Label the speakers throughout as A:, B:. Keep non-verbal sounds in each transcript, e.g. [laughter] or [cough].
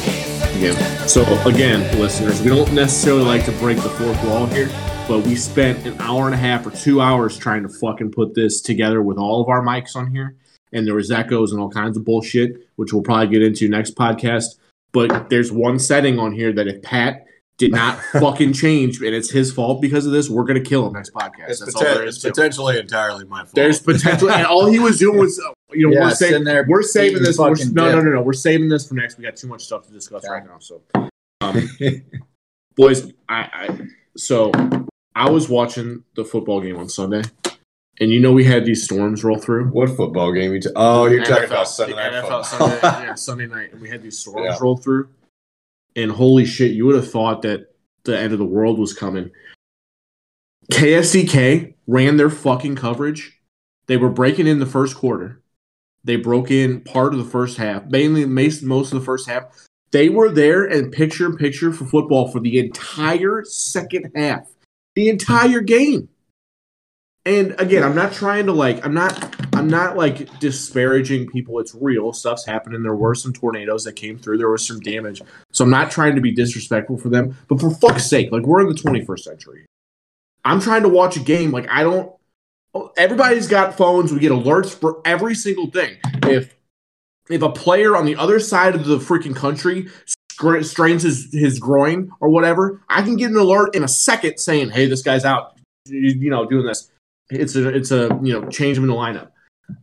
A: him. So again, listeners, we don't necessarily like to break the fourth wall here, but we spent an hour and a half or two hours trying to fucking put this together with all of our mics on here. And there was echoes and all kinds of bullshit, which we'll probably get into next podcast. But there's one setting on here that if Pat did
B: [laughs]
A: not fucking change and it's his fault because of this, we're gonna kill him next podcast.
B: It's,
A: That's all
B: poten-
A: there is
B: it's
A: to it.
B: potentially entirely my fault.
A: There's [laughs] potential, and all he was doing was, uh, you know,
C: Yeah,
A: we're, saving,
C: sitting there
A: we're saving
C: eating
A: this. We're,
C: fucking
A: no, no,
C: dip.
A: no, no. We're saving this for next. We got too much stuff to discuss
C: Yeah.
A: right now. So, um,
C: [laughs]
A: boys, I, I so I was watching the football game on Sunday, and you know we had these storms roll through.
B: what football game? You t- oh, you're talking
A: NFL
B: about Sunday
A: the
B: night
A: NFL
B: football. [laughs]
A: Sunday, yeah, Sunday night, and we had these storms
B: Yeah.
A: roll through. And holy shit, you would have thought that the end of the world was coming. KSCK ran their fucking coverage. They were breaking in the first quarter. They broke in part of the first half, mainly mas- most of the first half. They were there and picture in picture for football for the entire second half, the entire game. And again, I'm not trying to like, I'm not, I'm not like disparaging people. It's real. Stuff's happening. There were some tornadoes that came through. There was some damage. So I'm not trying to be disrespectful for them. But for fuck's sake, like we're in the 21st century. I'm trying to watch a game. Like I don't. Everybody's got phones. We get alerts for every single thing. If if a player on the other side of the freaking country scr- strains his his groin or whatever, I can get an alert in a second saying, "Hey, this guy's out." You, you know, doing this. It's a it's a you know change him in the lineup.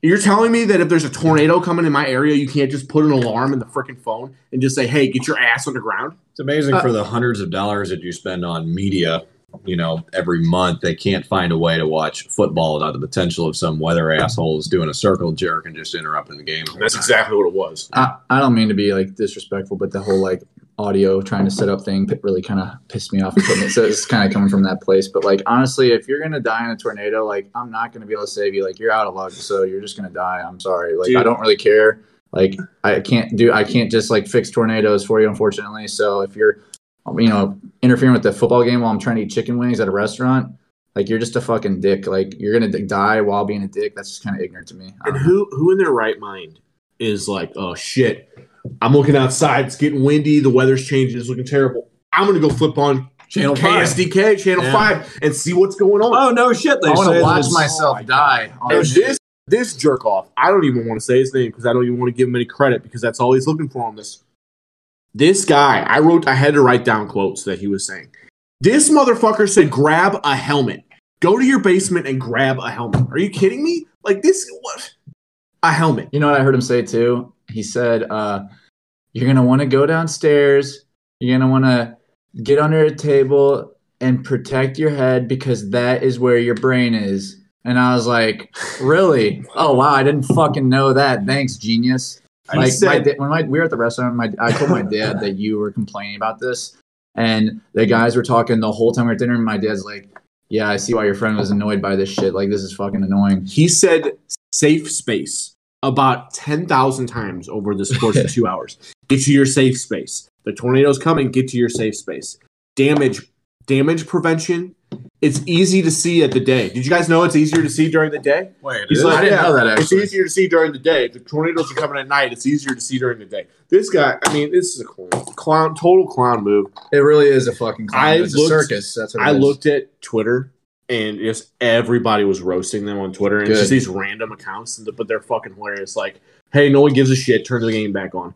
A: You're telling me that if there's a tornado coming in my area, you can't just put an alarm in the freaking phone and just say, "Hey, get your ass on the ground."
B: It's amazing
C: Uh,
B: for the hundreds of dollars that you spend on media, you know, every month. They can't find a way to watch football without the potential of some weather assholes doing a circle jerk and just interrupting the game.
A: exactly what it was.
C: I, I don't mean to be like disrespectful, but the whole like audio trying to set up thing p- really kind of pissed me off. and put me- so it's kind of coming from that place. But like honestly, if you're gonna die in a tornado, like I'm not gonna be able to save you. Like you're out of luck, so you're just gonna die. I'm sorry. Like I
A: Dude.
C: don't really care. Like I can't do. I can't just like fix tornadoes for you, unfortunately. So if you're, you know, interfering with the football game while I'm trying to eat chicken wings at a restaurant. Like you're just a fucking dick. Like you're gonna d- die while being a dick. That's just kind of ignorant to me. I
A: And
C: don't know.
A: who who in their right mind is like, "Oh shit, I'm looking outside. It's getting windy. The weather's changing. It's looking terrible. I'm gonna go flip on
B: Channel five.
A: KSDK Channel
B: Yeah.
A: Five and see what's going on."
B: Oh no shit! They
C: I want
B: say
C: to watch
B: this-
C: myself die. on
A: Oh And
C: the news.
A: this this jerk off, I don't even want to say his name because I don't even want to give him any credit because that's all he's looking for on this. This guy, I wrote, I had to write down quotes that he was saying. This motherfucker said, "Grab a helmet. Go to your basement and grab a helmet." Are you kidding me? Like this, what? A helmet.
C: You know what I heard him say too? He said, uh, "You're gonna want to go downstairs. You're gonna want to get under a table and protect your head because that is where your brain is." And I was like, "Really? Oh wow, I didn't fucking know that. Thanks, genius."
A: He
C: like my
A: said-
C: da- when my, we were at the restaurant, my, I told my dad that you were complaining about this, and the guys were talking the whole time we were at dinner. And my dad's like, "Yeah, I see why your friend was annoyed by this shit. Like this is fucking annoying."
A: He said safe space about 10,000 times over this course
C: [laughs]
A: of two hours. Get to your safe space. The tornado's coming. Get to your safe space. Damage, damage prevention. It's easy to see at the day. Did you guys know it's easier to see during the day?
B: Wait, it
A: He's
B: is?
A: like,
C: I didn't
A: yeah,
C: know that
A: It's
C: actually.
A: easier to see during the day. If the tornadoes are coming at night, it's easier to see during the day. This guy, I mean, this is a clown, clown total clown move.
C: It really is a fucking clown.
A: I
C: It's
A: looked-
C: a circus. That's what it
A: I
C: is.
A: looked at Twitter and just everybody was roasting them on Twitter and it's
C: Good.
A: just these random accounts, and- but they're fucking hilarious. Like, hey, no one gives a shit. Turn the game back on.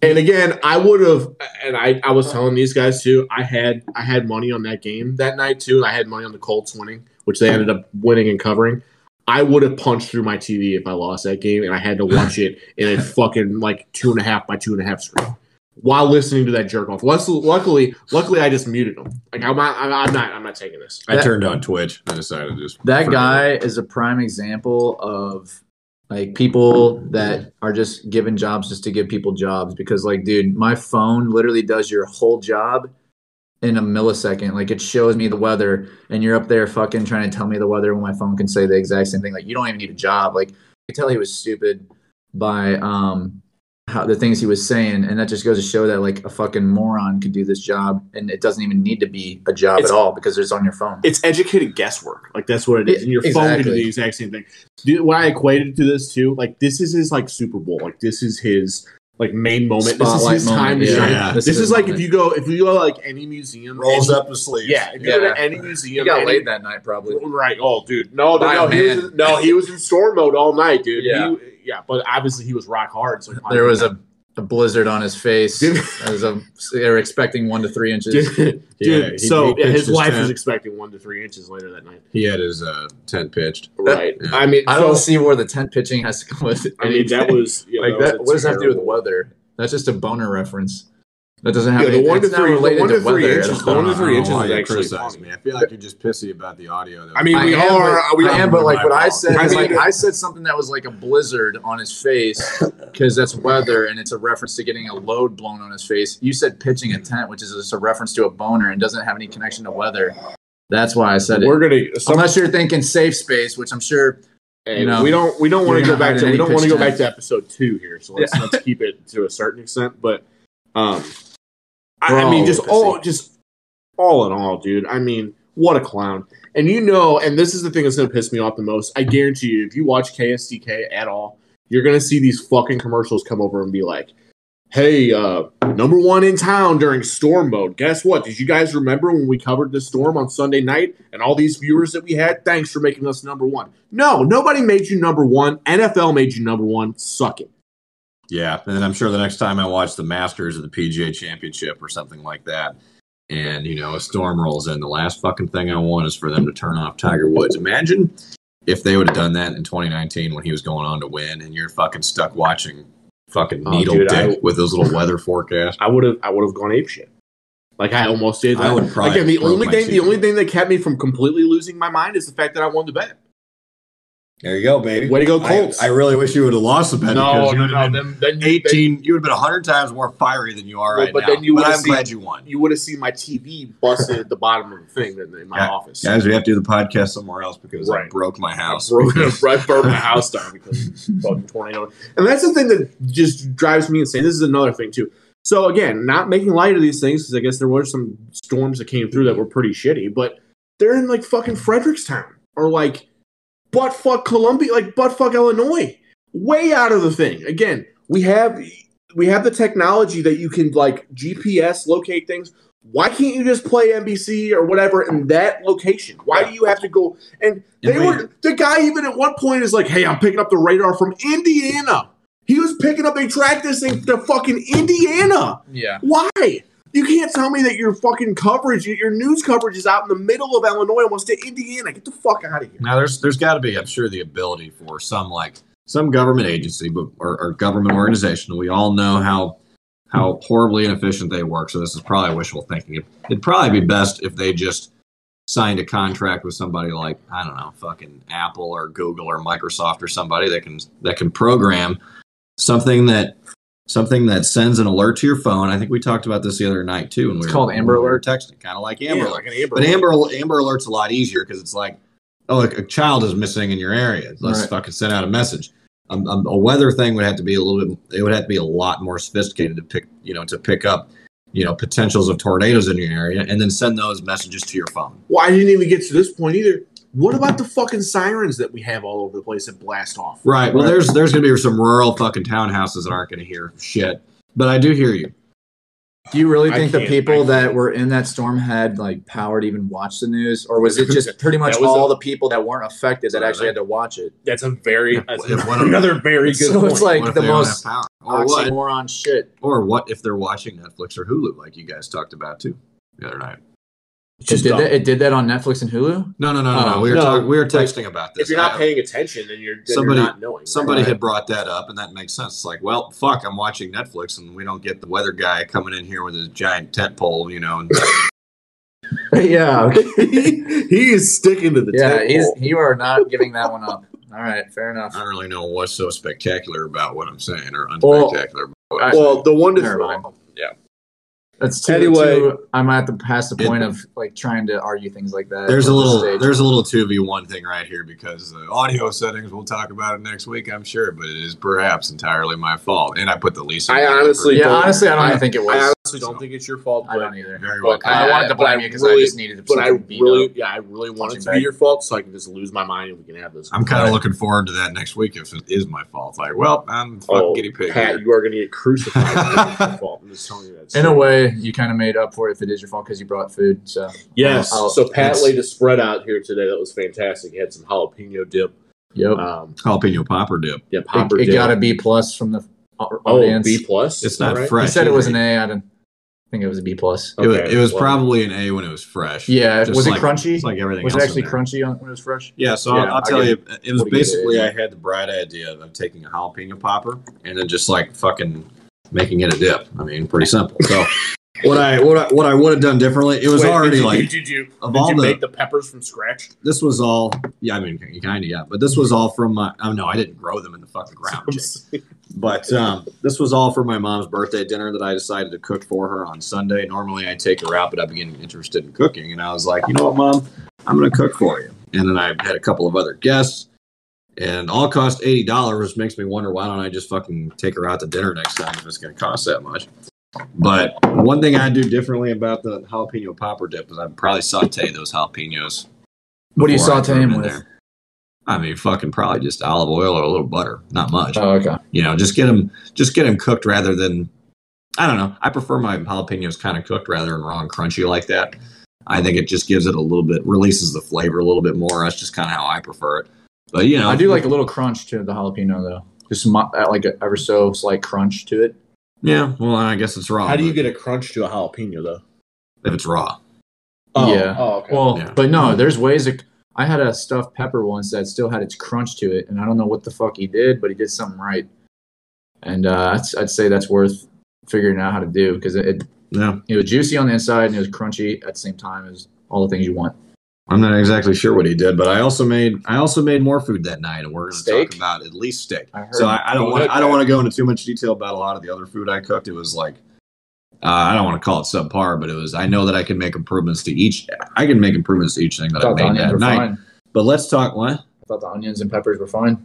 A: and again, I would have, and I, I was telling these guys too. I had I had money on that game that night too, and I had money on the Colts winning, which they ended up winning and covering. I would have punched through my TV if I lost that game, and I had to watch it in a fucking like two and a half by two and a half screen while listening to that jerk off. Lus- Luckily, luckily, I just muted him. Like I'm not, I'm, I'm not, I'm not taking this.
B: I
C: That-
B: turned on Twitch. I decided to just
C: That
B: forget.
C: guy is a prime example of like people that are just given jobs just to give people jobs because like dude, my phone literally does your whole job in a millisecond. Like it shows me the weather and you're up there fucking trying to tell me the weather when my phone can say the exact same thing. Like you don't even need a job. Like I could tell he was stupid by um how the things he was saying and that just goes to show that like a fucking moron could do this job and it doesn't even need to be a job
A: It's-
C: at all because it's on your phone.
A: It's educated guesswork. Like that's what it is. And your phone can do
C: Exactly.
A: the exact same thing. Dude, what I equated to this too, like this is his like Super Bowl. Like this is his like main moment. this is
C: Spotlight
A: his
C: moment,
A: time to
B: yeah.
A: shine.
B: Yeah.
A: This,
C: This is
A: is
C: his
A: like if
C: moment.
A: you go if you go like any museum,
B: rolls
A: any-
B: up his sleeves.
A: Yeah, if you go
C: Yeah.
A: to any
C: He
A: museum,
C: got
A: any-
C: laid that night, probably.
A: Right. Oh, dude. No,
C: By
A: no, no.
C: a
A: He was
C: man.
A: in, no, he was in storm mode all night, dude.
B: Yeah.
A: He- yeah. But obviously, he was rock hard. So
C: There was a, a blizzard on his face.
A: Did-
C: That was a, they were expecting one to three inches.
A: [laughs] dude.
B: Yeah,
A: dude,
B: he-
A: so
B: he
A: yeah,
B: pitched
A: his
B: his
A: wife
B: tent.
A: was expecting one to three inches later that night.
B: He had his uh, tent pitched.
A: Right.
B: Yeah.
A: I mean,
C: I don't
A: so,
C: see where the tent pitching has to come with it.
A: I mean, that was yeah,
C: like
A: was
C: that.
A: a
C: What does that have to do with
A: terrible-
C: weather? That's just a boner reference. That doesn't have
A: Yeah, the
C: any-
A: one to
C: it's not
A: three, the
C: related
A: one to three
C: weather at
A: inches, the
C: all.
A: one to three
B: I don't
A: inches
B: know why
A: is
B: you
A: actually
B: criticize
A: funny.
B: me. I feel like you're just pissy about the audio. Though.
A: I mean,
C: I
A: we
C: am,
A: are. uh,
C: but-
A: we
C: I
A: are-
C: am, but like
B: my
C: what I
B: fault.
C: said
A: I
C: is
A: mean,
C: like
A: the-
C: I said something that was like a blizzard on his
A: [laughs]
C: face because that's weather and it's a reference to getting a load blown on his face. You said pitching a tent, which is just a reference to a boner and doesn't have any connection to weather. That's why I said it.
A: We're gonna. Some,
C: Unless you're thinking safe space, which I'm sure.
A: hey,
C: you know,
A: we don't. We don't want
C: you're
A: to go
C: not
A: back to.
C: hiding
A: We don't
C: any
A: want to go
C: pitch
A: back to
C: tent.
A: episode two here. So let's, let's keep it to a certain extent. But, um, I,
C: We're
A: I mean,
C: all
A: just
C: pissy.
A: all, just all in all, dude. I mean, what a clown. And you know, and this is the thing that's gonna piss me off the most. I guarantee you, if you watch KSDK at all, you're gonna see these fucking commercials come over and be like, "Hey, uh, number one in town during storm mode. Guess what? Did you guys remember when we covered the storm on Sunday night and all these viewers that we had? Thanks for making us number one. No, nobody made you number one. NFL made you number one. Suck it.
B: Yeah, and then I'm sure the next time I watch the Masters or the PGA Championship or something like that, and you know a storm rolls in, the last fucking thing I want is for them to turn off Tiger Woods. Imagine if they would have done that in 2019 when he was going on to win, and you're fucking stuck watching fucking
A: Oh,
B: needle
A: dude,
B: dick
A: I-
B: with those little weather forecasts.
A: I would have. I would have gone ape shit. Like I almost did.
B: I would probably
A: Again, the
B: have broke
A: only
B: my
A: thing the
B: teeth.
A: only thing that kept me from completely losing my mind is the fact that I won the bet.
B: There you go, baby.
A: Way to go, Colts.
B: I, I really wish you would have lost the bet because you would have been
A: Then, Um, then you-
B: 18. You would have been 100 times more fiery than you are
A: Well,
B: right
A: but
B: now.
A: then you
B: but
A: would've
B: I'm glad
A: seen-
B: you won.
A: then you would have seen my TV busted at the bottom of the thing than in my
B: Yeah.
A: office.
B: Guys, we have to do the podcast somewhere else because I
A: Right.
B: broke my
A: I
B: house. [laughs]
A: broke [laughs] it up, I burned my house down because of fucking tornado. And that's the thing that just drives me insane. This is another thing too. So again, not making light of these things because I guess there were some storms that came through that were pretty shitty, but they're in like fucking Frederickstown or like butt fuck Columbia, like butt fuck Illinois, way out of the thing. Again, we have we have the technology that you can like GPS locate things. Why can't you just play NBC or whatever in that location? Why do you have to go? And
B: And
A: they
B: wait.
A: were the guy even at one point is like, "Hey, I'm picking up the radar from Indiana." He was picking up. They tracked this thing to fucking Indiana.
C: Yeah.
A: Why? You can't tell me that your fucking coverage, your- your news coverage, is out in the middle of Illinois, almost to Indiana. Get the fuck out of here.
B: Now, there's there's got to be, I'm sure, the ability for some like some government agency, but or, or government organization. We all know how how horribly inefficient they work. So this is probably wishful thinking. It, it'd probably be best if they just signed a contract with somebody like I don't know, fucking Apple or Google or Microsoft or somebody that can that can program something that something that sends an alert to your phone. I think we talked about this the other night too. When
C: It's
B: we
C: called
B: were,
C: Amber
B: when we were
C: Alert.
B: texting, kind of like Amber
A: Yeah,
B: Alert.
A: like an Amber.
B: But
A: Alert.
B: Amber Amber Alert's a lot easier because it's like, oh, a, a child is missing in your area. Let's
C: Right.
B: fucking send out a message. Um, um, a weather thing would have to be a little bit. It would have to be a lot more sophisticated to pick, you know, to pick up, you know, potentials of tornadoes in your area, and then send those messages to your phone.
A: Well, I didn't even get to this point either. What about the fucking sirens that we have all over the place that blast off?
B: Right. Well,
C: Right.
B: there's there's gonna be some rural fucking townhouses that aren't gonna hear shit. But I do hear you.
C: Do you really
A: I
C: think the
A: can't-
C: people
A: I
C: that
A: can't.
C: were in that storm had like power to even watch the news, or
A: [laughs]
C: was it just pretty much
A: That was
C: all
A: a-
C: the people that weren't affected that
B: Right.
C: actually had to watch it?
A: That's a very that's
B: Yeah, what-
A: another very good
C: So
A: point.
C: it's like
B: What if
C: the
B: they don't
C: most
B: have power? Or what?
C: oxymoron shit.
B: Or what if they're watching Netflix or Hulu, like you guys talked about too the other night?
C: It
A: Just
C: did
A: dumb.
C: that. It did that on Netflix
A: [laughs]
C: and Hulu. [laughs]
B: No, no, no, no, no.
C: Oh,
B: We were
A: no.
B: talk- we were texting about this.
A: if you're not
B: I-
A: paying attention, then you're, then
B: uh, Somebody-
A: you're not knowing. right?
B: Somebody
C: Right.
B: had brought that up, and that makes sense. It's like, well, fuck, I'm watching Netflix, and we don't get the weather guy coming in here with his giant tent pole, you know. And
C: yeah.
A: [laughs] he is sticking to the
C: Yeah,
A: table.
C: he's, you are not giving that one up. All right, fair enough.
B: I don't really know what's so spectacular about what I'm saying, or
A: Well,
B: unspectacular. about what I'm
A: well, the one to
C: Never mind.
A: yeah.
C: That's too,
D: Anyway.
C: too- I'm at the past the
B: It-
C: point of like trying to argue things like that.
B: There's a
C: on the
B: little
C: stage.
B: there's a little two v one thing right here because the audio settings we'll talk about it next week I'm sure, but it is perhaps entirely my fault, and I put the lease.
A: I honestly
C: yeah,
A: don't-
C: honestly, I don't
A: I-
C: even think it was.
A: I
C: I,
A: honestly don't think it's your fault. But,
C: don't either.
B: very well.
A: But
C: I,
A: I-
C: wanted to
A: but I
C: blame you because I
A: really-
C: just needed to.
A: but I
C: fucking beat
A: really,
C: up.
A: yeah, I really want it
C: Punching
A: to be
C: bag.
A: your fault so I can just lose my mind and we can have this.
B: I'm kind of looking forward to that next week if it is my fault. Like, well, I'm fucking
A: Oh,
B: guinea pig.
A: Pat,
B: here.
A: you are going to get crucified. if it's your fault. I'm just telling you that.
C: in a way, you kind of made up for it if it is your fault because you brought food. So
A: yes.
C: I'll-
A: uh, so Pat
C: it's-
A: laid a spread out here today that was fantastic. He had some jalapeno dip,
C: yep,
A: um,
B: Jalapeno popper dip.
A: yeah, popper
C: it, it
A: dip.
C: got a B plus from the au-
A: oh
C: audience.
A: B plus.
B: It's
A: is that
B: not
A: right?
B: fresh.
C: He said it was an
B: either.
C: A. I didn't think it was a B plus.
B: It was,
A: Okay,
B: it was
A: well.
B: probably an A when it was fresh.
C: Yeah,
B: Just
C: was
B: like-
C: it crunchy?
B: It's like everything.
C: was it
B: else
C: actually
B: in there.
C: crunchy on, when it was fresh?
B: Yeah, so
C: Yeah,
B: I'll, I'll
C: I
B: tell
C: get
B: you, it was
C: What do you get,
B: basically I
C: Aiden?
B: had the bright idea of taking a jalapeno popper and then just like fucking making it a dip. I mean, pretty simple.
C: [laughs]
B: So what I what I what I would have done differently, it was
A: Wait,
B: already
A: did you,
B: like
A: Did you, did
B: of
A: you
B: all the
A: make the peppers from scratch?
B: this was all yeah, I mean kind of yeah, but this was all from my oh no, I didn't grow them in the fucking ground. Jake. But um, this was all for my mom's birthday dinner that I decided to cook for her on Sunday. Normally I take her out, but I've been getting interested in cooking, and I was like, you know what, mom, I'm going to cook for you. And then I had a couple of other guests, and all cost eighty dollars. Makes me wonder why don't I just fucking take her out to dinner next time if it's going to cost that much. But one thing I do differently about the jalapeno popper dip is I probably saute those jalapenos.
C: What do you
B: before I
C: saute
B: throw 'em
C: them
B: in
C: with?
B: there. I mean, fucking probably just olive oil or a little butter, not much
C: Oh, okay.
B: you know just get them just get them cooked rather than i don't know i prefer my jalapenos kind of cooked rather than raw and crunchy like that i think it just gives it a little bit releases the flavor a little bit more that's just kind of how i prefer it but you know
C: I do like a little crunch to the jalapeno though. Just mo- uh, like a ever so slight crunch to it.
B: yeah well i guess it's raw
A: How do you
B: but
A: get a crunch to a jalapeno though?
B: if it's raw
C: Yeah.
A: Oh, okay.
C: Well,
B: Yeah.
C: but no, there's ways. Of, I had a stuffed pepper once that still had its crunch to it, and I don't know what the fuck he did, but he did something right. And uh, I'd, I'd say that's worth figuring out how to do because it, it
B: no
C: it was juicy on the inside and it was crunchy at the same time as all the things you want.
B: i'm not exactly sure what he did but i also made i also made more food that night and we're going to
C: Steak?
B: talk about at least steak
C: I heard
B: so I, I don't
A: Go
B: want
A: ahead,
B: I don't
A: Pat.
B: want to go into too much detail about a lot of the other food I cooked. It was like uh, I don't want to call it subpar, but it was I know that I can make improvements to each I can make improvements to each thing that
C: I thought the
B: I made
C: onions
B: that
C: were
B: night.
C: fine.
B: But let's talk what?
C: I thought the onions and peppers were fine.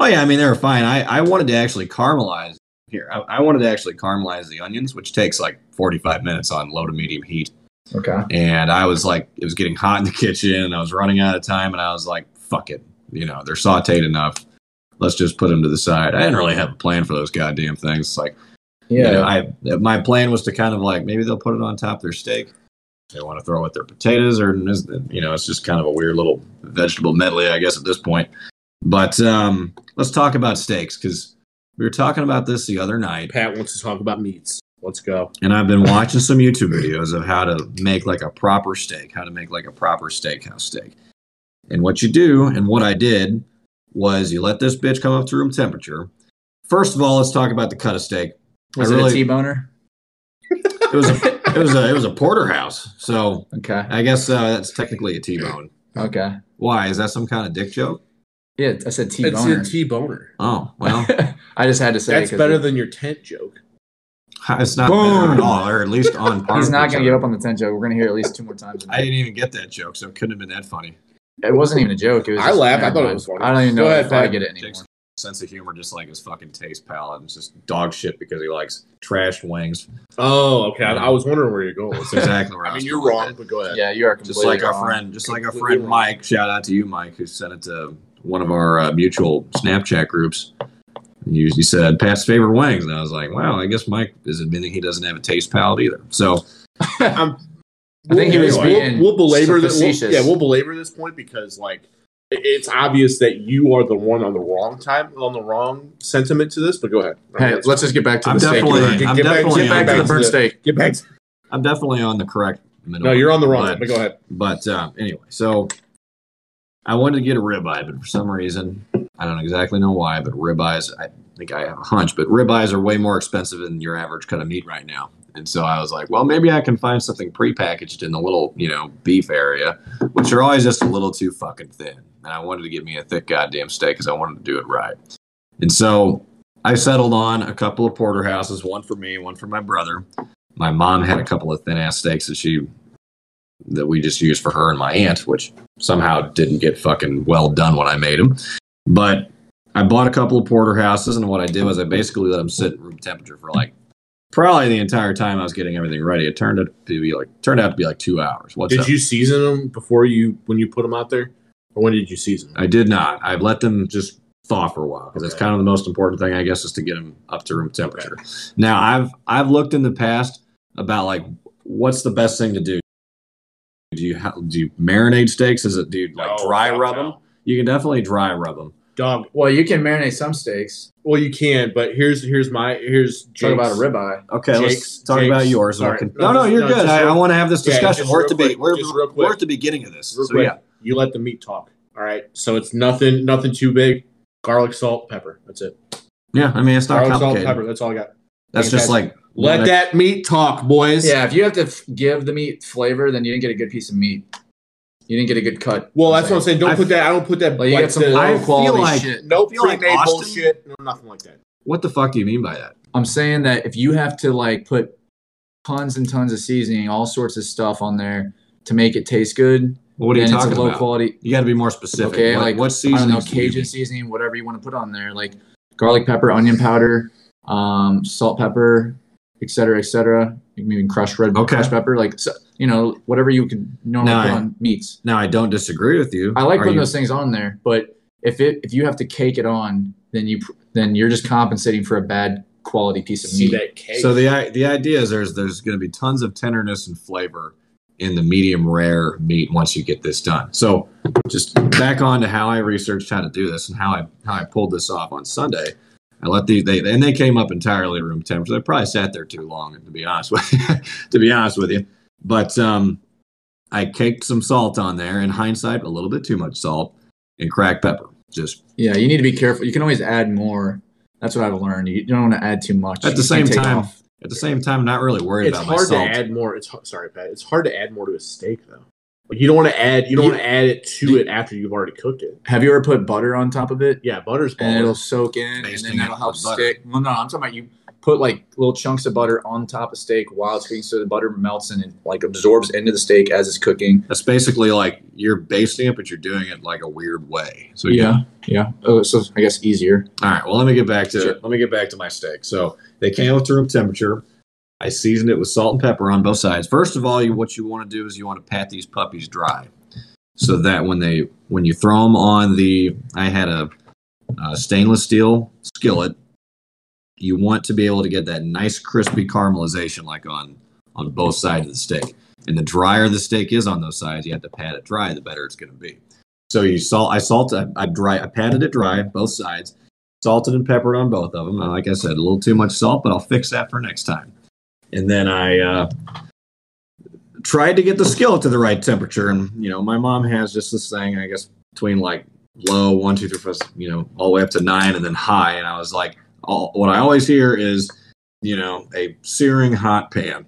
B: Oh yeah, I mean they were fine. I, I wanted to actually caramelize here. I, I wanted to actually caramelize the onions, which takes like forty five minutes on low to medium heat.
C: Okay.
B: And I was like it was getting hot in the [laughs] kitchen and I was running out of time and I was like, fuck it. You know, they're sauteed enough. Let's just put them to the side. I didn't really have a plan for those goddamn things. It's like
C: Yeah.
B: Yeah. I my plan was to kind of like maybe they'll put it on top of their steak. They want to throw it with their potatoes, or you know, it's just kind of a weird little vegetable medley, I guess, at this point. But um, let's talk about steaks because we were talking about this the other night,
A: Pat wants to talk about meats. Let's go.
B: and I've been watching some YouTube videos of how to make like a proper steak, how to make like a proper steakhouse steak. And what you do, and what I did, was you let this bitch come up to room temperature. First of all, let's talk about the cut of steak.
C: was
B: I
C: it
B: really-
C: a T-boner?
B: It was a it was a it was a porterhouse. So
C: Okay.
B: I guess uh, that's technically a T-bone.
C: Okay.
B: Why is that some kind of dick joke?
C: Yeah, I said T-boner.
A: It's a T boner.
B: Oh well,
C: [laughs]
B: [laughs]
C: I just had to say it
A: That's
C: 'cause
A: better
C: it-
A: than your tent joke.
B: it's not
A: Boom.
B: better at all, or at least on par.
C: He's
B: with
C: not
B: each
C: going to
B: other.
C: give up on the 10 joke. We're going to hear it at least two more times.
B: I didn't even get that joke, so it couldn't have been that funny.
C: It wasn't even a joke. It was
A: I
C: just-
A: laughed. I
C: never
A: thought it
C: mind.
A: was funny.
C: I don't even
A: Go
C: know
A: ahead,
C: if I
A: Pat.
C: get it anymore.
B: Jake's sense of humor, just like his fucking taste palette, it's just dog shit because he likes trash wings.
A: Oh, okay. I, I was wondering where you're going. With
B: That's
A: that.
B: exactly where I,
A: I mean,
B: was
A: you're
B: going with
A: wrong,
B: that.
A: but go ahead.
C: Yeah, you are completely
B: Just like our
C: wrong.
B: friend, just like our
A: Completely
B: friend
A: wrong.
B: Mike. Shout out to you, Mike, who sent it to one of our uh, mutual Snapchat groups. You, you said Pat's favorite wings, and I was like, wow, I guess Mike is admitting he doesn't have a taste palate either. So
C: I think he
A: Anyway,
C: was
A: we'll-
C: being
A: we'll, belabor this.
C: facetious.
A: We'll, yeah, we'll belabor this point because like it- it's obvious that you are the one on the wrong time on the wrong sentiment to this. But go ahead.
C: Hey, let's just get back to
B: I'm
C: the steak.
B: definitely-
C: Get
B: I'm
A: get back,
B: definitely
A: get back
C: back to the
A: to
C: burnt steak.
A: Get back. To,
B: I'm definitely on the correct.
A: no, you're on the wrong.
B: But,
A: But go ahead.
B: but uh, anyway, so I wanted to get a ribeye, but for some reason, I don't exactly know why, but ribeyes, I think I have a hunch, but ribeyes are way more expensive than your average cut of meat right now. And so I was like, well, maybe I can find something prepackaged in the little, you know, beef area, which are always just a little too fucking thin. And I wanted to get me a thick goddamn steak because I wanted to do it right. And so I settled on a couple of porterhouses, one for me, one for my brother. my mom had a couple of thin ass steaks that she that we just used for her and my aunt, which somehow didn't get fucking well done when I made them. But I bought a couple of porterhouses, and what I did was I basically let them sit at room temperature for like probably the entire time I was getting everything ready. It turned out to be like turned out to be like two hours. What's
A: Did
B: up?
A: you season them before you when you put them out there, or when did you season them?
B: I did not. I've let them just thaw for a while because that's
A: Okay.
B: kind of the most important thing, I guess, is to get them up to room temperature. Now, I've I've looked in the past about like what's the best thing to do. Do you ha- do you marinate steaks? Is it do you like
A: No,
B: dry
A: no,
B: rub them?
A: Oh, no.
B: You can definitely dry rub them.
A: Dog.
C: Well, you can marinate some steaks.
A: Well, you can, but here's here's my here's
C: Talk
A: Jake's-
C: about a ribeye.
B: Okay,
A: Jake's-
B: let's talk
A: Jake's-
B: about yours. and I
A: sorry.
B: can-
A: No,
B: no, no,
A: just-
B: you're
A: no,
B: good.
A: just
B: I,
A: real-
B: I want to have this
A: Yeah,
B: discussion.
A: just
B: we're
A: real
B: at the
A: quick,
B: be- we're,
A: just real
B: we're
A: quick.
B: at the beginning of this.
A: Real
B: So,
A: quick.
B: yeah,
A: You let the meat talk. All right. So it's nothing nothing too big. Garlic, salt, pepper. That's it.
B: yeah. I mean, it's not
A: Garlic, salt,
B: complicated.
A: pepper. That's all I got.
B: That's just like
A: Let
B: Let-
A: that meat talk, boys.
C: Yeah, if you have to f- give the meat flavor, then you didn't get a good piece of meat. You didn't get a good cut.
A: Well, that's what I'm saying. Don't
B: I
A: put that. I don't put that.
C: Like, you
A: like
C: got some
A: the-
B: I
C: low
B: feel
C: quality
B: like-
C: shit.
A: no
B: I feel like
A: pre-made
B: Austin-
A: bullshit. No, nothing like that.
B: what the fuck do you mean by that?
C: I'm saying that if you have to like put tons and tons of seasoning, all sorts of stuff on there to make it taste good,
B: What are you
C: then
B: talking
C: it's a low
B: about?
C: quality.
B: You got to be more specific.
C: Okay,
B: what,
C: like,
B: what
C: I don't
B: season?
C: know, Cajun seasoning, whatever you want to put on there, like garlic pepper, onion powder, um, salt pepper, et cetera, et cetera. Maybe crushed red
B: Okay.
C: crushed pepper, like so, you know, whatever you can normally
B: No,
C: put
B: I-
C: on meats.
B: Now I don't disagree with you.
C: I like
B: Are
C: putting
B: you-
C: those things on there, but if it if you have to cake it on, then you pr- then you're just compensating for a bad quality piece of
A: See
C: meat.
A: that cake.
B: So the i- the idea is there's there's going to be tons of tenderness and flavor in the medium rare meat once you get this done. So just back on to how I researched how to do this and how I how I pulled this off on Sunday. I let the they and they came up entirely room temperature. They probably sat there too long to be honest with [laughs] to be honest with you. But um, I caked some salt on there. In hindsight, a little bit too much salt and cracked pepper. Just
C: Yeah, you need to be careful. You can always add more. That's what I've learned. You don't want to add too much.
B: At the
C: You
B: same
C: can take
B: time-
C: off.
B: at the same time, not really worried
A: it's
B: about my
A: hard to
B: salt.
A: add more. It's har- sorry, Pat. It's hard to add more to a steak though. Like you don't want to add. You don't
C: You-
A: want to add it to it after you've already cooked it.
C: have you ever put butter on top of it?
A: Yeah, butter's
C: And
A: baller.
C: it'll soak in, and
B: Basting
C: then that'll
B: it
C: help
B: with butter.
C: stick. Well, no, I'm talking about you put like little chunks of butter on top of steak while it's cooking, so the butter melts and it like absorbs into the steak as it's cooking.
B: That's basically like you're basting it, but you're doing it like a weird way. So
C: yeah, yeah. Oh, so I guess easier.
B: All right. Well, let me get back to
C: Sure.
B: let me get back to my steak. So they came up to room temperature. I seasoned it with salt and pepper on both sides. First of all, you, what you want to do is you want to pat these puppies dry, so that when they when you throw them on the I had a, uh stainless steel skillet, you want to be able to get that nice crispy caramelization like on on both sides of the steak. And the drier the steak is on those sides, you have to pat it dry, the better it's going to be. So you salt, I salt, I, I dry, I patted it dry, both sides, salted and peppered on both of them. And like I said, a little too much salt, but I'll fix that for next time. And then I uh, tried to get the skillet to the right temperature. And you know, my mom has just this thing, I guess, between like low one, two, three, four, you know, all the way up to nine, and then high. And I was like, all, what I always hear is, you know, a searing hot pan.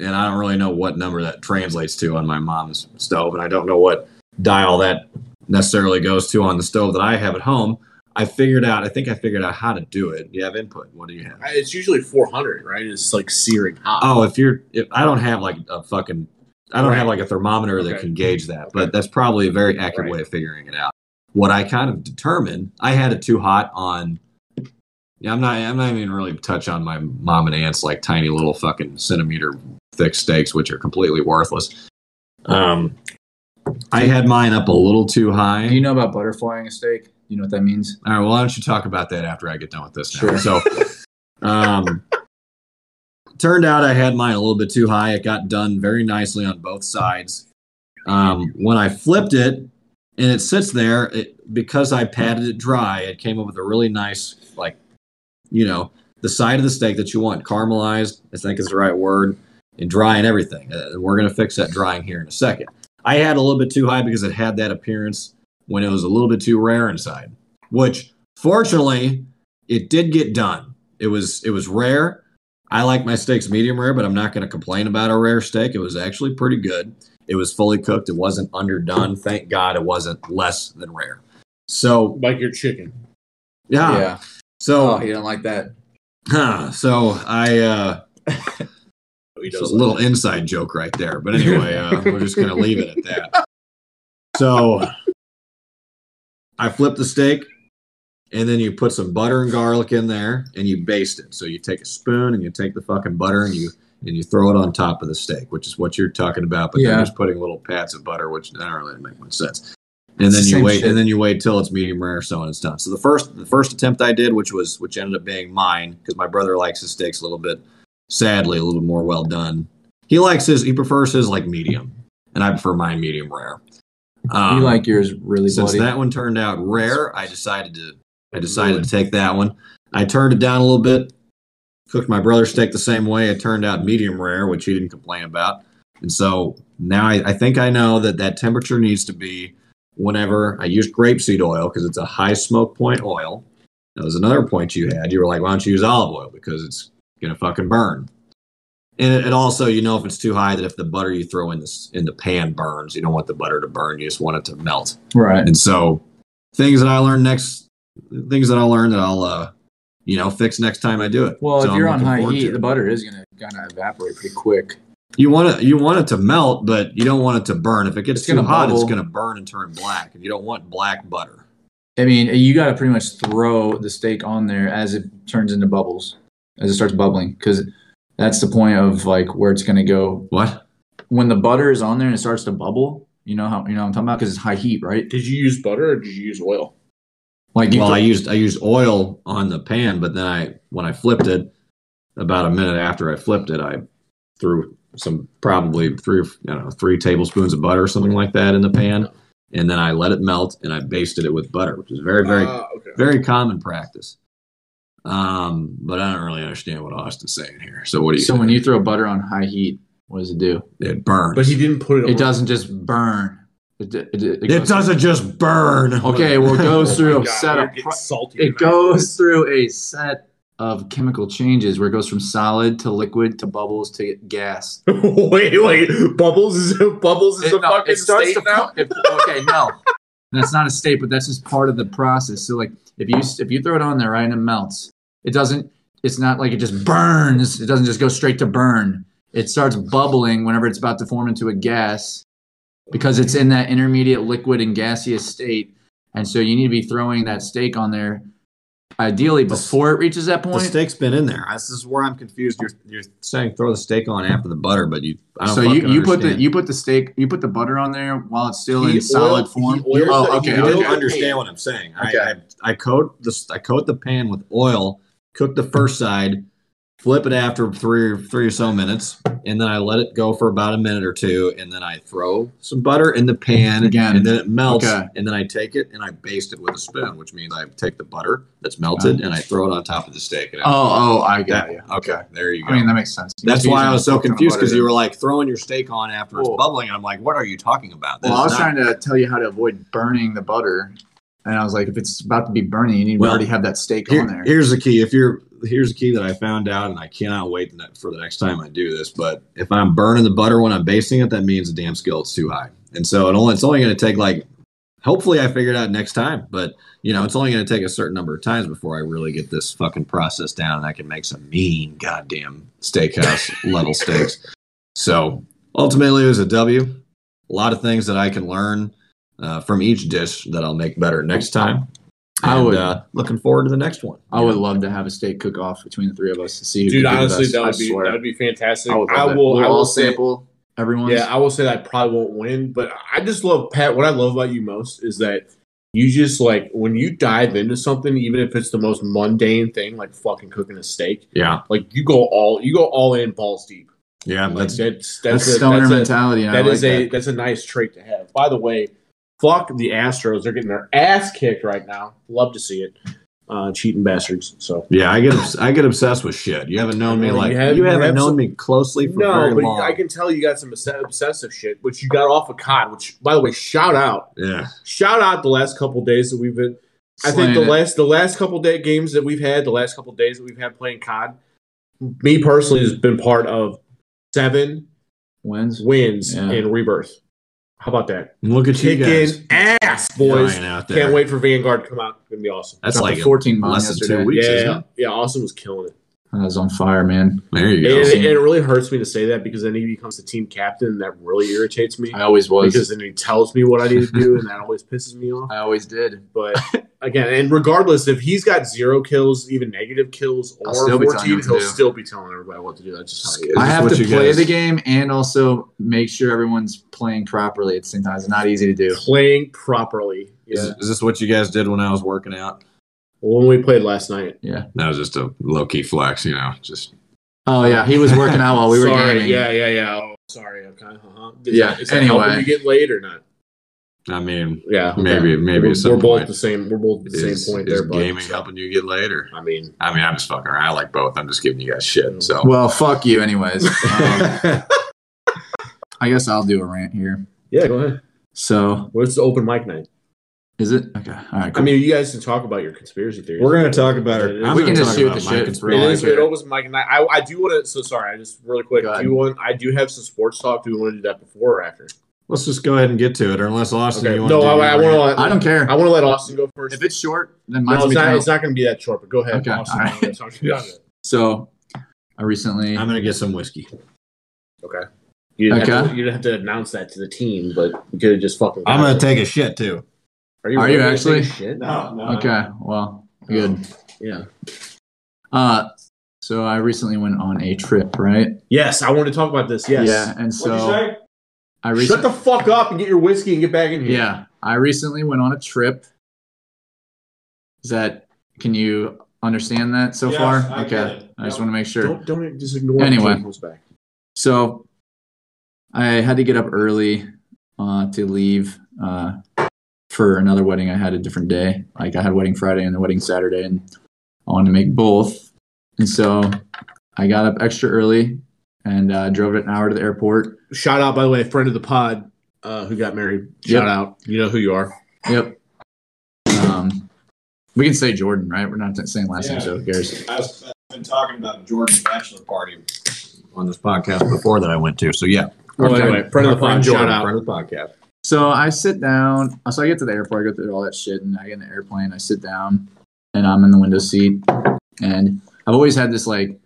B: And I don't really know what number that translates to on my mom's stove, and I don't know what dial that necessarily goes to on the stove that I have at home. I figured out. I think I figured out how to do it. You have input. What do you have?
A: I- it's usually 400, right? It's like searing hot.
B: Oh, if you're, if I don't have like a fucking, I don't
A: Right.
B: have like a thermometer that
A: Okay.
B: can gauge that, but that's probably a very accurate
A: Right.
B: way of figuring it out. What I kind of determined, I had it too hot on. Yeah, I'm not. I'm not even really touch on my mom and aunt's like tiny little fucking centimeter thick steaks, which are completely worthless. Um, I had mine up a little too high.
C: Do you know about butterflying a steak? You know what that means?
B: All right. Well, why don't you talk about that after I get done with this? Now.
C: Sure.
B: So, um, turned out I had mine a little bit too high. It got done very nicely on both sides. Um, when I flipped it and it sits there, it, because I patted it dry, it came up with a really nice, like, you know, the side of the steak that you want caramelized. I think is the right word and dry and everything. Uh, we're going to fix that drying here in a second. I had a little bit too high because it had that appearance when it was a little bit too rare inside, which fortunately it did get done. It was it was rare. I like my steaks medium rare, but I'm not going to complain about a rare steak. It was actually pretty good. It was fully cooked. It wasn't underdone. Thank God it wasn't less than rare. So
A: Like your chicken.
B: yeah.
C: yeah.
B: So [laughs]
C: Oh, you don't like that.
B: Huh. So I uh
D: he
B: It's
D: does.
B: a little inside joke right there. But anyway, uh, we're just going to leave it at that. So I flip the steak, and then you put some butter and garlic in there, and you baste it. So you take a spoon and you take the fucking butter and you and you throw it on top of the steak, which is what you're talking about. But
C: Yeah.
B: they're just putting little pats of butter, which doesn't really make much sense. And
C: It's
B: then
C: the
B: you
C: same
B: wait,
C: shit.
B: and then you wait till it's medium rare, so and it's done. So the first the first attempt I did, which was which ended up being mine, because my brother likes his steaks a little bit, sadly, a little more well done. He likes his he prefers his like medium, and I prefer mine medium rare. Um,
C: you like yours really
B: since
C: bloody.
B: that one turned out rare, I decided to I decided to take that one. I turned it down a little bit. Cooked my brother's steak the same way. It turned out medium rare, which he didn't complain about. And so now I, I think I know that that temperature needs to be whenever I use grapeseed oil because it's a high smoke point oil. That was another point you had. You were like, why don't you use olive oil because it's gonna fucking burn. And it, it also, you know, if it's too high, that if the butter you throw in this in the pan burns, you don't want the butter to burn. You just want it to melt.
C: right.
B: And so things that I learn next, things that I'll learn that I'll, uh, you know, fix next time I do it.
C: Well,
B: So
C: if you're
B: I'm
C: on
B: looking
C: high
B: forward
C: heat,
B: to it.
C: the butter is gonna gonna evaporate pretty quick.
B: you want it, you want it to melt, but you don't want it to burn. If it gets
C: It's
B: too
C: gonna
B: hot, it's
C: bubble.
B: going to burn and turn black, and you don't want black butter.
C: I mean, you got to pretty much throw the steak on there as it turns into bubbles, as it starts bubbling, because that's the point of like where it's gonna go.
B: What?
C: When the butter is on there and it starts to bubble, you know how you know what I'm talking about because it's high heat, right?
A: Did you use butter or did you use oil?
C: Like you
B: Well,
C: throw-
B: I used I used oil on the pan, but then I when I flipped it, about a minute after I flipped it, I threw some probably three I don't know three tablespoons of butter or something like that in the pan, and then I let it melt and I basted it with butter, which is very very
A: Ah, okay.
B: very common practice. Um, but I don't really understand what Austin's saying here. So what do you?
C: so when you throw butter on high heat, what does it do?
B: it burns,
A: But he didn't put it. on.
C: It doesn't just burn. It, d- it, it
B: it
C: goes-
B: doesn't just [laughs] burn.
C: Okay, well, it goes
A: [laughs] Oh my
C: through a
A: God,
C: set
A: we're
C: of
A: getting
C: pro-
A: salty. [laughs] tonight.
C: it goes through a set of chemical changes where it goes from solid to liquid to bubbles to gas.
A: wait, wait. Bubbles is bubbles is a
C: It- no,
A: fucking
C: it starts
A: state
C: to
A: now.
C: fu- it- okay, no, that's not a state, but that's just part of the process. So like, if you if you throw it on there right and it melts, it doesn't. It's not like it just burns. It doesn't just go straight to burn. It starts bubbling whenever it's about to form into a gas, because it's in that intermediate liquid and gaseous state. And so you need to be throwing that steak on there, ideally before it reaches that
B: The
C: point.
B: steak's been in there. This is where I'm confused. You're you're saying throw the steak on after the butter, but you. I don't
C: so you,
B: fucking
C: you put the
B: understand.
C: you put the steak you put the butter on there while it's still
A: He
C: in solid
A: oiled-
C: form.
A: he oiled
C: oh,
A: the-
C: okay.
A: he
B: I
A: oiled
B: don't
A: Okay.
B: understand what I'm saying. I,
C: Okay.
B: I, I coat this. I coat the pan with oil. Cook the first side. Flip it after three or three or so minutes, and then I let it go for about a minute or two, and then I throw some butter in the pan
C: Again.
B: and then it melts,
C: Okay.
B: and then I take it and I baste it with a spoon, which means I take the butter that's melted and I throw it on top of the steak. And I,
C: Oh, oh, I got
B: that,
C: you.
B: okay, there you go.
C: I mean, that makes sense. You
B: that's
C: can
B: why
C: use
B: I was so
C: a ton of
B: confused
C: butter
B: because
C: there.
B: you were like throwing your steak on after it's
C: Cool.
B: bubbling, and I'm like, "What are you talking about?" That
C: Well, I
B: is
C: was
B: not-
C: trying to tell you how to avoid burning the butter, and I was like, if it's about to be burning, you need to
B: Well,
C: already have that steak
B: Here-
C: on there.
B: Here's the key. If you're here's the key that I found out, and I cannot wait the ne- for the next time I do this. But if I'm burning the butter when I'm basting it, that means the damn skillet's too high, and so it only it's only going to take like. Hopefully, I figure it out next time. But you know, it's only going to take a certain number of times before I really get this fucking process down, and I can make some mean goddamn
C: [laughs]
B: steakhouse level steaks. So ultimately, it was a W. A lot of things that I can learn uh, from each dish that I'll make better next time.
C: I would-
B: uh, looking forward to the next one.
C: I would love to have a steak cook off between the three of us to see who.
A: Dude,
C: could do the
A: honestly,
C: best,
A: that
C: I
A: would be
C: swear.
A: that would be fantastic.
C: I,
A: I,
C: would love that.
A: will.
C: We'll
A: I
C: all
A: will say,
C: sample everyone's.
A: yeah, I will say that I probably won't win, but I just love Pat. What I love about you most is that you just like when you dive into something, even if it's the most mundane thing, like fucking cooking a steak.
B: Yeah,
A: Like you go all you go all in balls deep.
B: yeah.
A: Like
B: That's
A: that's
C: that's,
A: that's a,
C: stoner
A: that's a-
C: mentality. and I
A: That
C: like
A: is a that's a nice trait to have. By the way, fuck the Astros. They're getting their ass kicked right now. Love to see it. Uh, cheating bastards. So
B: yeah. I get obs- I get obsessed with shit. You haven't known me
A: Well,
B: like
A: you
B: you,
A: have- you
B: haven't
A: have
B: known
A: some-
B: me closely for
A: no,
B: very
A: but
B: long.
A: I can tell you got some obs- obsessive shit, which you got off of COD. Which, by the way, shout out,
B: yeah,
A: shout out the last couple days that we've been. I think the
C: Slaying it.
A: last the last couple day games that we've had, the last couple days that we've had playing COD, me personally has been part of seven
C: wins.
A: wins
C: Yeah.
A: in rebirth. How about that?
B: look at you guys,
A: Kicking ass, boys.
B: flying out there.
A: Can't wait for Vanguard to come out. It's gonna be awesome.
B: That's
C: Dropped a
B: like a-
C: fourteen bomb
B: less than
C: yesterday.
B: two weeks.
A: yeah,
B: Isn't it?
A: yeah. Austin was killing it.
C: I was on fire, man.
B: There you
A: And,
B: go.
A: it- and it really hurts me to say that because then he becomes the team captain, and that really irritates me.
C: I always was.
A: Because then he tells me what I need to do, and that always pisses me off.
C: I always did.
A: But again, and regardless, if he's got zero kills, even negative kills,
C: I'll
A: or
C: still be telling you
A: 14,
C: what to
A: he'll
C: do.
A: still be telling everybody what to do. That's just how he is.
B: Is
C: I
B: this
C: have
B: what
C: to
B: you
C: play
B: guys-
C: the game and also make sure everyone's playing properly at the same time. It's not easy to do.
A: Playing properly.
B: Is,
A: Yeah.
B: is this what you guys did when I was working out?
A: When we played last night,
B: That was just a low key flex, you know. Just
C: Oh yeah, he was working out while Oh, we were
A: [laughs] sorry,
C: gaming.
A: yeah, yeah, yeah. Oh, sorry. Okay. Uh-huh. Is
C: Yeah,
A: That, is that helping
C: anyway.
A: you get laid or not?
B: I mean,
A: Yeah.
B: maybe maybe
A: we're,
B: at some
A: we're both
B: point
A: the same. We're both at the
B: is-
A: same point
B: is
A: there, but
B: gaming helping you get later.
A: I mean,
B: I mean, I'm just fucking around. I like both. I'm just giving you guys shit. So
C: Well, fuck you, anyways.
A: [laughs]
C: Um, I guess I'll do a rant here.
A: yeah. Go ahead.
C: So
A: What's the open mic night?
C: is it okay? All right.
A: I
C: Cool.
A: mean, you guys can talk about your conspiracy theories.
B: We're gonna talk about our-
A: It
B: I'm
A: is-
C: we
B: gonna
C: can just
B: talk
C: shoot
B: about
C: the
B: my
C: shit.
B: conspiracy
A: It is. It opens mic night. I, I do want to. So sorry. I just really quick.
C: Go
A: Do
C: ahead.
A: you want? I do have some sports talk. Do we want to do that before or after?
B: let's just go ahead and get to it. Or unless Austin,
A: Okay.
B: you want
A: No,
B: to
A: I, I want to.
C: I
A: I,
C: don't care.
A: I want to let Austin go first.
C: If it's short, then
A: no,
C: mine's
A: it's
C: be
A: not.
C: kind of-
A: It's not going to be that short. But go ahead,
C: Okay,
A: Austin.
C: all
A: I wanna talk to you about it.
C: So I recently
B: I'm gonna get some whiskey.
A: You didn't, have
C: Okay.
A: to, you didn't have to announce that to the team, but you could have just fucking.
B: I'm gonna take a shit too.
A: Are
C: Are you
A: really gonna
C: actually?
A: take a shit?
B: No, no.
C: okay. Well, good.
A: Oh, Yeah.
C: Uh, so I recently went on a trip, right?
A: Yes, I want to talk about this. Yes.
C: Yeah, and so I recently
A: Shut the fuck up and get your whiskey and get back in here.
C: Yeah, I recently went on a trip. Is that can you understand that so
B: Yes,
C: far?
B: I
C: okay,
B: get it.
C: I just
B: Yep.
C: want to make sure.
A: Don't don't e- just ignore.
C: Anyway.
A: him until he comes back.
C: So I had to get up early uh, to leave uh, for another wedding. I had a different day. Like I had wedding Friday and the wedding Saturday, and I wanted to make both. And so I got up extra early and uh, drove an hour to the airport.
A: Shout out, by the way, friend of the pod uh, who got married.
C: Yep.
A: Shout out. You know who you are.
C: Yep. Um, we can say Jordan, right? We're not saying last name, so who cares?
B: I've been talking about Jordan's bachelor party on this podcast before that I went to. So yeah,
A: Well,
C: Okay.
A: anyway, friend of the
B: Our
A: pod. Shout
B: Jordan,
A: out.
B: friend of the podcast.
C: So I sit down. uh, So I get to the airport. I go through all that shit, and I get in the airplane. I sit down, and I'm in the window seat. And I've always had this like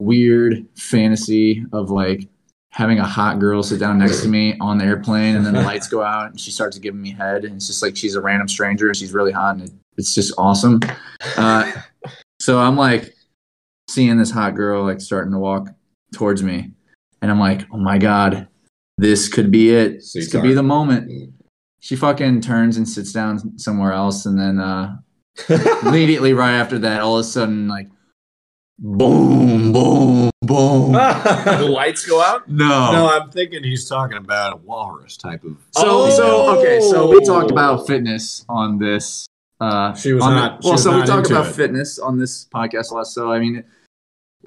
C: weird fantasy of like having a hot girl sit down next to me on the airplane, and then the lights go out, and she starts giving me head, and it's just like she's a random stranger, and she's really hot, and it, it's just awesome. Uh, so I'm like seeing this hot girl like starting to walk towards me, and I'm like, oh my god, this could be it.
B: See,
C: This could be
B: sorry.
C: the moment. She fucking turns and sits down somewhere else, and
B: [laughs]
C: then uh, immediately right after that, all of a sudden, like, boom, boom, boom.
A: [laughs] The lights go out.
B: Ah, no,
C: No,
B: I'm thinking he's talking about a walrus type of.
C: So, so okay, so we talked about fitness on this. Uh,
B: She was
C: on
B: not-
C: the-
B: she
C: well,
B: was
C: so we
B: not
C: talked
B: into
C: about
B: it.
C: fitness on this podcast a lot. So I mean,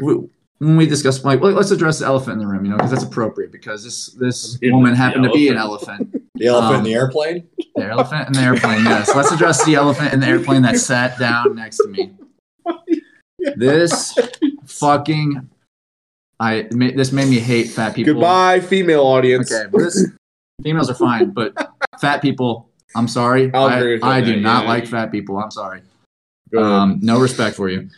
C: we, when we discussed, like, well, let's address the elephant in the room, you know, because that's appropriate because this this
A: It-
C: woman happened to be an elephant,
B: The
C: elephant in the
B: airplane.
C: the elephant in the airplane. Yes, let's address the elephant in the airplane that sat down next to me. This fucking, I ma- this made me hate fat people.
A: Goodbye, female audience.
C: Okay, but this, females are fine, but fat people, I'm sorry.
A: I'll
C: I,
A: agree with
C: I
A: that,
C: do
A: yeah.
C: not like fat people. I'm sorry.
A: Go ahead.
C: Um, no respect for you.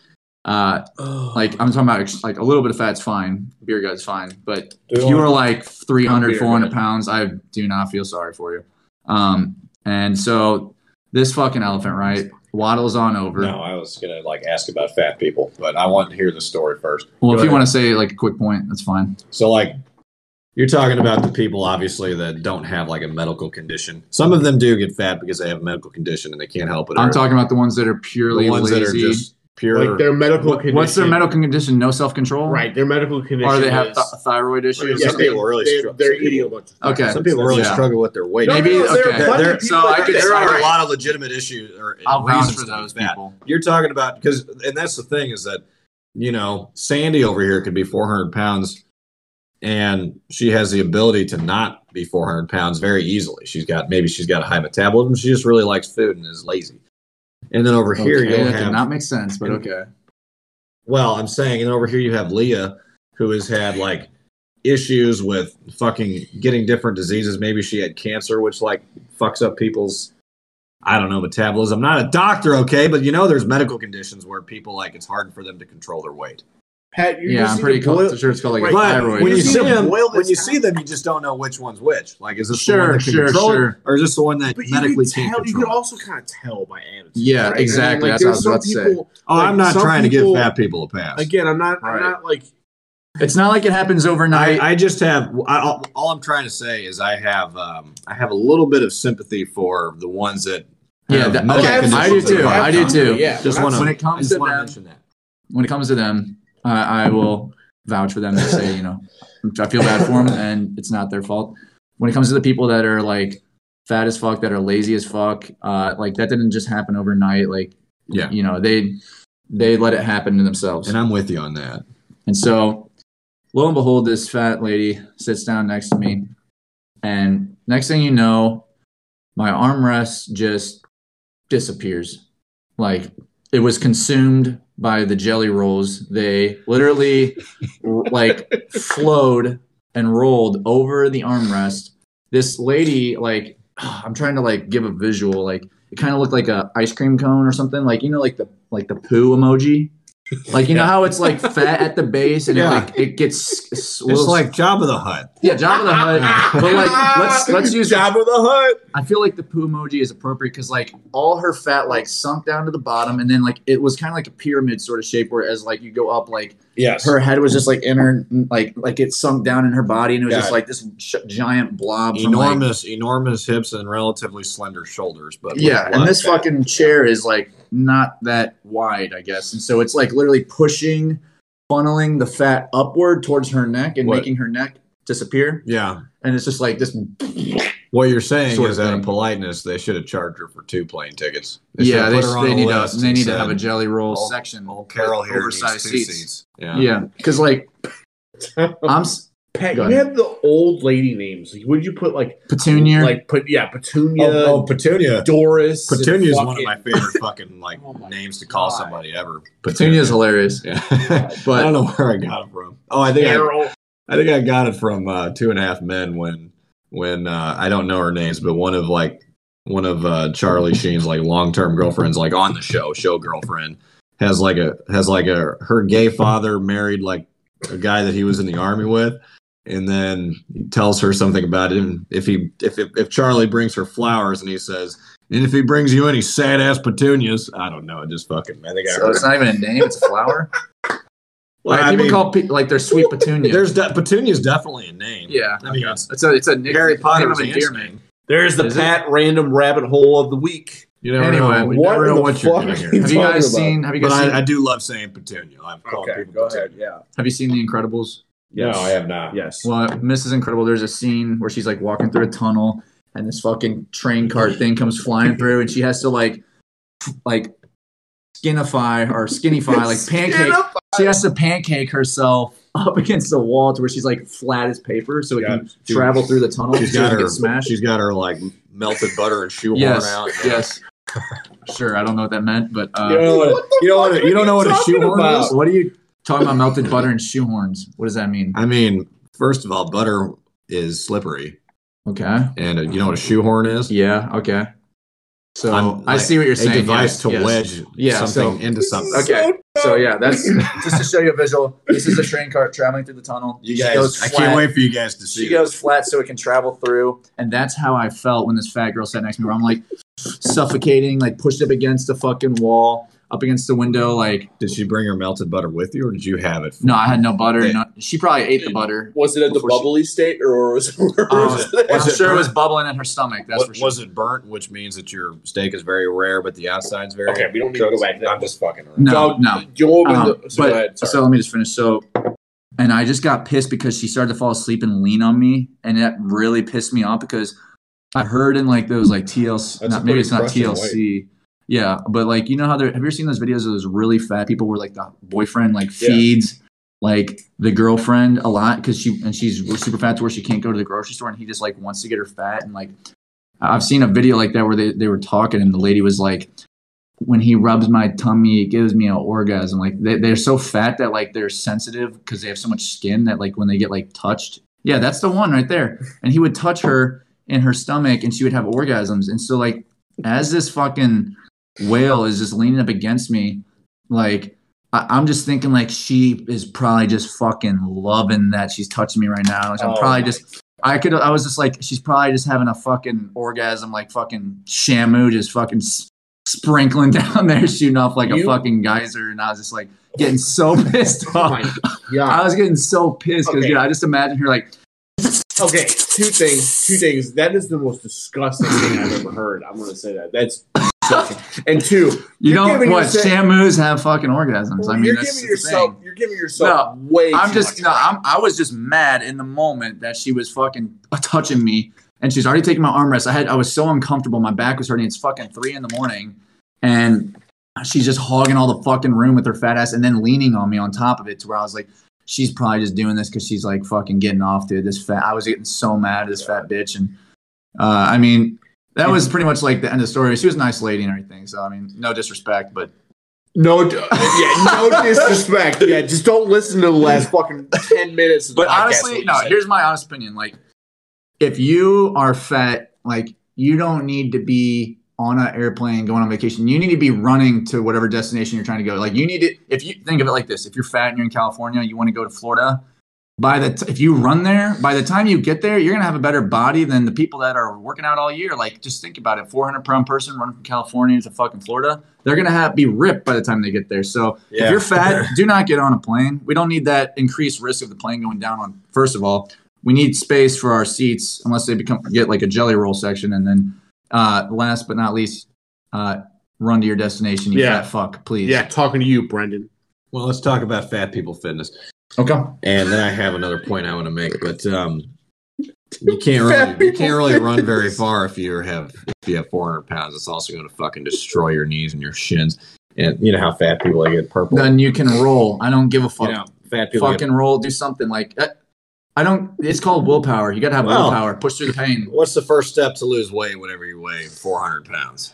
C: Uh,
A: Oh,
C: like I'm talking about ex- like a little bit of fat's fine, beer gut's fine, but if you are like 300,
A: Beer
C: 400
A: gut.
C: pounds, I do not feel sorry for you. Um, and so this fucking elephant, right, waddles on over.
B: No, I was gonna like ask about fat people, but I want to hear the story first.
C: well,
A: Go
C: if you
A: ahead.
C: want to say like a quick point, that's fine.
B: So like you're talking about the people obviously that don't have like a medical condition. Some of them do get fat because they have a medical condition and they can't help it.
C: I'm
B: Or
C: talking about the ones that are purely
B: the ones
C: lazy.
B: that are just pure
A: like their medical
B: What-
A: condition.
C: What's their medical condition? No self control.
A: Right, their medical condition.
C: Or they have
A: is-
C: th- thyroid issues.
B: Yeah,
A: Yes,
B: some
A: they,
B: people really
A: they,
B: struggle.
A: they're
B: Some people-
A: eating a bunch of
C: Okay.
B: some people really
C: Yeah.
B: struggle with their weight.
A: No,
C: Maybe-
A: no, there are
C: okay.
A: plenty
B: There-
A: of people
C: so I
A: like
C: could-
A: that.
B: there are
A: Sorry.
B: a lot of legitimate issues or
C: I'll vouch
B: reasons to
C: for
B: be
C: those
B: fat.
C: people.
B: You're talking about because and that's the thing is that you know Sandy over here could be 400 pounds, and she has the ability to not be 400 pounds very easily. She's got maybe she's got a high metabolism. She just really likes food and is lazy. And then over here
C: okay,
B: you
C: that did
B: have
C: not make sense, but okay.
B: well, I'm saying, and over here you have Leah, who has had like issues with fucking getting different diseases. Maybe she had cancer, which like fucks up people's, I don't know, metabolism. I'm not a doctor, okay, but you know, there's medical conditions where people like it's hard for them to control their weight.
A: Pat, you
C: yeah,
A: just
C: I'm
A: need
C: pretty
A: to boil-
C: close. sure it's called like
A: Right.
B: But
C: thyroid.
B: when
C: or
B: you see
C: something.
B: them,
A: Boil
B: when
A: this
B: you see them, you just don't know which one's which. Like, is this the
C: Sure,
B: one that can
C: sure,
B: control it,
C: sure.
B: or is this the one that
A: But you
B: medically
A: could
B: can't
A: tell. You
B: control?
A: could
B: it?
A: also kind of tell by attitude.
C: Yeah, exactly. That's what I
A: there's
C: was
A: some
C: about to say.
A: people-
B: oh,
A: like,
B: I'm not
A: some
B: trying to
A: people-
B: give fat people a pass.
A: Again, I'm not.
C: Right.
A: I'm not like.
C: It's not like it happens overnight.
B: I, I just have I, all- all I'm trying to say is I have um, I have a little bit of sympathy for the ones that
C: Yeah,
B: have
C: that-
B: medical
C: okay, I do
B: conditions
C: too,
B: that are
C: I do
B: common.
C: too.
A: Yeah.
B: Just
A: when
B: want
A: I-
B: to
C: When it comes to
B: want to
C: them-
B: mention that.
C: when it comes to them, I I will vouch for them to say, you know, I feel bad for them, and it's not their fault. When it comes to the people that are like fat as fuck, that are lazy as fuck, uh, like that didn't just happen overnight. Like,
B: Yeah.
C: you know, they they let it happen to themselves.
B: And I'm with you on that.
C: And so, lo and behold, this fat lady sits down next to me. And next thing you know, my armrest just disappears. Like it was consumed by the jelly rolls. They literally like flowed and rolled over the armrest. This lady, like, [sighs] I'm trying to like give a visual. Like it kind of looked like a ice cream cone or something. Like you know, like the like the poo emoji. Like you know how it's like fat at the base and
B: Yeah.
C: it like it gets
B: It's
C: it's
B: like Job of the Hut.
C: yeah, Job of the Hutt. But like, let's let's use.
B: Job of the Hut.
C: I feel like the poo emoji is appropriate because like all her fat like sunk down to the bottom, and then like it was kind of like a pyramid sort of shape, where as like you go up, like
B: Yes.
C: her head was just like in her like like it sunk down in her body, and it was just like this sh- giant blob. from, like-
B: enormous, enormous hips and relatively slender shoulders. But with
C: yeah,
B: blood
C: and this
B: fat.
C: fucking chair is like not that wide, I guess, and so it's like literally pushing, funneling the fat upward towards her neck and
B: What?
C: making her neck disappear,
B: Yeah.
C: and it's just like this
B: What you're saying
C: Sort
B: is
C: of
B: out
C: thing.
B: of politeness, they should have charged her for two plane tickets.
C: yeah,
B: should've
C: they,
B: put her on
C: they
B: a
C: need to
B: list
C: they
B: and
C: need to have
B: said,
C: a jelly roll
B: "Old-
C: section.
B: Old Carol
C: with
B: here needs
C: oversized
B: two seats.
C: seats. Yeah, because like
A: [laughs]
C: I'm s-
A: Pat,
C: Go
A: you
C: ahead.
A: have the old lady names. Like, would you put like
C: Petunia.
A: like put yeah Petunia,
B: Oh, oh, Petunia.
A: Doris, and
B: Petunia is one of
A: fucking-
B: my favorite fucking
C: [laughs]
B: like
A: Oh my
B: names to call
A: God.
B: somebody ever.
C: Petunia is hilarious,
B: Yeah. I don't
C: [laughs] but
B: know where I got it from. Oh, I think I,
A: Carol.
B: I think I got it from uh, Two and a Half Men when when uh, I don't know her names, but one of like one of uh,
C: [laughs]
B: Charlie Sheen's like long term girlfriends, like on the show, show girlfriend, has like a has like a her gay father married like a guy that he was in the army with, and then he tells her something about him. If he if if, if Charlie brings her flowers and he says. And if he brings you any sad ass petunias, I don't know. I just fucking. I think I
C: so
B: heard.
C: it's not even a name; it's a [laughs] flower.
B: Well,
C: like,
B: I
C: people
B: mean,
C: call pe- like their sweet Petunia.
B: There's de- petunia's definitely a name.
C: yeah,
B: I mean, it's
C: it's a it's a nick-
B: Harry
C: it's a name
B: Potter
C: of a deer man.
A: There's the
C: Is it?
A: Pat random rabbit hole of the week.
B: You never
C: Anyway,
B: know. You
A: what
B: never
A: in
B: know
A: the
B: what you're
A: fuck
B: doing
A: are
B: here.
A: you
C: Have you
A: talking
C: guys
A: about?
C: seen? Have you
B: But
C: guys seen?
B: I, I do love saying petunia. I've called people petunia.
A: Yeah.
C: have you seen The Incredibles?
B: No, I have not.
A: Yes.
C: Well, Mrs. Incredible, there's a scene where she's like walking through a tunnel and this fucking train cart thing comes flying through and she has to like like skinify or [laughs] skinify like pancake. uh, She has to pancake herself [laughs] up against the wall to where she's like flat as paper so it can
B: Dude,
C: travel through the tunnel.
B: She's
C: so it
B: got
C: doesn't
B: her.
C: get smashed.
B: She's got her like melted butter and shoehorn
C: yes.
B: out.
C: Yes. [laughs] sure, I don't know what that meant, but uh,
B: You don't know what, you don't want to, you don't know what a
A: talking
B: shoehorn
A: about?
B: is.
C: what are you talking about melted butter and shoehorns? What does that mean?
B: I mean, first of all, butter is slippery,
C: Okay.
B: and uh, you know what a shoehorn is.
C: Yeah, okay. So
B: I'm-
C: I see what you're
B: a
C: saying.
B: device
C: yes,
B: to
C: yes.
B: wedge
C: Yeah,
B: something into something.
C: Okay. So yeah, that's just to show you a visual. This is a train cart traveling through the tunnel.
B: You
C: She
B: guys,
C: goes
B: I
C: flat.
B: can't wait for you guys to see.
C: She
B: this.
C: goes flat so it can travel through, and that's how I felt when this fat girl sat next to me. Where I'm like suffocating, like pushed up against the fucking wall, up against the window. Like
B: Did she bring her melted butter with you, or did you have it?
C: no, I had no butter.
B: Yeah.
C: No, she probably ate the butter.
A: Was it at the
C: Before she-
A: bubbly state or was
C: [laughs]
A: it?
C: Um, I'm
B: Was it
C: sure it was
B: burnt?
C: bubbling in her stomach. That's
B: Wa-
C: for sure.
B: Was it burnt, which means that your steak is very rare, but the outside's very
A: Okay, we don't need to go back to that.
B: I'm just fucking around.
C: no,
A: Dog-
C: no.
A: Joel and
C: Um,
A: the- so
C: but
A: go ahead, sorry.
C: so let me just finish. So, and I just got pissed because she started to fall asleep and lean on me, and that really pissed me off because I heard in like those like TLC,
B: That's
C: not,
B: a
C: maybe
B: pretty
C: it's not
B: crushing
C: TLC, yeah, but like you know how there have you ever seen those videos of those really fat people where like the boyfriend like
A: Yeah.
C: feeds like the girlfriend a lot because she and she's super fat to where she can't go to the grocery store and he just like wants to get her fat and like I've seen a video like that where they, they were talking and the lady was like, when he rubs my tummy, it gives me an orgasm. Like they, they're so fat that like they're sensitive because they have so much skin that like when they get like touched, yeah, that's the one right there. And he would touch her in her stomach and she would have orgasms. And so like as this fucking whale is just leaning up against me, like I, I'm just thinking like she is probably just fucking loving that she's touching me right now. Like I'm
D: Oh
C: probably
D: my
C: just I could I was just like she's probably just having a fucking orgasm like fucking Shamu just fucking s- sprinkling [laughs] down there shooting off like a
A: You-
C: fucking geyser and I was just like getting so [laughs] pissed
D: Oh
C: off.
D: my god.
C: I was getting so pissed because
D: Okay.
C: dude, I just imagine her like
D: Okay.
A: Two things. Two things. That is the most disgusting thing I've ever heard. I'm going to say that. That's disgusting. and two,
C: you
A: You're
C: know
A: giving
C: what
A: yourself-
C: Shamus have fucking orgasms. I mean
A: you're
C: that's
A: giving
C: the
A: yourself.
C: thing.
A: You're giving yourself way.
C: I'm
A: too
C: just
A: much
C: no,
A: credit.
C: I'm, I was just mad in the moment that she was fucking touching me and she's already taking my armrest. I had I was so uncomfortable, my back was hurting. It's fucking three in the morning and she's just hogging all the fucking room with her fat ass and then leaning on me on top of it to where I was like, she's probably just doing this because she's like fucking getting off, dude. This fat I was getting so mad at this fat bitch and uh, I mean that was pretty much like the end of the story. She was a nice lady and everything, so I mean, no disrespect, but
A: No, d- yeah,
C: [laughs]
A: no disrespect. Yeah, just don't listen to the last fucking ten minutes. Of the
C: But
A: podcast
C: honestly,
A: you
C: no.
A: said.
C: Here's my honest opinion: like, if you are fat, like you don't need to be on an airplane going on vacation. You need to be running to whatever destination you're trying to go. Like, you need to. If you think of it like this: if you're fat and you're in California, you want to go to Florida. By the t- if you run there, by the time you get there, you're gonna have a better body than the people that are working out all year. Like, just think about it: 400 pound person running from California to fucking Florida, they're gonna have be ripped by the time they get there. So if
A: [laughs]
C: you're fat, do not get on a plane. We don't need that increased risk of the plane going down on. First of all, we need space for our seats unless they become get like a jelly roll section, and then uh, last but not least, uh, run to your destination. You
A: Yeah.
C: fat fuck, please.
A: yeah, talking to you, Brendan.
B: Well, let's talk about fat people fitness,
C: Okay.
B: and then I have another point I want to make, but um, you can't really you can't really run very far if you have if you have 400 pounds. It's also going to fucking destroy your knees and your shins, and you know how fat people they get purple.
C: Then you can roll. I don't give a fuck.
B: you know, fat people get
C: Fucking roll. Do something like. Uh, I don't. It's called willpower. You gotta have
B: Well-
C: willpower. Push through the pain.
B: What's the first step to lose weight whenever you weigh 400 pounds?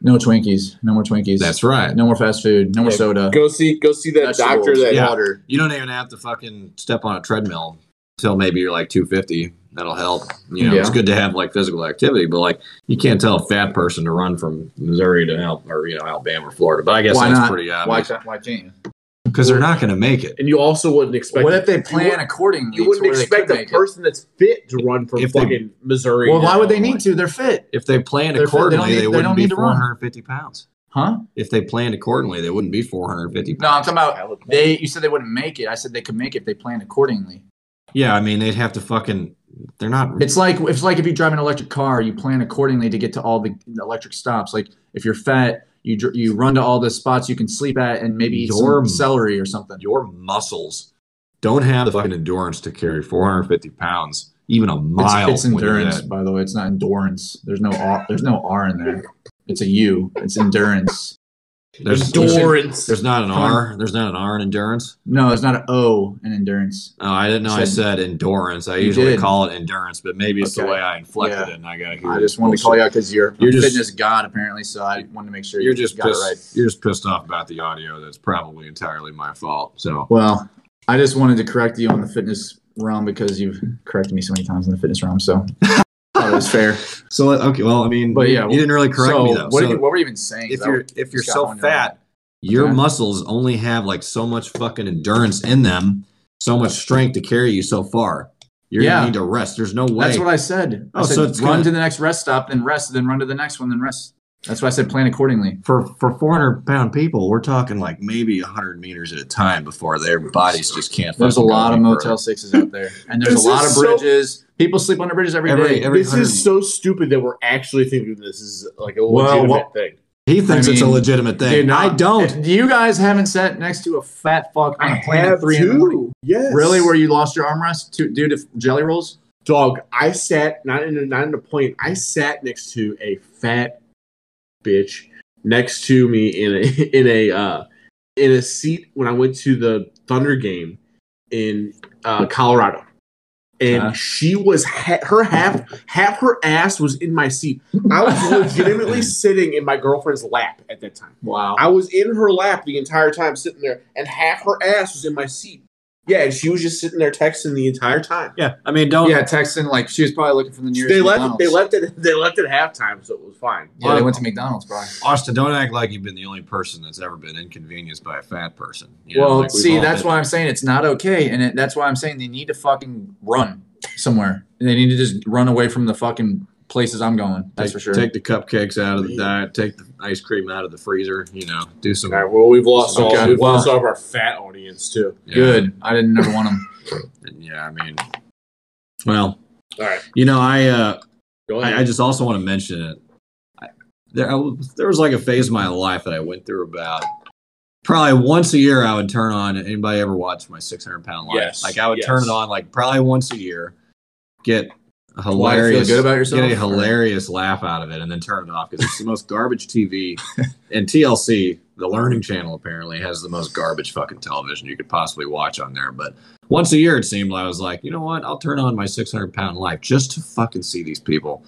C: No Twinkies. No more Twinkies.
B: right.
C: No more fast food. No more
A: Yeah.
C: soda.
A: Go see, go see that
C: Vegetables.
A: doctor. That
B: Yeah.
A: water.
B: You don't even have to fucking step on a treadmill until maybe you're like 250. That'll help. You know, it's
C: Yeah.
B: good to have like physical activity, but like you can't tell a fat person to run from Missouri to Al- or you know Alabama or Florida. But I guess
C: Why
B: that's
C: not?
B: pretty
C: Why?
B: obvious
C: Why can't you?
B: because they're not going to make it.
A: and you also wouldn't expect.
C: What if they
A: You
C: plan
A: wouldn't-
C: accordingly?
A: You
C: to
A: wouldn't
C: where they
A: expect
C: could
A: a
C: make it?
A: person that's fit to run from
B: If they-
A: fucking Missouri.
C: Well,
A: to
C: why would they
A: Illinois.
C: need to? They're fit,
B: If they planned
C: They're fit. They don't
B: accordingly,
C: need-
B: they,
C: they
B: wouldn't
C: don't
B: be
C: need to run.
B: 450 pounds.
C: huh?
B: If they planned accordingly, they wouldn't be 450
C: No,
B: pounds.
C: I'm talking about they. You said they wouldn't make it. I said they could make it if they planned accordingly.
B: Yeah, I mean they'd have to fucking. They're not.
C: It's like it's like if you drive an electric car, you plan accordingly to get to all the electric stops. Like if you're fat, you dr- you run to all the spots you can sleep at, and maybe eat
B: Your-
C: some celery or something.
B: your muscles don't have the fucking endurance to carry 450 pounds, even a mile.
C: It's, it's
B: when you're
C: endurance,
B: that-
C: by the way. It's not endurance. There's no R, there's no R in there. It's a U. It's endurance.
B: There's, there's,
A: endurance.
B: there's not an
C: Come on.
B: R. There's not an R in endurance.
C: No, it's not an O in endurance.
B: Oh, I didn't know I said
C: Said-
B: endurance. I
C: You
B: usually
C: did.
B: call it endurance, but maybe it's
C: Okay.
B: the way I inflected
C: Yeah.
B: it, and I got here.
C: I just wanted to call you out because you're
B: You're
C: you're
B: just-
C: fitness god apparently. So I wanted to make sure
B: You're just
C: got
B: pissed,
C: it right.
B: you're just pissed off about the audio. That's probably entirely my fault. So
C: Well, I just wanted to correct you on the fitness realm because you've corrected me so many times in the fitness realm.
B: [laughs]
C: So that was fair.
B: so okay. Well, I mean,
C: But yeah,
B: you didn't really correct
C: so
B: me though.
C: What,
B: So
C: did you- what were you even saying?
B: if
C: That
B: you're
C: was-
B: if you're
C: just got
B: so
C: one
B: fat, your
C: Okay.
B: muscles only have like so much fucking endurance in them, so much strength to carry you so far. You're
C: Yeah.
B: gonna need to rest. There's no way.
C: that's what I said. I
B: Oh,
C: said
B: so it's
C: run
B: gonna-
C: to the next rest stop, then rest, then run to the next one, then rest. That's why I said plan accordingly.
B: for for 400 pound people, we're talking like maybe 100 meters at a time before their bodies just can't.
C: There's a
B: fucking go
C: lot of
B: any
C: Motel Sixes out there, and there's
A: This
C: a lot
A: is
C: of
A: so-
C: bridges. People sleep under bridges
B: further. Every,
C: day.
B: every
A: This is so stupid that we're actually thinking this is like a
B: Well,
A: legitimate
B: well-
A: thing.
B: he thinks
C: I
B: it's a
C: mean,
B: legitimate thing.
C: dude,
B: I
C: not-
B: don't.
C: You guys haven't sat next to a fat fuck on a plane at three in the morning.
A: Yes.
C: Really, where you lost your armrest to, due to jelly rolls?
A: Dog, I sat not in a, not in a plane. I sat next to a fat bitch next to me in a [laughs] in a uh, in a seat when I went to the Thunder game in uh, Colorado, and
C: Huh?
A: she was ha- her half half her ass was in my seat. I was legitimately sitting in my girlfriend's lap at that time.
C: Wow.
A: I was in her lap the entire time, sitting there, and half her ass was in my seat. Yeah, and she was just sitting there texting the entire time.
B: Yeah, I mean, don't.
C: Yeah, texting like she was probably looking for the nearest.
A: They left.
C: McDonald's.
A: They left it. They left it halftime, so it was fine.
C: Yeah, they went to McDonald's, bro.
B: Austin, don't act like you've been the only person that's ever been inconvenienced by a fat person. You know,
C: well,
B: like we've
C: see,
B: all
C: that's
B: been-
C: why I'm saying it's not okay, and it, that's why I'm saying they need to fucking run somewhere. They need to just run away from the fucking places I'm going. That's
B: take,
C: for sure.
B: Take the cupcakes out of the
A: Yeah.
B: diet. Take the ice cream out of the freezer. You know, do some.
A: All right. Well, we've lost all.
C: Okay,
A: We've
C: well-
A: lost all of our fat audience too.
B: yeah,
C: Good. I didn't never want them.
B: Yeah, I mean, well,
A: All right.
B: you know, I uh,
A: Go ahead.
B: I, I just also want to mention it. I, there, I, was- there was like a phase of my life that I went through about probably once a year. I would turn on. Anybody ever watch my 600 pound life?
A: Yes,
B: Like I would turn
A: yes.
B: it on like probably once a year. Get a
C: Why, feel
B: hilarious.
C: good about yourself?
B: Get a hilarious laugh out of it and then turn it off because it's the most garbage TV. and TLC, the Learning Channel, apparently has the most garbage fucking television you could possibly watch on there. But once a year, it seemed I was like, you know what? I'll turn on my 600 pound life just to fucking see these people.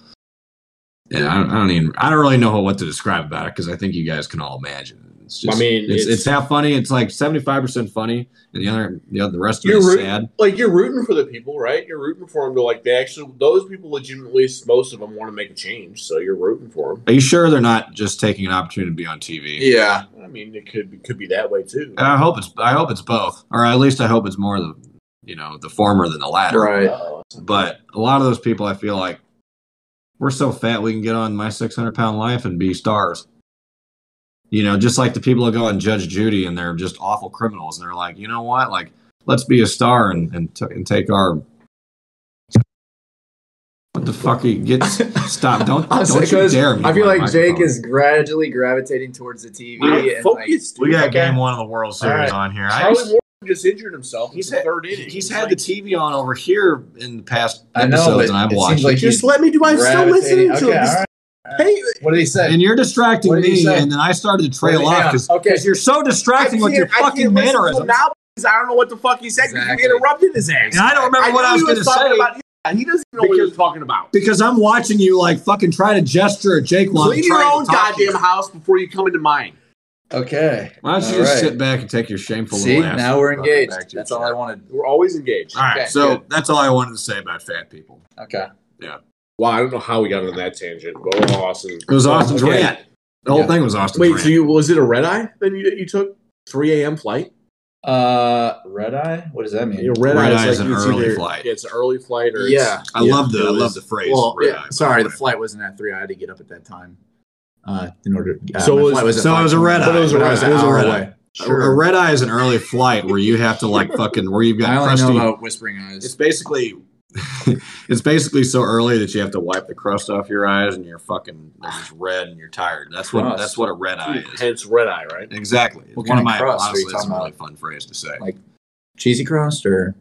B: And I don't, I don't even, I don't really know what to describe about it because I think you guys can all imagine. It's just,
A: I mean,
B: it's,
A: it's-
B: it's half funny. It's like 75% funny, and the other, the, other, the rest of it
A: You're
B: is
A: rooting-
B: sad.
A: like you're rooting for the people, right? You're rooting for them to like they actually those people legitimately most of them want to make a change, so you're rooting for them.
B: Are you sure they're not just taking an opportunity to be on TV?
C: [laughs] Yeah.
A: I mean, it could be, could be that way too.
B: And I hope it's I hope it's both, or at least I hope it's more the you know the former than the latter.
C: Right.
A: Uh,
B: But a lot of those people, I feel like we're so fat we can get on my 600 pound life and be stars. You know, just like the people that go on Judge Judy and they're just awful criminals, and they're like, you know what, like let's be a star and and, t- and take our. [laughs] What the fuck are you get? Stop!
C: [laughs]
B: Don't
C: I was
B: don't
C: like,
B: you
C: 'cause
B: dare me.
C: I feel
B: with Oh, my
C: like Jake
B: microphone.
C: is gradually gravitating towards the TV.
A: I
C: and like,
A: focused.
B: We got
A: dude.
B: game one of the World Series
A: Alright.
B: on here. I
A: Charlie
B: just-
A: Morton just injured himself.
B: He's
A: He's in the
B: had-
A: third inning.
B: He's
A: It's
B: had
A: like,
B: the TV on over here in the past
C: I know,
B: episodes,
C: but
B: and I've
C: it seems
B: watched. it.
C: like
A: Just let me do. I'm still
C: gravitating-
A: listening to
C: okay,
A: him.
C: all right.
A: Hey,
C: What did he
B: [laughs]
C: say?
B: and you're distracting
C: What did he
B: me,
C: say?
B: and then I started to trail
C: Wait, hang
B: off
C: on.
B: because
A: Okay.
B: you're so
A: I
B: distracting with your
A: can't- I can't
B: fucking
A: listen to him
B: mannerisms.
A: now because I don't know what the fuck he said. because
C: Exactly.
A: You interrupted his ass.
B: And I don't remember what
A: knew
B: I was
A: he
B: going to
A: talking
B: say
A: About, yeah, he doesn't even know what he was talking about.
B: because I'm watching you like fucking try to gesture at Jake while I'm
A: Clean your
B: trying
A: own
B: to talk to
A: goddamn
B: you.
A: house before you come into mine.
C: Okay.
B: Why don't you
C: All
B: just
C: right.
B: sit back and take your shameful
C: See,
B: little ass
C: now we're
B: fucking back
C: engaged.
B: to your
C: That's all
B: chair.
C: I wanted.
A: We're always engaged.
B: All right,
C: Okay,
B: so
C: good.
B: that's all I wanted to say about fat people.
C: Okay.
A: Well, I don't know how we got on that tangent, but we're Austin.
B: It was Austin's
A: Okay.
B: rant. The whole
C: Yeah.
B: thing was Austin's
A: Wait,
B: rant.
A: so you was it a red eye? Then you you took three a.m. flight.
C: Uh, red eye. What does that mean?
A: Yeah, red,
B: Mm. Red
A: eye
B: eye is
A: like
B: an
A: it's
B: early
A: either-
B: flight.
A: It's an early flight, or
C: Yeah.
B: I
C: yeah.
B: love the I
A: It
B: love
A: was-
B: the phrase.
C: Well,
B: red
C: yeah,
B: eye.
C: sorry, the flight wasn't at three. I had to get up at that time. Uh, in order. Uh,
A: So
C: my
A: it was-
C: flight at
B: so it was a
C: 5:20,
B: red
C: but
B: eye.
C: It was a red eye.
B: It was a
C: hour
B: red
C: away.
B: eye.
C: Sure.
B: A, a red eye is an early flight where you have to
C: [laughs]
B: like fucking where you've got
C: I only
B: crusty.
C: know about whispering
B: it's
C: eyes.
B: basically it's basically so early that you have to wipe the crust off your eyes and you're fucking they're just red and you're tired. That's what
C: Crust.
B: that's what a red eye is.
A: Hence red eye, right?
B: Exactly. It's
C: What
B: One
C: kind
B: of my
C: of crust are
B: honestly,
C: you
B: it's a
C: talking
B: really fun phrase to say.
C: Like- Cheesy crust or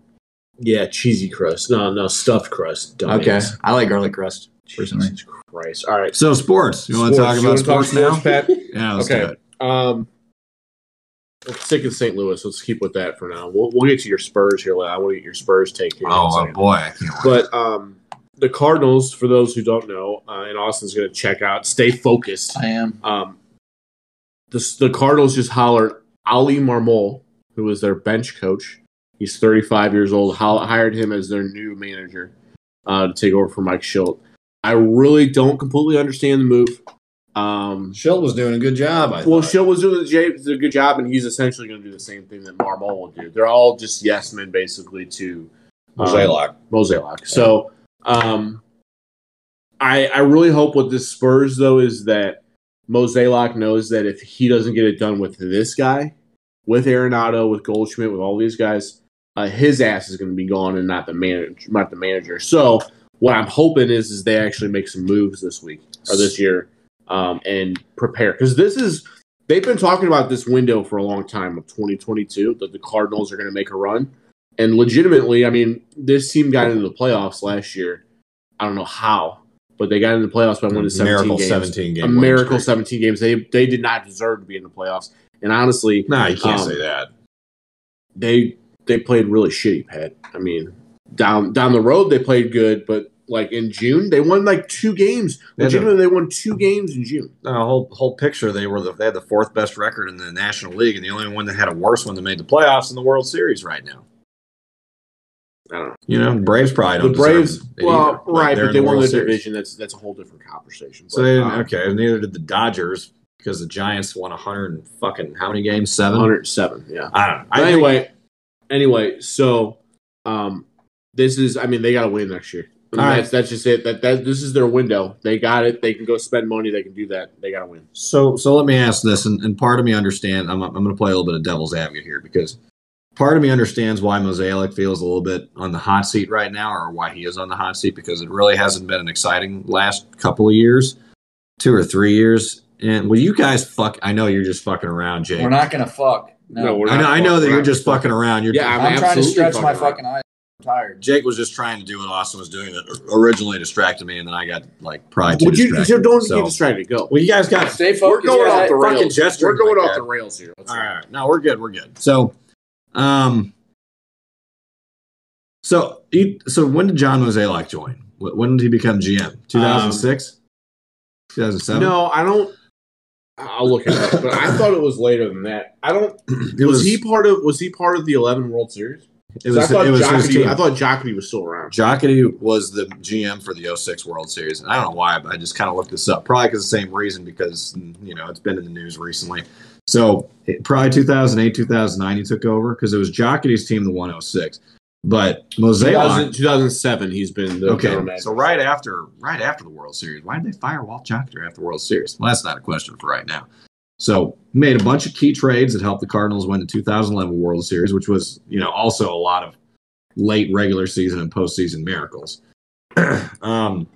A: Yeah, cheesy crust. No, no, stuffed crust. Dumbass.
C: okay. I like garlic crust personally.
A: Jesus Christ. All right.
B: So sports. You want to talk about sports, now? [laughs] Yeah, let's
A: Okay.
B: do it.
A: Pat? Um, I'm sick of St. Louis. Let's keep with that for now. We'll, we'll get to your Spurs here. later. I want to get your Spurs take here. in a
B: Oh
A: second.
B: boy, I can't wait.
A: But um, the Cardinals, for those who don't know, uh, and Austin's going to check out. Stay focused.
C: I am.
A: Um, the the Cardinals just hollered Ali Marmol, who is their bench coach. He's 35 years old. Ho- hired him as their new manager uh, to take over for Mike Schilt. I really don't completely understand the move. Um,
B: Schilt was doing a good job. I
A: well,
B: thought.
A: Schilt was doing the J- did a good job, and he's essentially going to do the same thing that Marmol will do. They're all just yes men, basically, to um,
B: Zaylock.
A: Moselock. So um, I I really hope what this spurs though is that Moselock knows that if he doesn't get it done with this guy, with Arenado, with Goldschmidt, with all these guys, uh, his ass is going to be gone and not the manager, not the manager. So what I'm hoping is is they actually make some moves this week or this year um, and prepare because this is. They've been talking about this window for a long time of 2022 that the Cardinals are going to make a run. And legitimately, I mean, this team got into the playoffs last year. I don't know how, but they got into the playoffs by winning 17
B: Miracle
A: games.
B: 17 game.
A: a
B: win
A: miracle
B: streak.
A: 17 games. They they did not deserve to be in the playoffs. And honestly,
B: No, you can't
A: Um,
B: say that.
A: they they played really shitty, Pat. I mean, down down the road they played good, but like in June they won like two games.
B: They had a-
A: Legitimately, they won two games in June.
B: No, whole whole picture. They were the, they had the fourth best record in the National League, and the only one that had a worse one that made the playoffs in the World Series right now.
A: I don't know.
B: You know, Braves probably
A: The
B: don't. deserve
A: Braves,
B: it either.
A: well,
B: Like,
A: right,
B: they're
A: but
B: in
A: they won
B: World
A: the
B: Series.
A: division. That's that's a whole different conversation.
B: So
A: But,
B: they didn't,
A: uh,
B: okay, neither did the Dodgers because the Giants won a hundred and fucking how many games? Seven.
A: 107. Yeah.
B: I don't know.
A: But
B: I think-
A: anyway, anyway, so um, this is. I mean, they got to win next year. I mean,
B: All right.
A: that's that's just it. That that this is their window. They got it. They can go spend money. They can do that. They got to win.
B: So, so let me ask this, and, and part of me understand. I'm, I'm going to play a little bit of devil's advocate here because part of me understands why Mosaic feels a little bit on the hot seat right now, or why he is on the hot seat because it really hasn't been an exciting last couple of years, two or three years. And will you guys fuck? I know you're just fucking around, Jake.
C: We're not gonna fuck. No,
A: No, we're
B: I
A: not
B: know, I know
A: fuck-
B: that
A: we're
B: you're
A: not
B: just fucking around. You're
A: Yeah,
C: I'm,
A: I'm
C: trying to
A: absolutely
C: stretch my
A: fucking right.
C: fucking eyes. I'm tired.
B: Jake was just trying to do what Austin was doing. That originally distracted me, and then I got like probably too
A: Would you?
B: distracted.
A: So don't
B: So-
A: get distracted. Go.
B: well, you guys got
C: Stay
A: We're
C: focused.
A: going
C: guys.
A: off the
B: fucking
A: rails.
B: gesturing
A: We're going
B: like
A: off
B: that.
A: the rails here. Let's
B: All right. No, we're good. We're good. So, um, so you, so when did John Mozeliak join? Wh- When did he become GM? Two thousand six, two thousand seven.
A: No, I don't. I'll look it up, but
B: [laughs]
A: I thought it was later than that. I don't.
B: it
A: Was,
B: was,
A: he part of? Was he part of the eleven World Series?
B: It
A: 'Cause
B: was,
A: I thought
B: it was his
A: Jockety.
B: team.
A: I thought Jockety was still around.
B: Jockety was the GM for the 06 World Series. And I don't know why, but I just kind of looked this up. Probably because the same reason, because, you know, it's been in the news recently. So it- probably 2008, 2009, he took over because it was Jockety's team, the 106. But Mosaic.
A: 2000, 2007, he's been the general
B: Okay,
A: manager.
B: so right after right after the World Series, why did they fire Walt Jockey after the World Series? Well, that's not a question for right now. So made a bunch of key trades that helped the Cardinals win the 2011 World Series, which was you know also a lot of late regular season and postseason miracles. [clears throat] um,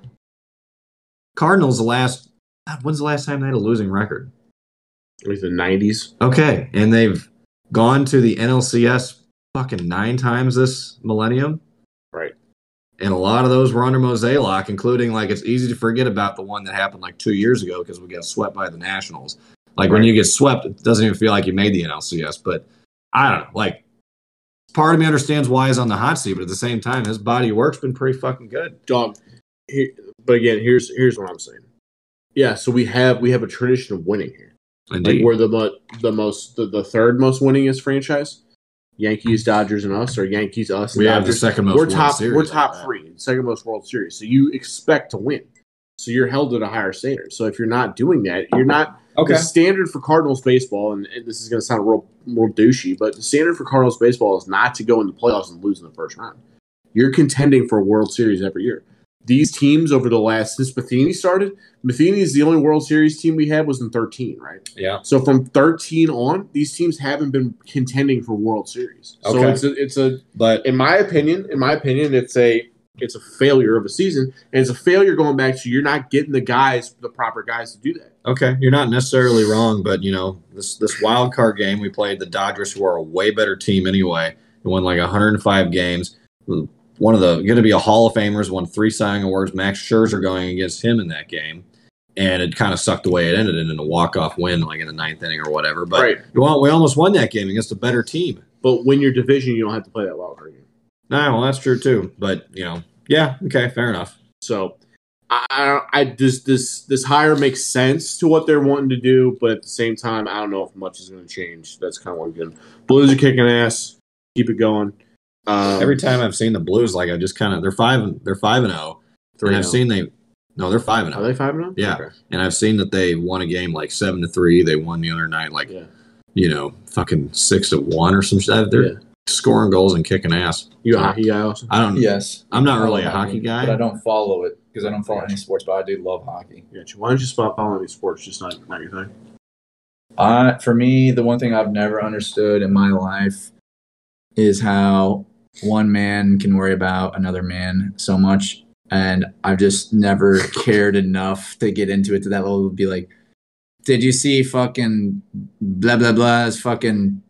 B: Cardinals the last God, when's the last time they had a losing record?
A: like the 90s.
B: Okay, and they've gone to the NLCS fucking nine times this millennium.
A: Right.
B: And a lot of those were under Mosaic, including like it's easy to forget about the one that happened like two years ago because we got swept by the Nationals. Like when
A: Right.
B: you get swept, it doesn't even feel like you made the NLCS. But I don't know. Like part of me understands why he's on the hot seat, but at the same time, his body of work's been pretty fucking good.
A: Dog. He, but again, here's here's what I'm saying. Yeah, so we have we have a tradition of winning here. Like
B: Indeed.
A: we're the mo- the most the, the third most winningest franchise. Yankees, Dodgers, and us, or Yankees, us, and
B: we have the
A: Dodgers.
B: second most.
A: we're
B: World
A: top
B: Series
A: we're
B: like
A: top
B: that.
A: three, second most World Series. So you expect to win. So you're held at a higher standard. So if you're not doing that, you're not
B: Okay.
A: The standard for Cardinals baseball, and, and this is going to sound real, real douchey, but the standard for Cardinals baseball is not to go in the playoffs and lose in the first round. You're contending for a World Series every year. These teams over the last since Matheny started, Matheny is the only World Series team we had was in 13, right?
B: Yeah.
A: So from 13 on, these teams haven't been contending for World Series. So
B: Okay.
A: it's a, it's a
B: But
A: in my opinion, in my opinion, it's a it's a failure of a season, and it's a failure going back to you're not getting the guys, the proper guys to do that.
B: Okay, you're not necessarily wrong, but you know this this wild card game we played the Dodgers, who are a way better team anyway. They won like 105 games. One of the going to be a Hall of Famers won three Cy Young awards. Max Scherzer going against him in that game, and it kind of sucked the way it ended in a walk off win, like in the ninth inning or whatever. But
A: right.
B: you want- we almost won that game against a better team.
A: But when your division, you don't have to play that wild card game.
B: Nah, well that's true too. But you know, yeah, okay, fair enough.
A: So I, I, I this this this hire makes sense to what they're wanting to do, but at the same time, I don't know if much is going to change. That's kind of what I'm getting. Blues are kicking ass. Keep it going. Um,
B: Every time I've seen the Blues, like I just kind of they're five and they're five and zero, and I've
A: now.
B: seen they no they're five and oh.
A: are
B: zero.
A: they five oh? now?
B: Yeah.
A: Okay.
B: And I've seen that they won a game like seven to three. They won the other night like
A: Yeah.
B: you know fucking six to one or some shit. They're
A: Yeah.
B: scoring goals and kicking ass.
A: You a
B: So,
A: hockey guy also?
B: I don't.
C: Yes.
B: I'm not really a
C: I love
B: hockey guy.
C: but I don't follow it because I don't follow any sports. But I do love hockey.
A: Yeah. Why don't you stop following these sports? Just not not your thing.
C: I, for me, the one thing I've never understood in my life is how one man can worry about another man so much. And I've just never cared enough to get into it to that level. to Be like, did you see fucking blah blah blah? Is fucking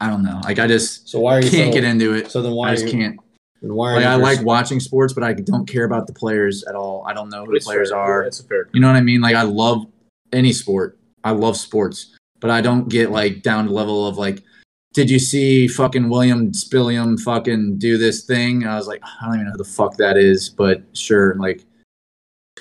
C: I don't know. Like I just
B: So why are
C: can't get into it.
B: So then
C: I
B: why?
C: just can't.
B: Then why are
C: Like
B: you
C: I like watching sports, but I don't care about the players at all. I don't know who the players are.
A: That's a fair.
C: You know what I mean? Like I love any sport. I love sports, but I don't get like down to level of like, did you see fucking William Spilliam fucking do this thing? And I was like, I don't even know who the fuck that is, but sure. Like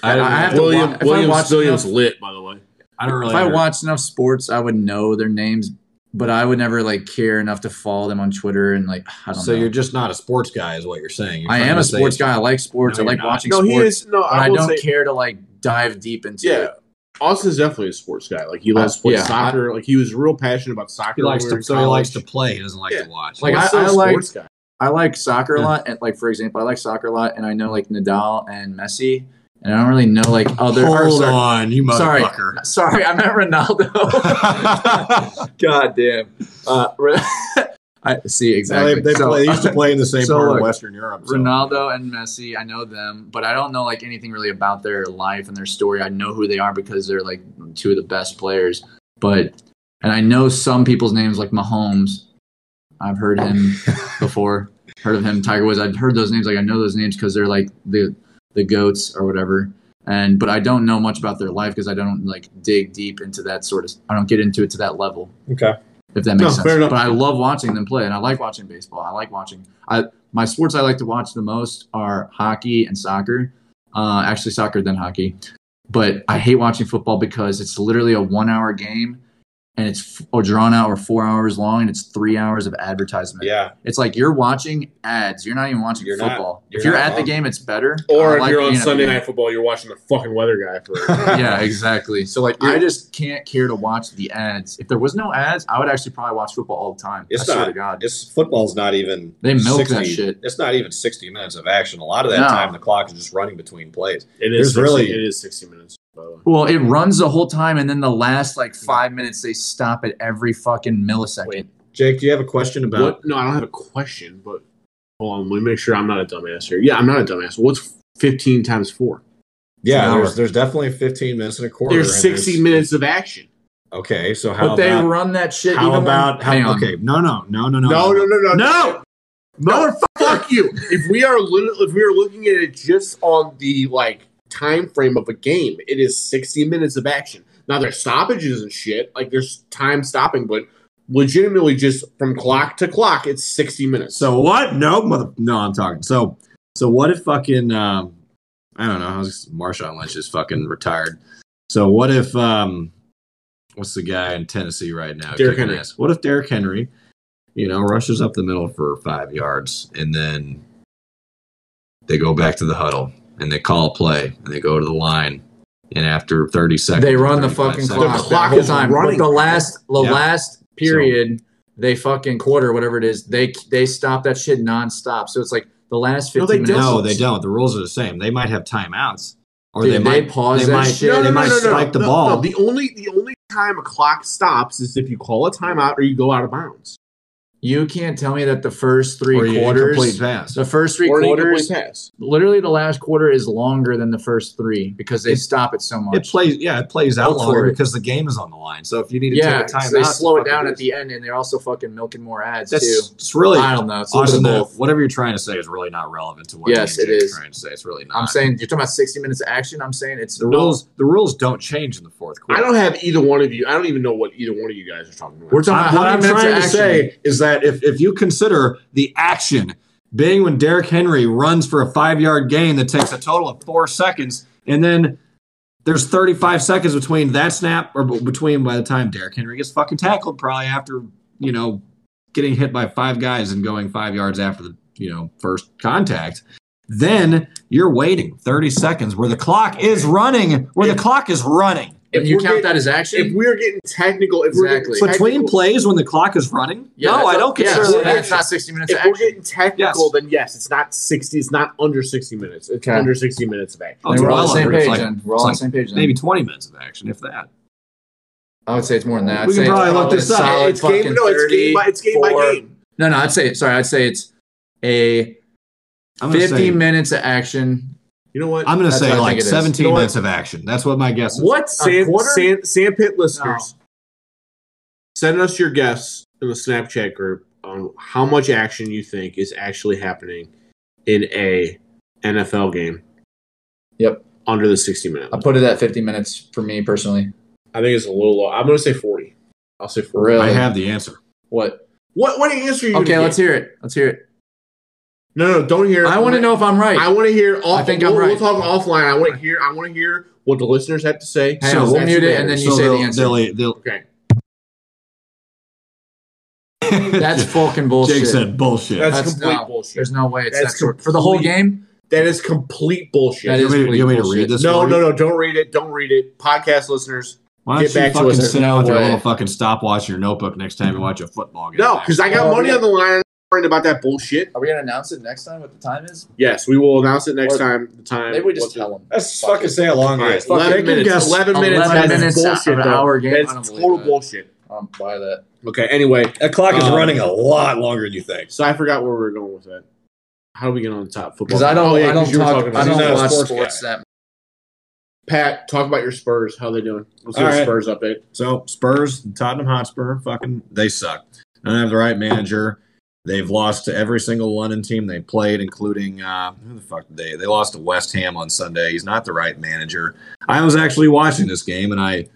C: I, I have
A: William
C: to watch,
A: William
C: if I watched
A: William's
C: enough,
A: lit, by the way.
B: I don't really.
C: if I
B: under-
C: watched enough sports, I would know their names but I would never like care enough to follow them on Twitter and like I don't
B: So
C: know.
B: you're just not a sports guy, is what you're saying. You're
C: I
B: trying
C: am
B: to
C: a
B: say-
C: sports guy. I like sports.
B: No,
C: I
B: you're
C: like
B: not.
A: Actually,
C: watching
A: No, he
C: sports.
A: is. No,
C: but I,
A: I, will
C: don't
A: say,
C: care to like dive deep into
A: Yeah.
C: it.
A: Austin's definitely a sports guy. Like he loves
C: Uh,
A: sports
C: yeah,
A: soccer. like he was real passionate about soccer.
B: He likes
A: when we were
B: to,
A: in
B: so he likes to
A: college.
B: play. He doesn't like
A: Yeah.
B: to watch.
C: Like,
A: Like
C: I-
A: I,
C: I like-
A: sports guy.
C: I like soccer a
B: Yeah.
C: lot. And like for example, I like soccer a lot, and I know like Nadal and Messi, and I don't really know like other. or,
B: Hold
C: sorry,
B: on, you
C: Sorry.
B: motherfucker.
C: [laughs] sorry, I meant
B: [laughs]
C: Ronaldo. God damn. Uh, Re- [laughs] I see exactly.
B: They, they
C: So,
B: play, they used to play in the same
C: so
B: part
C: look,
B: of Western Europe. [laughs] so-
C: Ronaldo and Messi, I know them, but I don't know like anything really about their life and their story. I know who they are because they're like two of the best players. But and I know some people's names like Mahomes. I've heard him before. Heard of him, Tiger Woods. I've heard those names. Like I know those names because they're like the the goats or whatever. And but I don't know much about their life because I don't like dig deep into that sort of. I don't get into it to that level
B: Okay.
C: if that makes
A: No,
C: sense.
A: fair enough.
C: But I love watching them play, and I like watching baseball. I like watching. I my sports I like to watch the most are hockey and soccer. Uh, actually, soccer then hockey. But I hate watching football because it's literally a one-hour game, and it's f- or drawn out or four hours long, and it's three hours of advertisement.
B: Yeah.
C: It's like you're watching ads. You're not even watching
B: You're not-
C: football.
B: you're
C: if you're
B: not
C: at the
B: wrong.
C: game, it's better.
A: Or
C: I
A: if
C: like
A: you're on
C: being at the
A: Sunday
C: game.
A: Night Football, you're watching the fucking weather guy for. [laughs]
C: yeah, exactly. So like,
B: You're-
C: I just can't care to watch the ads. If there was no ads, I would actually probably watch football all the time.
B: It's
C: I swear
B: not-
C: to God.
B: It's football's not even
C: They milk that shit.
B: It's not even sixty minutes of action. A lot of that
C: No.
B: time, the clock is just running between plays.
A: It is
B: There's really-
A: really it is sixty minutes. By the way.
C: Well, it runs the whole time, and then the last like five minutes they stop at every fucking millisecond.
A: Wait.
B: Jake, do you have a question about?
A: What? No, I don't have a question, but hold on. Let me make sure I'm not a dumbass here. Yeah, I'm not a dumbass. What's 15 times four?
C: An
B: Yeah,
C: hour.
B: there's, there's definitely fifteen minutes and a quarter.
A: There's
B: and
A: 60 minutes of action.
B: Okay, so how
C: But they
B: about?
C: run that shit.
B: How
C: even
B: about?
C: when,
B: How,
C: Hang on.
B: okay, no, no, no, no, no,
A: no, no,
C: No!
A: no, fuck you. If we are lit- if we are looking at it just on the like time frame of a game, it is 60 minutes of action. Now there's stoppages and shit. Like there's time stopping, but legitimately just from clock to clock, it's 60 minutes.
B: So what? No, mother. No, I'm talking. So, so what if fucking? Um, I don't know. I was- Marshawn Lynch is fucking retired. So what if? um What's the guy in Tennessee right now?
A: Derrick
B: kicking
A: Henry.
B: ass? What if Derrick Henry, you know, rushes up the middle for five yards and then they go back to the huddle and they call a play and they go to the line and after 30 seconds
C: They run the
B: 35
C: fucking
B: seconds-
C: clock.
A: The clock
C: the whole
A: is
C: time.
A: running.
C: But the last, the
B: Yeah.
C: last period, they fucking quarter, whatever it is, they they stop that shit nonstop. So it's like the last
A: No, they
C: fifteen minutes.
B: No, they don't. The rules are the same. They might have timeouts or
C: Dude,
B: they
C: they
B: might
C: pause
B: they
C: that
B: might-
C: shit.
B: No, no, They no, might no, no. spike the ball.
A: The only the only time a clock stops is if you call a timeout or you go out of bounds.
C: You can't tell me that the first three
B: or you
C: quarters,
B: incomplete pass.
C: the first three
A: Or an incomplete
C: quarters,
A: pass.
C: literally the last quarter is longer than the first three because they
B: It-
C: stop it so
B: It
C: much.
B: plays, yeah, it plays
C: Go
B: out
C: for
B: longer
C: it.
B: because the game is on the line. So if you need to
C: yeah,
B: take a timeout,
C: so they slow it
B: fucking
C: down
B: do
C: at the end, and they're also fucking milking more ads
B: That's
C: too.
B: it's really
C: I don't know. It's a little
B: Austin,
C: bit of
B: that-
C: both.
B: whatever you're trying to say is really not relevant to what
C: Yes,
B: me and
C: it
B: Jake
C: is.
B: are trying to say. It's really not.
C: I'm saying you're talking about 60 minutes of action. I'm saying it's
B: the rules the rules don't change in the fourth
A: I
B: quarter.
A: don't have either one of you. I don't even know what either one of you guys are talking about.
C: We're talking
B: I'm-
C: about
B: what
C: how
B: I'm
C: many minutes
B: trying
C: of
B: to
C: action.
B: say is that if, if you consider the action being when Derrick Henry runs for a five yard gain that takes a total of four seconds, and then there's 35 seconds between that snap or b- between by the time Derrick Henry gets fucking tackled, probably after, you know, getting hit by five guys and going five yards after the, you know, first contact. Then you're waiting 30 seconds where the clock is running, where the clock is running.
C: If
A: If
C: you
A: we're
C: count
A: getting-
C: that as
A: if
C: action,
A: we're getting technical, if
C: Exactly.
A: we're getting
B: Between
A: technical-
B: plays when the clock is running?
C: yeah,
B: no,
C: that's
B: I
C: not-
B: don't
C: yeah,
B: consider
C: so
B: that
C: that's
B: action.
C: not 60 minutes
A: if
C: of
A: we're
C: action.
A: getting technical,
B: Yes.
A: then yes, it's not sixty. It's not under sixty minutes. It's
C: Okay.
A: under sixty minutes of action.
B: Oh,
C: Then
B: it's
C: we're all
B: well
C: on the same
B: under. It's
C: page.
B: like-
C: then. We're all on the
B: it's
C: same page. Then.
B: maybe 20 minutes of action, if that.
C: I would say it's more than that. I'd
B: We can
C: say
B: probably
C: it's
B: look
C: probably
B: this
C: a
B: up.
C: solid
A: it's game.
C: fucking
A: No, it's game by
C: 30,
A: it's game by
C: four-
A: game.
C: No, no, I'd say sorry. I'd say it's a
B: I'm gonna
C: 50
B: say,
C: minutes of action.
A: You know what?
B: I'm gonna
C: That's what
B: say
C: I
B: like
C: think it is.
B: 17
A: You know what?
B: minutes of action. That's what my guess is.
C: What
A: Sand, sand, sandpit listeners, send us your guess in the Snapchat group on how much action you think is actually happening in a NFL game.
C: Yep.
A: Under the sixty minute.
C: I put it at 50 minutes for me personally.
A: I think it's a little low. I'm gonna say forty. I'll say forty.
C: Really?
B: I have the answer.
C: What?
A: What what answer are you?
C: Okay,
A: gonna
C: let's
A: get?
C: hear it. Let's hear it.
A: No, no, don't hear. it.
C: I want to know if I'm right.
A: I want to hear. Off,
C: I think
A: we'll,
C: I'm right.
A: We'll talk offline. I want to hear. I want to hear what the listeners have to say.
C: Hang
B: So
C: on, we'll
A: that's
C: mute it
A: better.
C: and then you say the
B: they'll-
C: answer.
B: they'll- they'll-
A: Okay.
B: [laughs]
C: [laughs] That's fucking bullshit.
B: Jake said bullshit.
A: That's,
C: That's
A: complete
C: no.
A: bullshit.
C: There's no way it's
A: That's
C: that short. For the whole
A: complete-
C: game?
A: That is complete bullshit.
C: That
B: you, want me, to- you want me to
C: bullshit.
B: read this?
A: no,
B: for you?
A: no, no. Don't read it. Don't read it. Podcast listeners.
B: Why
A: Get
B: don't
A: back
B: you
A: to
B: fucking
A: us.
B: sit down with your
C: No
B: little
C: way.
B: fucking stopwatch in your notebook next time you watch a football game?
A: No, because I got
C: Oh,
A: money
C: yeah.
A: on the line. I'm not worried about that bullshit.
C: Are we going to announce it next time what the time is?
A: Yes, we will announce it next
C: Or-
A: time. The time.
C: Maybe we just
A: what the-
C: tell them.
D: Let's just fucking say how long
A: All
D: it
A: right,
D: is. Fuck it.
A: eleven minutes.
B: guess.
A: Eleven minutes.
C: 11
A: That is
C: minutes
A: bullshit,
C: of an
A: though.
C: hour game. I don't
A: That's
C: believe
A: total
C: it.
A: bullshit.
C: I don't buy that.
A: Okay. Anyway,
D: That clock is
B: Uh,
A: Um,
D: running a lot longer than you think.
A: so I forgot where we were going with that. How do we get on the top football?
C: Because I don't,
A: Oh, yeah,
C: I don't
A: 'cause you were
C: talk,
A: talking about
C: I
D: he's not
C: don't
D: a
C: watch
D: sports
C: sports,
D: guy.
C: that much.
A: Pat, talk about your Spurs. How they doing? Let's do
D: All
A: a
D: right.
A: Spurs update.
B: So Spurs, Tottenham Hotspur, fucking they suck. They don't have the right manager. They've lost to every single London team they played, including uh, who the fuck did they? They lost to West Ham on Sunday. He's not the right manager. I was actually watching this game, and I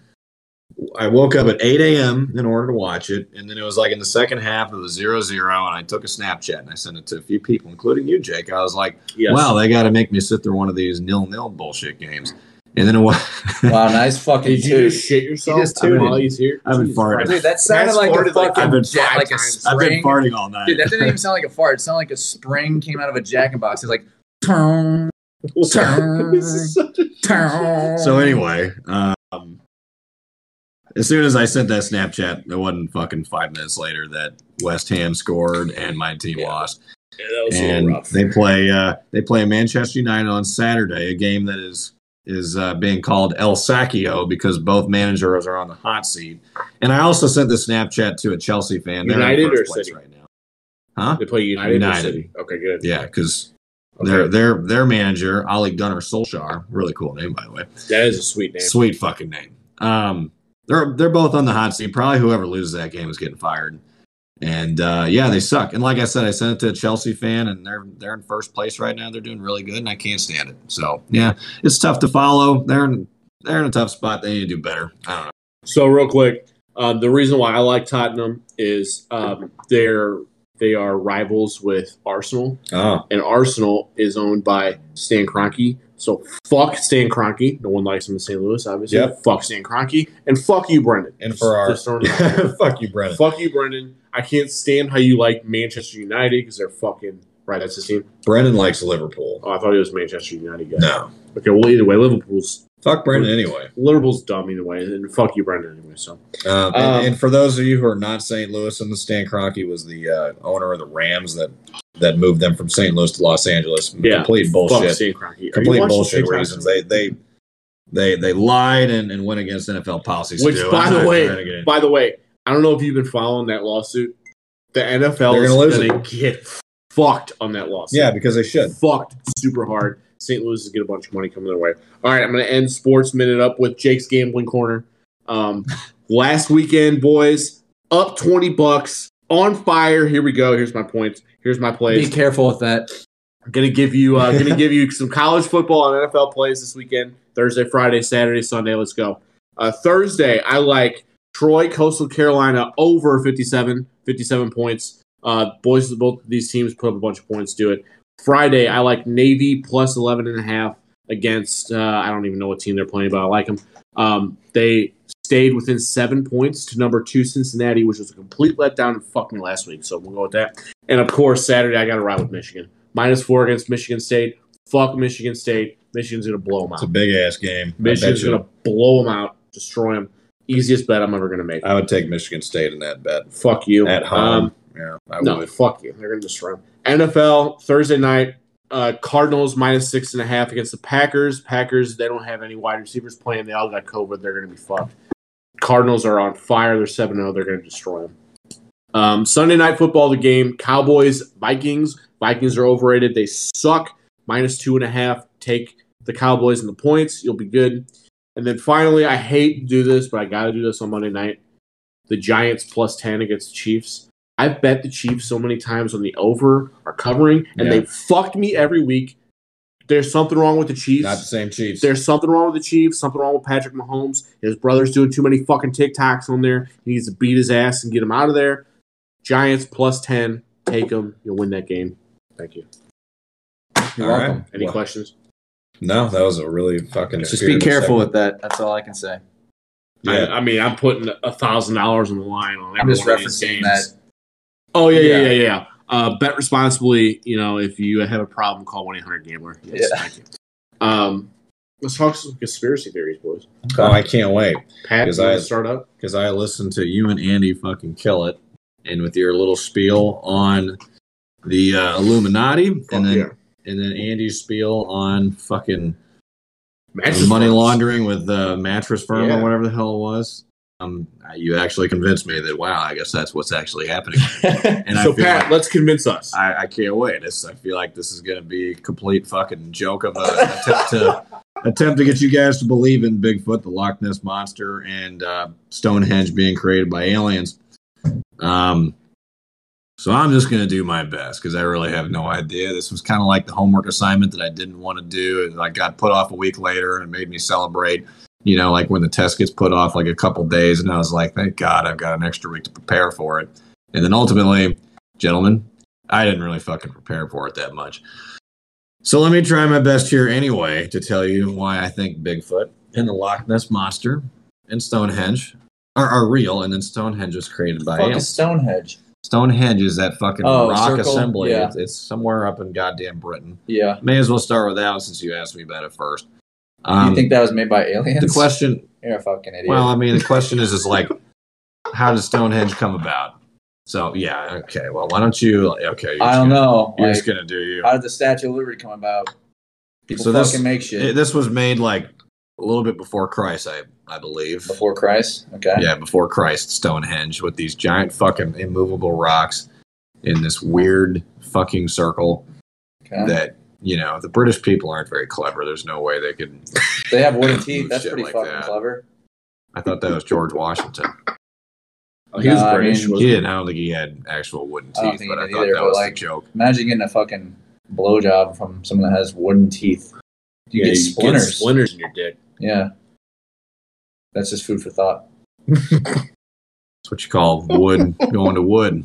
B: I woke up at 8 a.m. in order to watch it, and then it was like in the second half of the 0-0, and I took a Snapchat and I sent it to a few people, including you, Jake. I was like,
A: Yes.
B: "Wow, they got to make me sit through one of these nil-nil bullshit games." And then it was.
C: Wow, nice fucking
A: Did you just shit yourself
B: You just tuned
A: while
B: in.
A: he's here?
B: I've been
A: Jesus
B: farting.
A: Christ. [laughs]
C: Dude, that sounded
A: That's
C: like a
A: farted like-
B: I've
C: fucking
B: been
C: jet,
A: five
C: like a
A: times.
C: spring.
B: I've been farting all night.
C: Dude,
B: [laughs]
C: that didn't even sound like a fart. It sounded like a spring came out of a jack in the box. It's like, turn,
A: [laughs]
C: turn,
A: This is such a-
C: turn.
B: So anyway, um, as soon as I sent that Snapchat, it wasn't fucking five minutes later that West Ham scored and my team lost.
A: Yeah, that was a little
B: And
A: rough.
B: they play uh, they play Manchester United on Saturday, a game that is is uh, being called El Sacchio because both managers are on the hot seat. And I also sent the Snapchat to a Chelsea fan. They're in
A: United
B: first
A: or
B: place
A: City?
B: right now, huh?
A: They play United. or
B: United.
A: City? Okay, good.
B: Yeah, because
A: Okay.
B: their their their manager Ole Gunnar Solskjaer, really cool name by the way.
A: That is a sweet name.
B: Sweet fucking name. Um, they're they're both on the hot seat. Probably whoever loses that game is getting fired. And uh, yeah, they suck. And like I said, I sent it to a Chelsea fan, and they're they're in first place right now. They're doing really good, and I can't stand it. So yeah, it's tough to follow. They're in, they're in a tough spot. They need to do better. I don't know.
A: So real quick, uh, the reason why I like Tottenham is um, they're they are rivals with Arsenal,
B: Oh,
A: and Arsenal is owned by Stan Kroenke. So fuck Stan Kroenke. No one likes him in St. Louis, obviously.
B: Yep.
A: Fuck Stan Kroenke, and fuck you, Brendan.
B: and for our
A: Just throwing it
B: [laughs]
A: out there.
B: Oh. fuck you, Brennan.
A: fuck you, Brendan. I can't stand how you like Manchester United because they're fucking right. That's his team.
B: Brennan likes Liverpool.
A: Oh, I thought he was a Manchester United guy.
B: No,
A: Okay, well either way, Liverpool's
B: fuck Brennan anyway.
A: Liverpool's dumb either way, and fuck you, Brendan anyway. So
B: Um, and,
A: Um,
B: and for those of you who are not St. Louis, and Stan Kroenke was the uh, owner of the Rams that that moved them from St. Louis to Los Angeles.
A: Yeah.
B: Complete
A: fuck
B: bullshit.
A: Stan Kroenke. Are you
B: Complete
A: watching
B: bullshit
A: TikTok?
B: reasons. They they they they lied and, and went against NFL policies.
A: Which,
B: too.
A: by
B: I'm
A: the
B: not
A: way,
B: trying to get into-
A: by the way, I don't know if you've been following that lawsuit. The NFL
B: They're
A: is
B: gonna lose
A: going to get fucked on that lawsuit.
B: yeah, because they should.
A: fucked super hard. St. Louis is gonna get a bunch of money coming their way. All right, I'm going to end sports minute up with Jake's gambling corner. Um, last weekend, boys, up twenty bucks on fire. Here we go. Here's my points. Here's my plays.
C: Be careful with that.
A: I'm gonna give you uh, gonna give you some college football and NFL plays this weekend. Thursday, Friday, Saturday, Sunday. Let's go. Uh, Thursday, I like Troy, Coastal Carolina over 57, 57 points. Uh, boys, both of these teams put up a bunch of points. Do it. Friday, I like Navy plus 11 and a half against. Uh, I don't even know what team they're playing, but I like them. Um, they stayed within seven points to number two Cincinnati, which was a complete letdown and fucked me last week. So we'll go with that. And of course, Saturday, I got to ride with Michigan minus four against Michigan State. Fuck Michigan State. Michigan's gonna blow them
B: It's a
A: out.
B: big ass game. I, bet
A: Michigan's
B: you-
A: gonna blow them out, destroy them. Easiest bet I'm ever gonna make.
B: I would take Michigan State in that bet
A: fuck you.
B: Uh,
A: Um,
B: at home. yeah, I
A: no,
B: would.
A: fuck you. They're gonna destroy them. NFL Thursday night. Uh, Cardinals minus six and a half against the Packers. Packers they don't have any wide receivers playing. They all got COVID. They're gonna be fucked. Cardinals are on fire. They're seven zero. They're gonna destroy them. Um, Sunday night football. The game Cowboys Vikings. Vikings are overrated. They suck. Minus two and a half. Take the Cowboys and the points. You'll be good. And then finally, I hate to do this, but I got to do this on Monday night. The Giants plus ten against the Chiefs. I've bet the Chiefs so many times on the over or covering, and
B: Yeah.
A: they fucked me every week. There's something wrong with the Chiefs.
B: Not the same Chiefs.
A: There's something wrong with the Chiefs, something wrong with Patrick Mahomes. His brother's doing too many fucking TikToks on there. He needs to beat his ass and get him out of there. Giants plus 10. Take them. You'll win that game. Thank you.
C: You're
B: All right.
C: welcome.
A: Any
B: Well,
A: questions?
B: No, that was a really fucking.
C: Just be
B: spirited
C: careful
B: segment.
C: with that. That's all I can say.
B: Yeah.
A: I, I mean, I'm putting a thousand dollars on the line on
C: I'm
A: every
C: just
A: one of these
C: referencing
A: games.
C: that
A: Oh yeah, yeah,
D: Yeah.
A: yeah, yeah. yeah. Uh, bet responsibly. You know, if you have a problem, call one eight hundred Gambler. Yes, thank you. Um, let's talk some conspiracy theories, boys.
B: Oh,
D: I can't wait
A: Pat,
B: Because
A: you wanna
B: I-
A: start up.
B: because I listened to you and Andy fucking kill it, and with your little spiel on the uh, Illuminati, and then
A: yeah.
B: and then Andy's spiel on fucking
A: Mattress
B: money
A: firms.
B: laundering with the mattress firm
A: Yeah.
B: or whatever the hell it was. Um, you actually convinced me that wow, I guess that's what's actually happening.
A: [laughs]
B: And I
A: so,
B: feel
A: Pat,
B: like-
A: let's convince us.
B: I, I can't wait. This, I feel like this is going to be a complete fucking joke of a, an attempt to attempt to get you guys to believe in Bigfoot, the Loch Ness monster, and uh, Stonehenge being created by aliens. Um, so I'm just going to do my best because I really have no idea. This was kind of like the homework assignment that I didn't want to do, and I got put off a week later, and it made me celebrate. You know, like when the test gets put off like a couple days, and I was like, "Thank God, I've got an extra week to prepare for it." And then ultimately, gentlemen, I didn't really fucking prepare for it that much. So let me try my best here anyway to tell you why I think Bigfoot and the Loch Ness Monster and Stonehenge are, are real, and then Stonehenge was created by
C: Fuck
B: aliens.
C: is Stonehenge.
B: Stonehenge is that fucking
C: Oh,
B: rock
C: circle?
B: assembly.
C: Yeah.
B: It's, it's somewhere up in goddamn Britain.
C: Yeah.
B: May as well start with that one since you asked me about it first.
C: you think that was made by aliens?
B: Um, the question?
C: You're a fucking idiot.
B: Well, I mean, the question is, is
C: [laughs]
B: like, how did Stonehenge come about? So yeah, okay. Well, why don't you? Okay, you're
C: I
B: just gonna-
C: don't know.
B: You're
C: Like,
B: just gonna do you.
C: how did the Statue of Liberty come about? People
B: So this-
C: fucking make shit
B: It- this was made like a little bit before Christ, I I believe.
C: before Christ. Okay.
B: yeah, before Christ, Stonehenge with these giant fucking immovable rocks in this weird fucking circle
C: okay.
B: that you know the British people aren't very clever. There's no way they could.
C: They have wooden teeth. That's
B: Shit
C: pretty
B: like
C: fucking
B: that.
C: clever.
B: I thought that was George Washington.
A: Oh, he was
C: Nah, I
A: British.
C: mean-
B: He
A: wasn't
B: didn't. I don't think he had actual wooden
C: I don't
B: teeth,
C: think he
B: but I
C: did
B: thought
C: either,
B: that
C: but,
B: was
C: like,
B: a joke.
C: Imagine getting a fucking blowjob from someone that has wooden teeth. You
A: Yeah,
C: get
A: you get
C: splinters.
A: splinters in your dick.
C: yeah. That's just food for thought.
B: That's what you call wood going
A: [laughs]
B: to wood.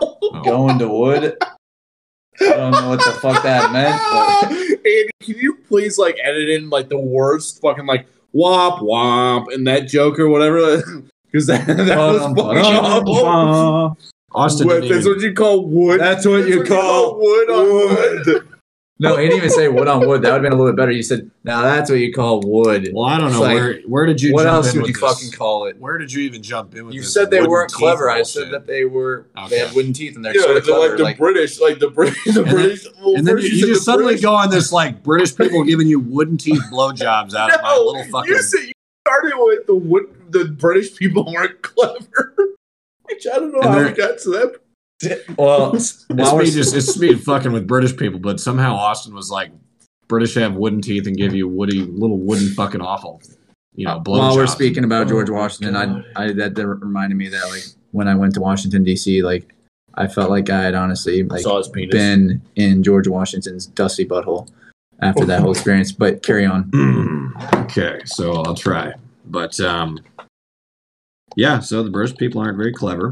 B: Oh.
C: Going to wood. I don't know what the fuck that meant. But
A: [laughs] Andy, can you please like edit in like the worst fucking like womp womp and that joke or whatever? [laughs] Because that, that was
C: Bum,
A: fucking
C: bum,
A: awful.
B: Austin
A: Wood-
B: didn't
A: that's
B: even-
A: what you call wood.
B: [laughs] That's what you call
A: wood on wood.
C: No, he didn't even say wood on wood. That would have been a little bit better. You said, now that's what you call wood.
B: Well, I don't
C: It's
B: know
C: like,
B: where where did you
C: what
B: jump
C: else
B: in
C: would you
B: with this?
C: fucking call it?
B: Where did you even jump in with
C: You
B: this
C: said they
B: wooden
C: weren't
B: teeth
C: clever. I
B: bullshit?
C: said that they were.
B: Okay.
C: They had wooden teeth and they're
A: Yeah,
C: sort of
A: the,
C: clever.
A: like the
C: like-
A: British, like the British, the
B: And then-
A: British. well,
B: And then
A: first
B: you,
A: you
B: you
A: said
B: just
A: the
B: suddenly
A: British-
B: go on this like British people giving you wooden teeth blowjobs out of
A: [laughs]
B: my
A: No,
B: little fucking.
A: You said you started with the wood. The British people weren't clever, [laughs] which I don't know
B: And
A: how
B: they're-
A: we got to that.
C: well,
B: it's
C: while we're,
B: me just it's me fucking with British people, but somehow Austin was like British have wooden teeth and give you woody little wooden fucking awful, you know. Blowjobs.
C: while we're speaking about George
A: Oh, my
C: Washington,
A: God.
C: I, I that, that reminded me that like when I went to Washington D.C., like I felt like I had honestly like
A: his penis.
C: been in George Washington's dusty butthole after that whole experience. But carry on.
B: Mm, okay, so I'll try. But um, yeah, so the British people aren't very clever.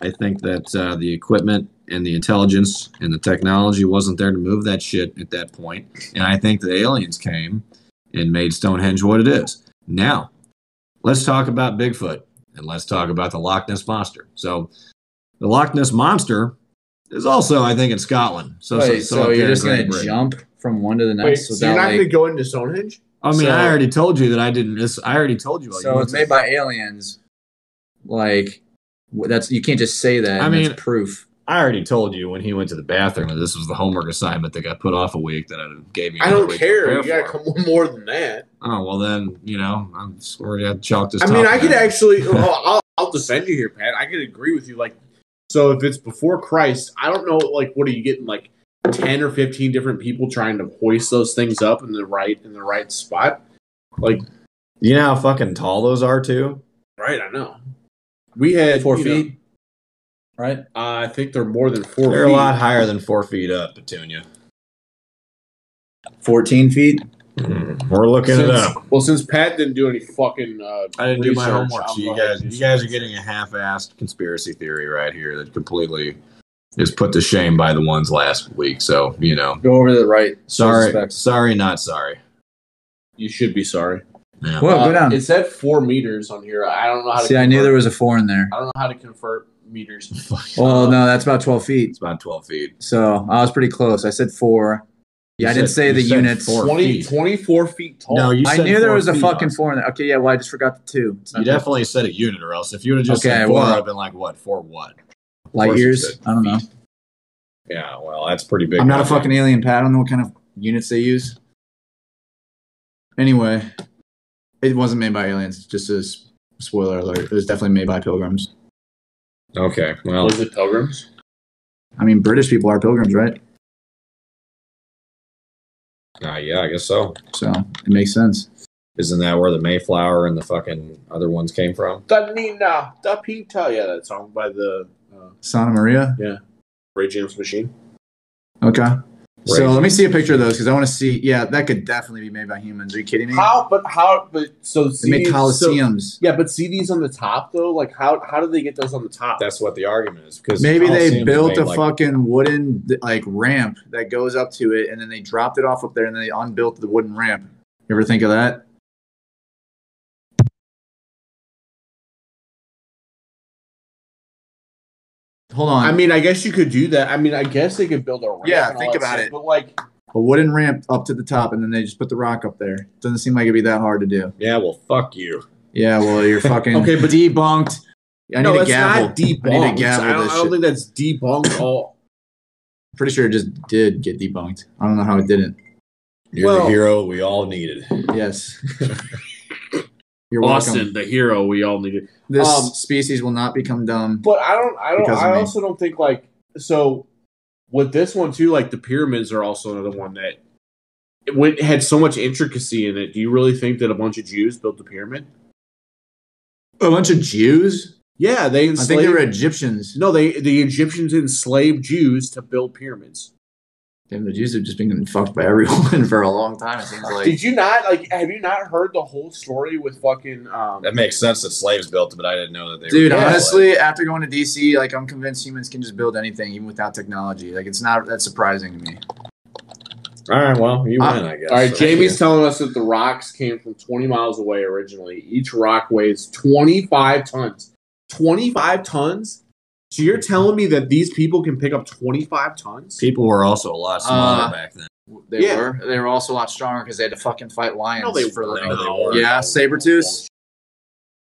B: I think that uh, the equipment and the intelligence and the technology wasn't there to move that shit at that point. And I think the aliens came and made Stonehenge what it is. Now, let's talk about Bigfoot and let's talk about the Loch Ness Monster. So, the Loch Ness Monster is also, I think, in Scotland. So,
C: Wait,
B: so,
C: so,
B: up there
C: you're
B: in
C: just gonna
B: Great Britain.
C: jump from one to the next
A: Wait, so
C: without
A: you're not
C: like
A: gonna go into Stonehenge?
B: I mean,
C: So-
B: I already told you that I didn't. This I already told you. Like,
C: so it's made by aliens. Like wh- that's you can't just say that.
B: I
C: I mean,
B: mean-
C: proof.
B: I already told you when he went to the bathroom that this was the homework assignment that got put off a week that I gave you.
A: I
B: another
A: don't
B: week to
A: care. You
B: prepare
A: gotta
B: for.
A: come more than that.
B: Oh well, then you know I'm just already had chalked this.
A: I mean,
B: topic
A: I could
B: out.
C: [laughs]
A: actually. oh, I'll, I'll defend you here, Pat. I could agree with you. Like, so if it's before Christ, I don't know. Like, what are you getting? Like, ten or fifteen different people trying to hoist those things up in the right in the right spot. Like,
B: You know how fucking tall those are too.
A: right? I know. We had
C: Four
A: you know,
C: feet, right?
A: uh, I think they're more than 4
B: They're
A: feet.
B: a lot higher than four feet up, Petunia.
C: Fourteen feet.
B: We're looking
A: Since,
B: it up.
A: Well, since Pat didn't do any fucking. Uh,
B: I didn't do my
A: research,
B: homework. So
A: I'm
B: you
A: like-
B: guys, you guys are getting a half-assed conspiracy theory right here that completely is put to shame by the ones last week. So you know,
C: Go over to the right.
B: Sorry,
C: Suspects.
B: sorry, not sorry.
A: You should be sorry.
B: Yeah.
C: Well,
A: Uh,
C: go down.
A: It's at four meters on here. I don't know how. to
C: See, I knew
A: convert.
C: there was a four in there.
A: I don't know how to convert meters.
C: Well, no, that's about 12 feet.
B: It's about 12 feet.
C: So I was pretty close. I said four. Yeah,
B: You
C: I didn't
B: said-
C: say
B: you
C: the
B: said
C: units.
B: four.
A: 20,
B: feet.
A: 24 feet tall.
B: you
C: Oh, I
B: said
C: knew there
B: four
C: was a
B: feet.
C: fucking four in there. Okay, yeah, well, I just forgot the two. It's
B: You
C: not that
B: definitely said a unit, or else if you would have just
C: Okay,
B: said four,
C: well-
B: I'd have been like, what? For what?
C: light
B: course you
C: years.
B: said
C: I don't know.
B: Yeah, well, that's pretty big.
C: I'm not a fucking alien, Pat. I don't know what kind of units they use. Anyway, it wasn't made by aliens. Just a s- spoiler alert. It was definitely made by pilgrims.
B: Okay, well,
A: Was it pilgrims?
C: I mean, British people are pilgrims, right?
B: uh, yeah, I guess so.
C: So it makes sense.
B: Isn't that where the Mayflower and the fucking other ones came from?
A: Da Nina, Da Pinta. Oh, Yeah, that song by the uh,
C: Santa Maria.
A: Ray James Machine.
C: Okay. So
B: Right.
C: let me see a picture of those because I want to see. Yeah, that could definitely be made by humans. Are you kidding me?
A: How? But how? But so
C: They make
A: so-
C: coliseums.
A: yeah, but see these on the top though. Like how? How do they get those on the top?
B: That's what the argument is. Because
C: Maybe they
B: Colosseum was
C: built
B: made
C: a
B: like-
C: fucking wooden like ramp that goes up to it, and then they dropped it off up there, and then they unbuilt the wooden ramp. You ever think of that? Hold on,
A: I mean, I guess you could do that. I mean, I guess they could build a ramp.
C: Yeah,
A: and all
C: think
A: that
C: about
A: stuff,
C: it.
A: But like,
C: a wooden ramp up to the top, and then they just put the rock up there. Doesn't seem like it'd be that hard to do.
B: Yeah, well, fuck you.
C: Yeah, well, you're
A: [laughs]
C: fucking
A: Okay, but-
C: debunked. I need
A: no,
C: a
A: that's
C: gavel.
A: not debunked.
C: I
A: I,
C: need a gavel.
A: I don't,
C: this
A: I don't
C: shit.
A: think that's debunked at all.
C: Pretty sure it just did get debunked. I don't know how it didn't.
B: You're
A: Well-
B: the hero we all needed.
C: Yes. [laughs] You're welcome.
A: the hero we all needed.
C: This
A: Um,
C: species will not become dumb.
A: But I don't. I don't.
C: Because of
A: I
C: me.
A: also don't think like so. With this one too, like the pyramids are also another one that it went, had so much intricacy in it. Do you really think that a bunch of Jews built the pyramid?
C: A bunch of Jews?
A: Yeah, they
C: I think
A: enslaved.
C: they were Egyptians.
A: no, they the Egyptians enslaved Jews to build pyramids.
C: Damn, the Jews have just been getting fucked by everyone [laughs] for a long time. It seems like
A: Did you not like? Have you not heard the whole story with fucking? Um,
B: That makes sense that slaves built it, but I didn't know that they
C: Dude,
B: were.
A: Yeah.
C: honestly, after going to DC, like I'm convinced humans can just build anything even without technology. Like it's not that surprising to me.
B: All right, well, you
C: Uh,
B: win, I guess.
A: all right,
B: So,
A: Jamie's telling us that the rocks came from 20 miles away originally. Each rock weighs 25 tons. 25 tons? So you're telling me that these people can pick up 25 tons?
B: People were also a lot smaller
C: Uh,
B: back then.
C: They
A: Yeah.
C: were. They were also a lot stronger because they had to fucking fight lions
A: No, they
C: for a
A: weren't.
C: living.
B: No, they weren't.
C: Yeah, saber tooths.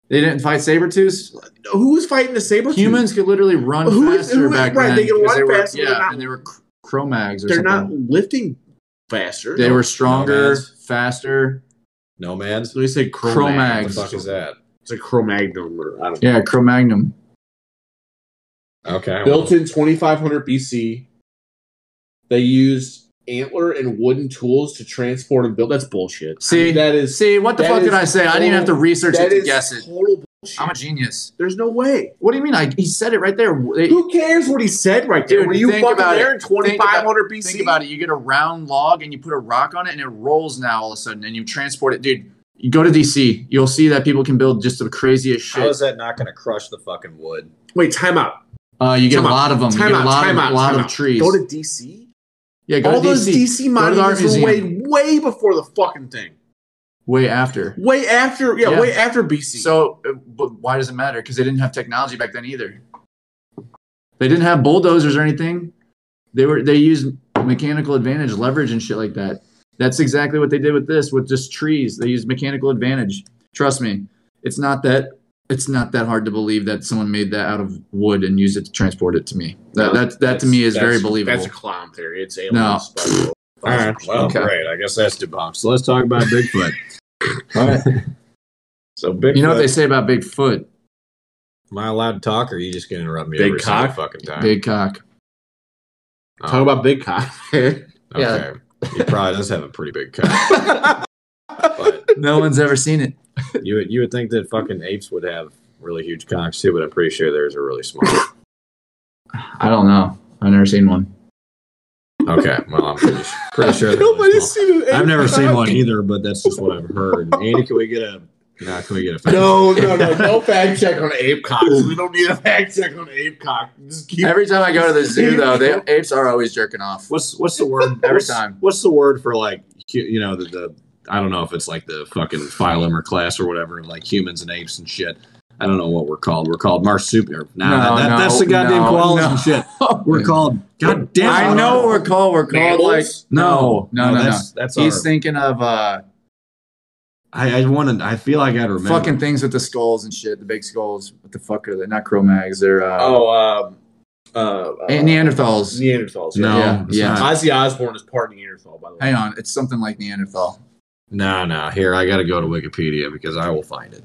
C: They didn't fight saber tooths.
A: Who was fighting the saber?
C: Humans could literally run
A: Who is-
C: faster
A: who is-
C: back
A: right,
C: then.
A: they could
C: 'cause
A: run
C: were-
A: faster, they're
C: Yeah,
A: not-
C: and they were cr- Cro-Mags or
A: They're
C: something.
A: not lifting faster.
C: They
A: No.
C: were stronger,
B: Nomads.
C: faster.
B: Nomads?
A: So they said
B: What the
A: Cro-Mags.
B: fuck is that?
A: It's a Cro-Magnon. or- I don't know.
C: Yeah, Cro-Magnon.
B: Okay. well,
A: Built in 2500 BC. They used antler and wooden tools to transport and build. That's bullshit. I
C: See,
A: mean, that is
C: See, what the
A: That
C: fuck
A: is
C: did I say? I didn't even have to research it
A: That
C: to
A: is
C: guess it.
A: total bullshit.
C: I'm a genius.
A: There's no way.
C: What do you mean? I, he said it right there. They-
A: Who cares what he said right there?
C: Dude,
A: Were you
C: think
A: fucking
C: about
A: there in
C: it. Think about-
A: 2500 BC?
C: think about it. You get a round log and you put a rock on it and it rolls now all of a sudden and you transport it. Dude, you go to DC. You'll see that people can build just the craziest
B: How is
C: shit.
B: that not going to crush the fucking wood?
A: Wait, time out.
C: Uh, you get
A: Time
C: a
A: out.
C: lot of them.
A: Time
C: you get
A: out.
C: a lot
A: time
C: of,
A: out.
C: a lot
A: time
C: of
A: out.
C: trees.
A: Go to DC.
C: yeah, go
A: All
C: to
A: those
C: DC.
A: DC
C: Go to the art
A: monuments were
C: museum.
A: way, way before the fucking thing.
C: way after.
A: Way after, yeah,
C: Yeah.
A: way after BC.
C: So, uh, but why does it matter? Because they didn't have technology back then either. They didn't have bulldozers or anything. They were they used mechanical advantage, leverage, and shit like that. That's exactly what they did with this, with just trees. They used mechanical advantage. Trust me, it's not that it's not that hard to believe that someone made that out of wood and used it to transport it to me. That that, that to me is
B: That's-
C: very
B: that's-
C: believable.
A: that's a clown theory. It's aliens.
C: No.
A: but-
B: All right. Well,
C: Okay.
B: great. I guess that's debunked. So let's talk about Bigfoot.
C: [laughs] All right.
B: So Bigfoot.
C: You know what they say about Bigfoot,
B: Am I allowed to talk, or are you just going to interrupt me
A: Big
B: every single
A: cock?
B: fucking time?
C: big cock.
B: Oh,
A: Talk about big cock. [laughs]
B: Okay. he probably does have a pretty big
C: [laughs]
B: cock, but
C: No one's ever seen it.
B: you would you would think that fucking apes would have really huge cocks too, but I'm pretty sure theirs are really small.
C: I don't know. I've never seen one.
B: Okay. Well, I'm pretty, su- pretty sure. they're really small.
A: seen it.
B: I've never seen one either, but that's just what I've heard. Andy, can we get a? No, can we get a?
A: [laughs]
B: fact-
A: No, no, no, no fact check on ape cocks. We don't need a fact check on ape cock. Just keep
C: Every time I go to the zoo, though, they, apes are always jerking off.
B: What's what's the word?
C: [laughs] Every
B: what's,
C: time.
B: What's the word for like hu- you know the, the I don't know if it's like the fucking phylum or class or whatever like humans and apes and shit. I don't know what we're called. We're called marsupial. Now
C: No,
B: that,
C: no,
B: that's the goddamn
C: no,
B: koalas
C: no.
B: and
C: [laughs]
B: shit. We're called. God damn.
C: I know what we're called. We're called like
A: Mammals?
C: no, no, no, no.
B: That's, that's
C: He's
B: our-
C: thinking of uh,
B: I, I want to. I feel like I'd remember.
C: fucking things with the skulls and shit. The big skulls. What the fuck are they? Not Cro-Mags. They're uh,
A: Oh, um, uh, uh,
C: and Neanderthals.
A: Neanderthals.
B: No,
C: Yeah,
B: it's
C: yeah.
B: not.
A: Ozzy Osbourne is part Neanderthal, by the way.
C: Hang on, it's something like Neanderthal.
B: No, no. Here, I got to go to Wikipedia because I will find it.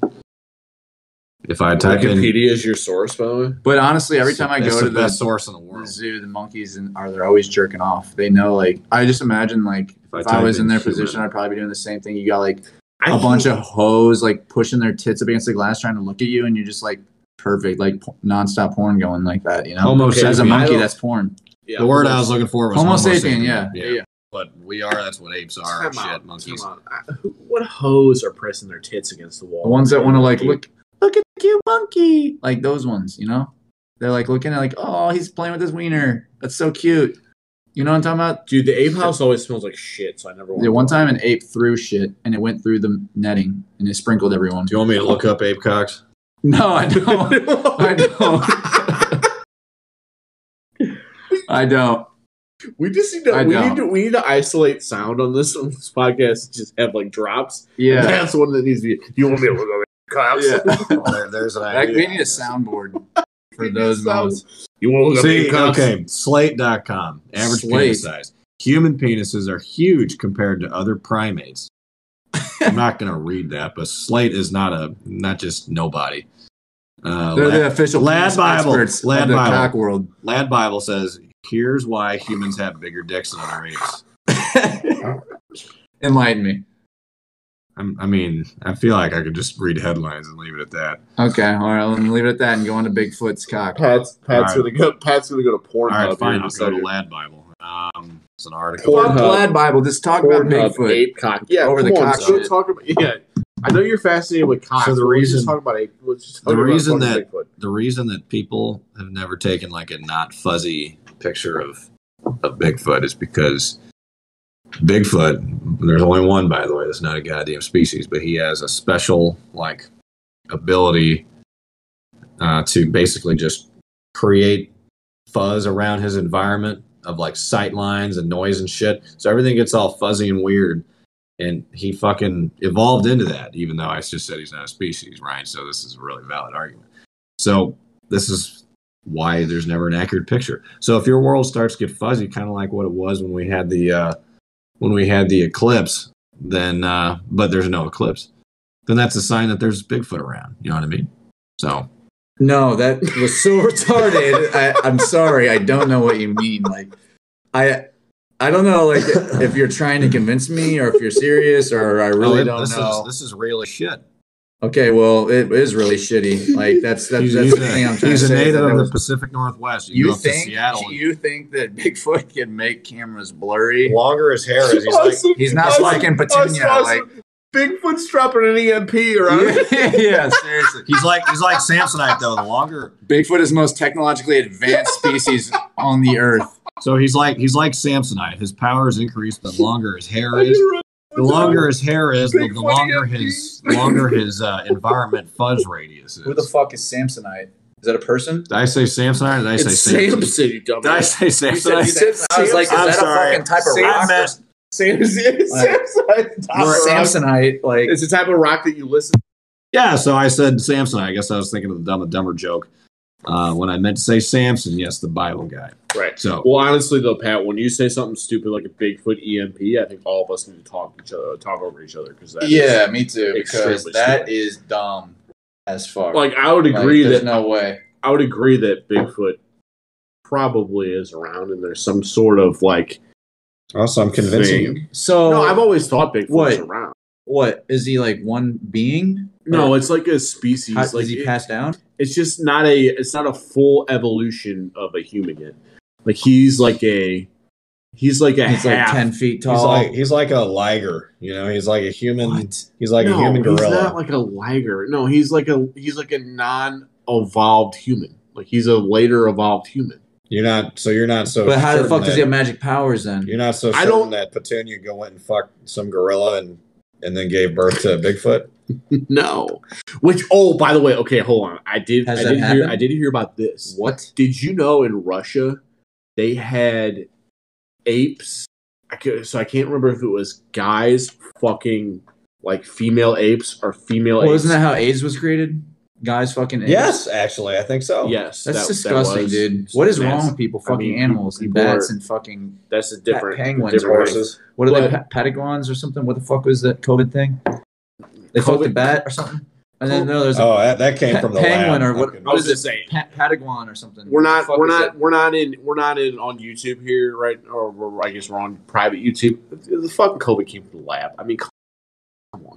B: If I type in,
A: Wikipedia is your source, by the way.
C: But honestly, every time I
B: it's
C: go
B: the
C: to
B: best
C: the,
B: source in the
C: the
B: world.
C: zoo, the monkeys and are they're always jerking off. They know like I just imagine like if
B: I
C: I,
B: type
C: was
B: in
C: in their
B: human-
C: position, I'd probably be doing the same thing. You got like
A: I
C: a
A: can't-
C: bunch of hoes like pushing their tits up against the glass, trying to look at you, and you're just like perfect, like po- nonstop porn going like that. You know,
B: Homo
A: Okay,
C: as a
B: sapien.
A: I
C: monkey,
A: don't-
C: that's porn.
A: yeah,
B: the word I was looking for was
C: Homo, sapien, yeah, yeah, yeah.
B: But we are. That's what apes are.
A: Time
B: shit,
A: out,
B: monkeys.
A: time out. I- who- What hoes are pressing their tits against the wall?
C: The ones that want to like look, look at the cute monkey, like those ones. You know, they're like looking at like, oh, he's playing with his wiener. That's so cute. You know what I'm talking about?
A: Dude, the ape house always smells like shit, so I never want [laughs]
C: Yeah, one time an ape threw shit and it went through the netting and it sprinkled everyone. [laughs]
B: Do you want me to look up ape cocks?
C: No, I don't. I don't. [laughs] I don't.
A: we just need to
C: I
A: we
C: don't.
A: need to we need to isolate sound on this on this podcast. Just have like drops.
C: Yeah.
A: That's the one that needs to be. You want me to look over cops?
C: yeah.
B: [laughs] Oh, there- there's an
C: Like, we
B: idea.
C: need a soundboard
A: [laughs] We
C: for
A: need
C: those
A: sound-
C: moments.
A: You want to look
B: See,
A: up cops?
B: okay, slate.com, average penis
C: Slate.
B: size. Human penises are huge compared to other primates. I'm not going to read that, but slate is not a not just nobody. Uh,
C: They're
B: Lad,
C: the official
B: Lad
C: penis
B: Bible.
C: experts
B: Lad
C: of the
B: Bible.
C: cock world.
B: Lad Bible says, "Here's why humans have bigger dicks than other apes."
C: Enlighten me.
B: I'm, I mean, I feel like I could just read headlines and leave it at that.
C: Okay, all right. Let me leave it at that and go on to Bigfoot's cock.
A: Pat's Pat's
B: All
A: gonna go. Pat's gonna go to
B: All right,
A: Pornhub.
B: fine.
A: here in a
B: I'll go to
A: second.
B: Lad Bible. Um, it's an article.
C: Fuck
A: Pornhub.
C: Lad Bible. Just talk about
A: Pornhub,
C: Bigfoot.
A: ape cock. Yeah,
C: Over
A: over
C: the
A: the on,
C: cock
A: let's go
C: shit.
A: talk about. Yeah, I know you're fascinated with cocks.
B: So the
A: but let's
B: reason-
A: just talk about ape. Let's just talk
B: the
A: about
B: reason
A: fucking
B: that-
A: Bigfoot.
B: the reason that people have never taken like a not fuzzy picture of of Bigfoot is because Bigfoot, there's only one by the way, that's not a goddamn species, but he has a special like ability uh, to basically just create fuzz around his environment of like sight lines and noise and shit. So everything gets all fuzzy and weird. And he fucking evolved into that, even though I just said he's not a species, right? So this is a really valid argument. So this is why there's never an accurate picture. So if your world starts to get fuzzy, kind of like what it was when we had the uh, when we had the eclipse, then uh, but there's no eclipse, then that's a sign that there's Bigfoot around. You know what I mean? So
C: No, that was so [laughs] retarded. I, I'm sorry, I don't know what you mean. Like, I, I don't know. Like, if you're trying to convince me, or if you're serious, or I really
B: Oh,
C: don't
B: this
C: know.
B: Is, this is real as shit.
C: okay, well, it is really shitty. Like, that's that's,
B: he's
C: that's
B: he's
C: the thing I'm
B: a,
C: trying
B: he's
C: to
B: a
C: say. is
B: native
C: that
B: of
C: there
B: the
C: was-
B: Pacific Northwest. You,
C: you
B: go up to
C: think
B: Seattle?
C: you think that [laughs] Bigfoot can make cameras blurry?
B: longer as hair is. He's like
C: He's not
A: Awesome.
C: like in
A: Awesome,
C: Petunia. Like,
A: awesome. Bigfoot's dropping an EMP, right?
C: [laughs] yeah, yeah, seriously.
B: he's like he's like Samsonite though. The longer
C: Bigfoot is the most technologically advanced species on the earth.
B: So he's like he's like Samsonite. His power is increased the longer
A: [laughs]
B: his hair is. The
A: longer
B: longer his hair is, the, the
A: Big
B: longer
A: funny
B: his longer his
C: [laughs]
B: uh, environment fuzz radius
C: Who the
B: is.
C: fuck is Samsonite? Is that a person?
B: Did I say Samsonite? or Did I say
A: It's
B: Samson?
A: Samson, you
B: Did I
A: dumbass.
B: say Samsonite?
C: I was like, is
B: I'm
C: that
B: sorry.
C: a fucking type of
B: Sam-
C: rock?
B: I meant-
A: Samson. Samson.
C: Samsonite, like
A: It's a type of rock that you listen.
B: yeah, so I said Samsonite. I guess I was thinking of the dumb and dumber joke uh, when I meant to say Samson. Yes, the Bible guy.
A: Right.
B: So
A: Well, honestly though, Pat, when you say something stupid like a Bigfoot EMP, I think all of us need to talk each other, talk over each other because
C: yeah, me too.
A: extremely
C: Because that
A: stupid.
C: is dumb as fuck.
A: like I would agree
C: there's
A: that
C: no way.
A: I would agree that Bigfoot probably is around, and there's some sort of like.
B: also, I'm
A: convincing you.
C: So
A: no, I've always thought Bigfoot's
C: What?
A: around.
C: what is he like one being?
A: No, it's like a species.
C: How,
A: like
C: is he
A: it-
C: passed down?
A: it's just not a it's not a full evolution of a human yet. Like he's like a he's like a
C: He's like
A: half.
C: ten feet tall.
B: he's like a liger. You know, he's like a human.
A: What?
B: He's like
A: no, he's not like a liger. No, he's like a he's like a non-evolved human. Like he's a later evolved human.
B: you're not. So you're not so.
C: but how the fuck does he have magic powers then?
B: You're not so
A: I
B: certain
A: don't-
B: that Petunia go went and fucked some gorilla and and then gave birth to Bigfoot.
A: no. Which oh, by the way, okay, hold on. I did
C: Has
A: I
C: that
A: did hear
C: happened?
A: I did hear about this.
C: What?
A: Did you know in Russia they had apes? I could, so I can't remember if it was guys fucking like female apes or female
C: Well,
A: apes.
C: isn't that how AIDS was created? Guys fucking AIDS.
B: Yes, actually, I think so.
A: yes,
C: That's
A: that- that
C: disgusting,
A: was-
C: dude. What is
A: that's-
C: wrong with people? Fucking
A: mean,
C: animals and
A: people are-
C: bats and fucking
A: That's a different
C: different penguins
A: different
C: or
A: thing.
B: Horses.
C: what are they?
A: But-
C: Pa- Patagons or something? What the fuck was that COVID thing? They fucked a
A: COVID-
C: bat or something. And then no, there's a
B: Oh, that, that came
C: Pe-
B: from the
C: penguin
B: lab.
C: or what-
B: Okay.
A: I
C: what
A: was
C: is it?
A: just saying.
C: pa- Patagon or something.
A: We're
C: What the
A: not.
C: fuck
A: We're
C: is
A: not.
C: that?
A: We're not in. We're not in on YouTube here, right? Or we're, I guess we're on private YouTube. The fucking COVID came from the lab. I mean,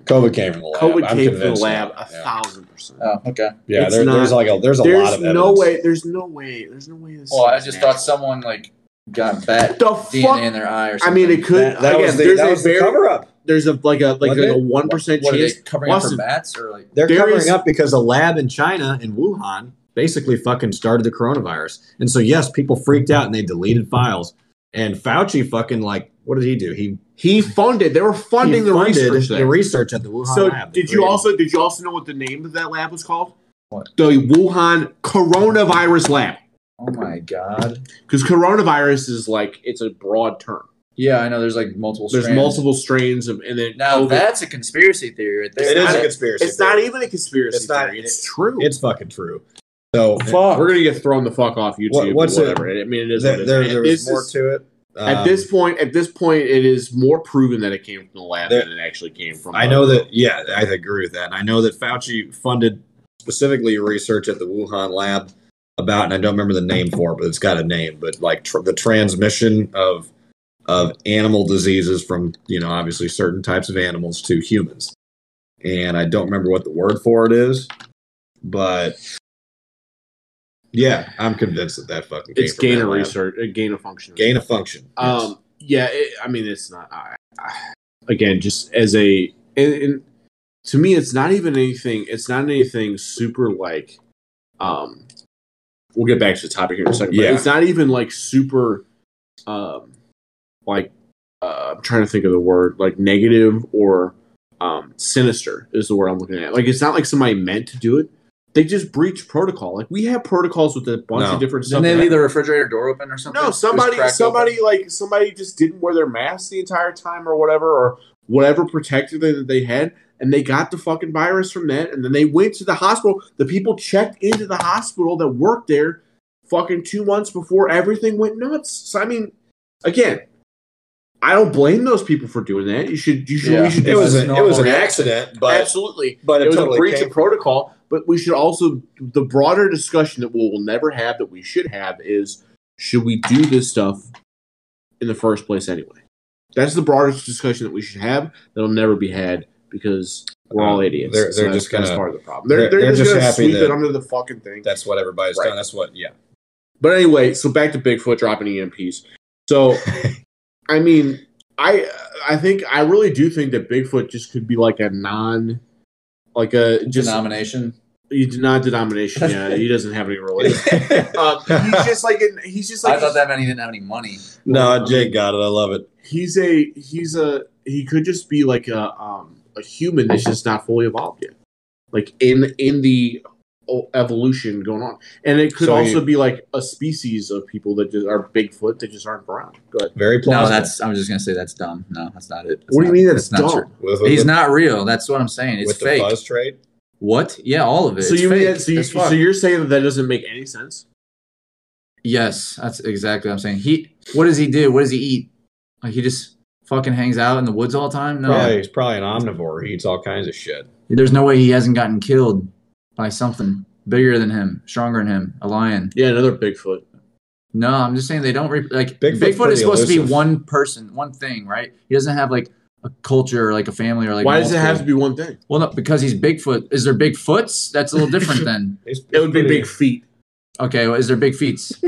B: COVID came from the lab.
A: COVID
B: I'm
A: came from the
B: convinced
A: lab
B: of
A: a
B: that. Yeah,
A: thousand percent.
C: Oh, okay.
B: yeah
A: It's
B: there,
A: not-
B: there's like a there's a lot
A: There's
B: of
A: no
B: evidence.
A: way. There's no way. There's no way. This
C: Well, I
A: is
C: just
A: natural.
C: thought someone like got bat
A: The
C: DNA
A: fuck?
C: in their eye or
A: I
C: something.
A: mean, it could.
B: That, that
A: again,
B: was the,
A: there's
B: that
A: a
B: was the
A: very-
B: cover up.
A: There's a like a like,
B: Wasn't
A: like a
B: it?
A: one percent
C: What are they
A: chance.
C: covering up for
A: Austin.
C: bats or like?
B: They're
A: There
B: covering
A: is-
B: up because a lab in China in Wuhan basically fucking started the coronavirus. And so yes, people freaked out and they deleted files. And Fauci fucking like what did he do? He
A: He funded. They were funding
B: he
A: the
B: funded
A: research.
B: the
A: there.
B: research at the Wuhan
A: So
B: lab.
A: did you also did you also know what the name of that lab was called?
C: What?
A: The Wuhan Coronavirus Lab.
C: Oh my god.
A: Because coronavirus is like it's a broad term.
C: Yeah, I know. There's like multiple.
A: There's
C: strands.
A: multiple strains of, and then
C: Now
A: COVID-
C: that's a conspiracy theory right there.
B: It is
A: not
B: a
A: a-
B: conspiracy.
A: it's not even a conspiracy
B: It's not-
A: theory. It's
B: it-
A: true.
B: It's fucking true. So
A: We're gonna get thrown the fuck off YouTube.
B: What-
A: or
B: what's it-
A: whatever. I mean, it is.
B: there,
A: what it is.
B: there,
A: At
B: there
A: this
B: was more
A: is-
B: to it.
A: at
B: Um,
A: this point, at this point, it is more proven that it came from the lab
B: there-
A: than it actually came from.
B: I
A: the-
B: know that, yeah, I agree with that. And I know that Fauci funded specifically research at the Wuhan lab about, and I don't remember the name for it, but it's got a name, but like tr- the transmission of of animal diseases from, you know, obviously certain types of animals to humans. And I don't remember what the word for it is, but yeah, I'm convinced that that fucking came
A: it's
B: from
A: gain
B: that
A: of
B: lab.
A: research, uh, gain of function.
B: Gain of function. yes.
A: Um, yeah, it, I mean, it's not. I, I, again, just as a, and, and to me, it's not even anything. It's not anything super like. Um, we'll get back to the topic here in a second.
B: Yeah.
A: but it's not even like super. Um, like uh, I'm trying to think of the word like negative or um sinister is the word I'm looking at. Like it's not like somebody meant to do it. They just breached protocol. Like we have protocols with a bunch
B: No.
A: of different
C: Didn't
A: stuff.
C: they
A: that
C: leave the refrigerator door open or something? It
A: no,
C: was
A: somebody,
C: cracked
A: somebody like somebody just didn't wear their mask the entire time or whatever, or whatever protective that they had, and they got the fucking virus from that, and then they went to the hospital. The people checked into the hospital that worked there, fucking two months before everything went nuts. So I mean, again, I don't blame those people for doing that. You should, you should,
C: Yeah.
A: we should
B: it
A: do
B: was
C: that's
B: a, it was an
C: normal.
B: accident, but
A: absolutely
B: but
A: it, was
B: totally
A: a breach
B: came
A: of protocol. But we should also the broader discussion that we'll, we'll never have that we should have is should we do this stuff in the first place anyway? That's the broader discussion that we should have that'll never be had because we're all
B: Um,
A: idiots.
B: they're- they're
A: that's-
B: just gonna-
A: that's part of the problem. They're, they're,
B: they're
A: just,
B: just
A: gonna
B: happy
A: sweep
B: that-
A: it under the fucking thing.
B: That's what everybody's
A: Right.
B: done. That's what, yeah.
A: But anyway, so back to Bigfoot dropping EMPs. So, I mean, I I think I really do think that Bigfoot just could be like a non, like a
C: open.
A: just
C: denomination.
A: He's not denomination. Yeah, he doesn't have any relation.
B: [laughs]
A: Um, he's just like an, he's just like
C: I thought that meant he didn't have any money.
B: no, Jake got it. I love it.
A: he's a he's a he could just be like a um a human that's just not fully evolved yet, like in in the o- evolution going on, and it could
B: So
A: also
B: he-
A: be like a species of people that just are Bigfoot that just aren't around. Go ahead.
B: Very
C: No,
B: plausible.
C: that's. I'm just gonna say that's dumb. No, that's not it. That's
A: What do you
C: not-
A: mean that's
C: not
A: dumb?
B: with,
C: true. He's not real. That's what I'm saying. It's
B: with
C: fake.
B: the buzz trade.
C: What? Yeah, all of it.
A: So
C: It's
A: you
C: fake
A: mean so, you,
C: as fuck.
A: so you're saying that that doesn't make any sense?
C: Yes, that's exactly what I'm saying. He. What does he do? What does he eat? Like he just fucking hangs out in the woods all the time. No,
B: Probably, he's probably an omnivore. He eats all kinds of shit.
C: there's no way he hasn't gotten killed by something bigger than him, stronger than him, a lion.
A: Yeah, another Bigfoot.
C: No, I'm just saying they don't re- like
B: Bigfoot's
C: Bigfoot is
B: pretty
C: supposed to be
B: elusive.
C: one person, one thing, right? He doesn't have like a culture or like a family or like.
A: Why does it have to
C: multiple-
A: be one thing?
C: Well, no, because he's Bigfoot. Is there big foots? That's a little
A: [laughs]
C: different then.
B: He's,
A: It would be
B: pretty-
A: big feet.
C: Okay, well, is there big feats?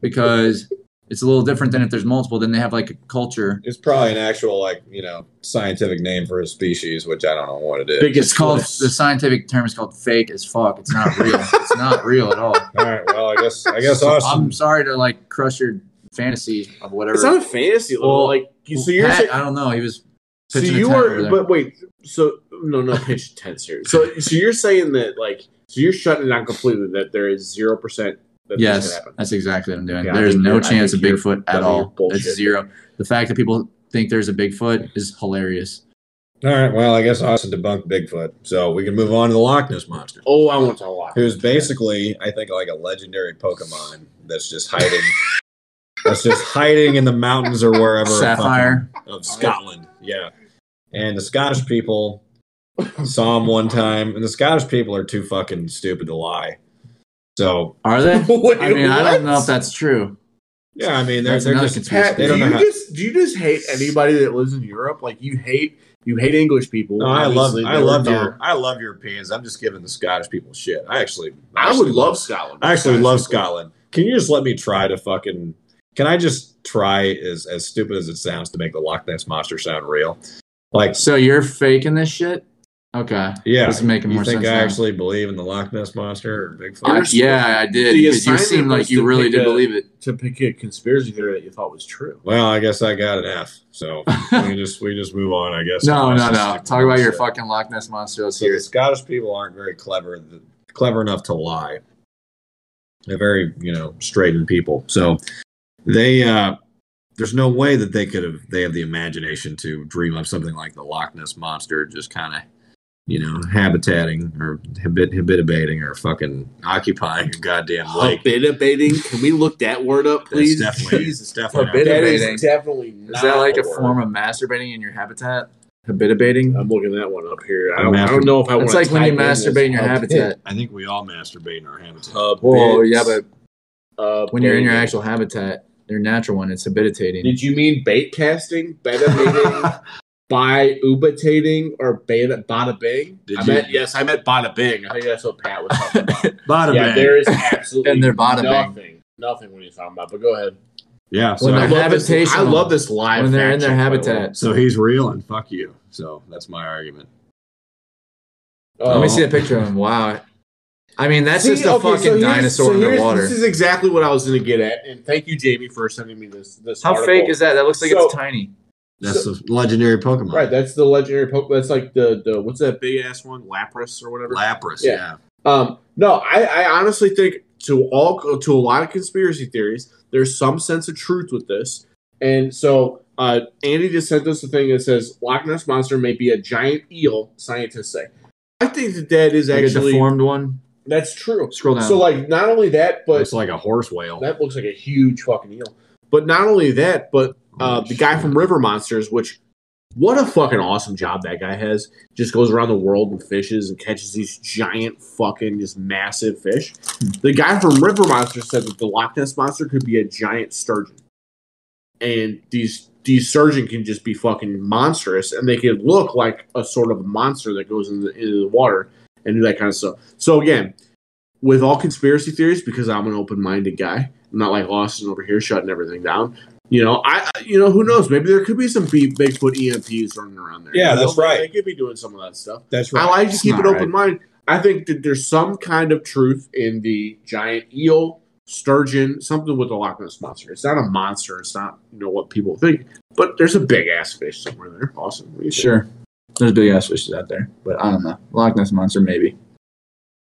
C: Because it's a little different than if there's multiple. Then they have like a culture.
B: It's probably an actual like you know scientific name for his species, which I don't know what it is.
A: Biggest
C: It's called
A: foots.
C: the scientific term is called fake as fuck. It's not real. it's not real at all.
B: all right. Well, I guess I
C: [laughs]
B: guess
C: I'm
B: Austin.
C: sorry to like crush your fantasy of whatever.
A: It's not a fantasy.
C: Well,
A: Well, like you, so you're
C: Pat,
A: saying,
C: I don't know. He was
A: So
C: Pitching a
A: you
C: tent
A: are,
C: over there.
A: but wait. So no, no pitch ten series. So so you're saying that like so you're shutting it down completely that there is zero percent that this could
C: yes,
A: happen.
C: that's exactly what I'm doing.
A: Yeah, I
C: there's
A: think
C: no
A: you're- I
C: chance of
A: think you're-
C: Bigfoot
A: I think
C: at
A: you're
C: all.
A: bullshit.
C: It's zero. The fact that people think there's a Bigfoot is hilarious.
B: All right. Well, I guess Austin debunked Bigfoot, so we can move on to the Loch Ness monster,
A: Oh, I want to lie.
B: who's basically, I think, like a legendary Pokemon that's just hiding.
C: [laughs]
B: that's just hiding in the mountains or wherever. of fucking-
C: Sapphire.
B: of Scotland. Yeah. And the Scottish
A: [laughs]
B: people saw him one time, and the Scottish people are too fucking stupid to lie. So
A: [laughs]
C: Are they?
A: Wait,
C: I mean, I don't know if
A: what?
C: that's true.
B: yeah, I mean they're
C: That's
B: they're
C: another
B: just
C: conspiracy.
A: Pat,
B: They
A: do
B: don't know
A: you
B: how-
A: just do you just hate anybody that lives in Europe? Like you hate you hate English people.
B: No, I love
A: Obviously,
B: I
A: they
B: love
A: were
B: your
A: dumb.
B: I love Europeans. I'm just giving the Scottish people shit. I actually
A: I would
B: actually
A: love Scotland.
B: I actually
A: Scottish
B: love
A: people.
B: Scotland. Can you just let me try to fucking can I just try as as stupid as it sounds to make the Loch Ness monster sound real? Like
C: So you're faking this shit? Okay.
B: yeah,
C: This is making
B: you
C: more
B: think
C: sense
B: I
C: now.
B: actually believe in the Loch Ness monster or Bigfoot?
C: I,
A: You're-
C: yeah, I did.
A: The
C: Because you
A: assignment
C: seemed
A: was
C: like
A: to
C: you really
A: pick
C: did
A: a-
C: believe it. [laughs]
A: To pick a conspiracy theory that you thought was true.
B: Well, I guess I got an F.
C: [laughs]
B: So we just we just move on, I guess.
C: no,
B: Unless
C: no,
B: it's
C: no.
B: stick
C: Talk
B: with
C: about your
B: shit.
C: fucking Loch Ness monster. Let's
B: So
C: hear
B: the
C: it.
B: Scottish people aren't very clever clever enough to lie. They're very, you know, straightened people. So they uh there's no way that they could have they have the imagination to dream up something like the Loch Ness monster just kind of you know, habitating or habit habitating or fucking occupying a goddamn
C: Oh,
B: lake.
A: Habitating. Can we look that word up,
B: That's
A: please?
B: definitely,
A: [laughs] Jesus.
B: that's definitely
C: Habit-
A: That
C: [laughs] Habitating.
A: is definitely not
C: Is that like a
A: word.
C: form of masturbating in your habitat? Habitating?
A: I'm looking that one up here. I
B: I'm
A: don't, I
B: masturb-
A: don't know if I want.
C: It's like when you masturbate in your habitat.
B: I think we all masturbate in our habitat.
C: Well, yeah, but
A: uh,
C: when you're in your
A: baiting.
C: actual habitat, your natural one, it's habitating.
A: Did you mean bait casting,
C: [laughs]
A: beta baiting, by ubitating, or beta bada bing?
B: Did
A: I
B: you-
A: meant yes, I meant bada bing. I think that's what Pat was talking about.
B: Bada
A: yeah,
B: bang.
A: there is absolutely
C: And they're bada bing.
A: nothing, nothing when you're talking about. But go ahead.
B: yeah. So
C: When
B: I-
C: they're
A: love this-
C: habitational.
A: I love this live
C: When they're
A: fact
C: in their
A: check, by the way.
C: habitat.
B: So he's real and fuck you. So that's my argument.
A: Oh.
C: Let me
B: Oh.
C: see a picture of him. Wow. I mean, that's
A: See,
C: just a
A: okay, so
C: fucking
A: here's-
C: dinosaur
A: so here's-
C: underwater.
A: This is exactly what I was going to get at, and thank you, Jamie, for sending me this. This
C: How
A: article.
C: fake is that? That looks like
A: So-
C: it's tiny.
B: That's the legendary Pokemon.
A: Right, that's the legendary Pokemon. That's like the, the what's that big ass one, Lapras or whatever.
B: Lapras.
A: Yeah. Um, no, I, I honestly think to all to a lot of conspiracy theories, there's some sense of truth with this. And so uh, Andy just sent us a thing that says Loch Ness monster may be a giant eel. Scientists say. I think that that is
C: Like a
A: actually
C: deformed one.
A: that's true.
C: Scroll down.
A: So like not only that, but
B: Looks like a horse whale.
A: that looks like a huge fucking eel. But not only that, but uh, the guy from River Monsters, which what a fucking awesome job that guy has. Just goes around the world and fishes and catches these giant fucking just massive fish. The guy from River Monsters said that the Loch Ness monster could be a giant sturgeon, and these these sturgeon can just be fucking monstrous, and they can look like a sort of monster that goes in the, into the water and do that kind of stuff. So again, with all conspiracy theories, because I'm an open minded guy, I'm not like Austin over here shutting everything down. You know, I I- you know who knows? Maybe there could be some big Bigfoot EMPs running around there.
B: Yeah,
A: You know,
B: that's
A: they-
B: right.
A: They could be doing some of that stuff.
B: That's
A: I like to keep
C: not
A: an open mind. I think that there's some kind of truth in the giant eel, sturgeon, something with the Loch Ness monster. It's not a monster. It's not you know what people think, but there's a big ass fish somewhere there. Awesome. What do you think?
C: Sure. There's big ass fishes out there, but I don't know. Loch Ness Monster, maybe.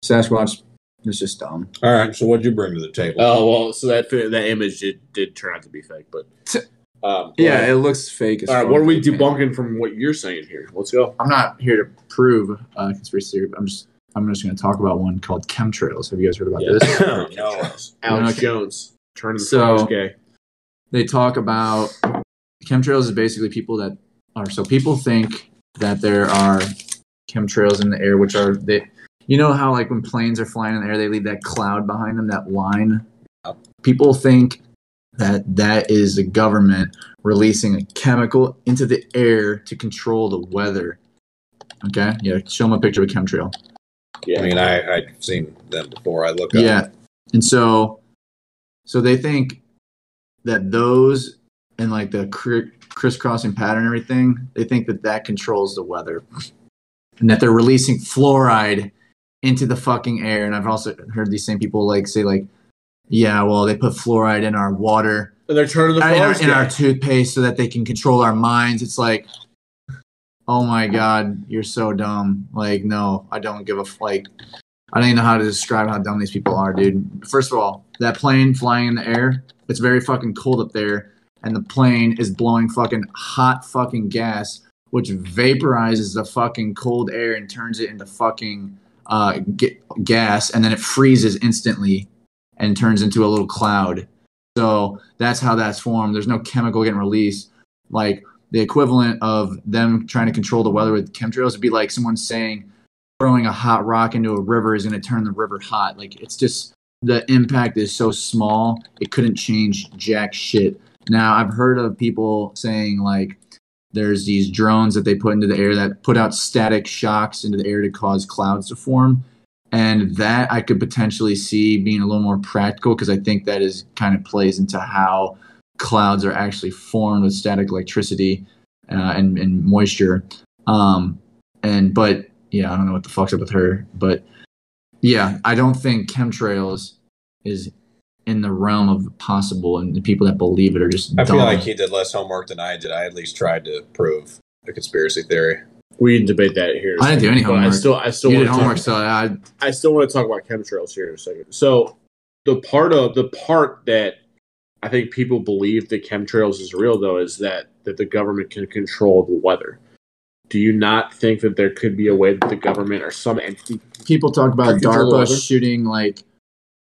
C: Sasquatch, it's just dumb.
B: All right. So what'd you bring to the table?
A: Oh well, so that fi- that image did, did turn out to be fake, but
C: T-
A: um,
C: Yeah, it looks fake as
A: All right,
C: fuck.
A: what are we debunking from what you're saying here? Let's go.
C: I'm not here to prove uh, conspiracy theory. but I'm just I'm just going to talk about one called chemtrails. Have you guys heard about this?
A: [laughs] Alex
C: Okay.
A: Jones turning the
C: So-
A: so, gay.
C: They talk about chemtrails is basically people that are so people think that there are chemtrails in the air, which are they. You know how like when planes are flying in the air, they leave that cloud behind them, that line. People think that that is the government releasing a chemical into the air to control the weather. Okay, yeah. Show them a picture of a chemtrail.
B: I mean, I I've seen them before. I look up.
C: Yeah. And so so they think that those and like the cr- crisscrossing pattern and everything, they think that that controls the weather and that they're releasing fluoride into the fucking air. And I've also heard these same people like say like, yeah, well, they put fluoride in our water,
A: And they're turning the
C: in our,
A: forest
C: in our
A: gay.
C: toothpaste so that they can control our minds. It's like, oh my god, you're so dumb. Like, no, I don't give a f- like. I don't even know how to describe how dumb these people are, dude. First of all, that plane flying in the air, it's very fucking cold up there, and the plane is blowing fucking hot fucking gas, which vaporizes the fucking cold air and turns it into fucking uh, ga- gas, and then it freezes instantly and turns into a little cloud. So that's how that's formed. There's no chemical getting released. Like the equivalent of them trying to control the weather with chemtrails would be like someone saying throwing a hot rock into a river is going to turn the river hot. Like it's just the impact is so small, it couldn't change jack shit. Now I've heard of people saying like there's these drones that they put into the air that put out static shocks into the air to cause clouds to form. And that I could potentially see being a little more practical because I think that is kind of plays into how clouds are actually formed with static electricity uh, and, and moisture. Um, and but yeah, I don't know what the fuck's up with her, but yeah, I don't think chemtrails is in the realm of possible, and the people that believe it are just.
B: I feel
C: dumb.
B: like he did less homework than I did. I at least tried to prove a conspiracy theory.
A: We can debate that here.
C: I didn't do any
A: But I
C: homework.
A: still, I still
C: you
A: want
C: did
A: to
C: homework,
A: talk,
C: so I,
A: I still want to talk about chemtrails here in a second. So, the part of the part that I think people believe that chemtrails is real though is that that the government can control the weather. Do you not think that there could be a way that the government or some entity?
C: people talk about
A: Control the
C: DARPA
A: weather.
C: shooting like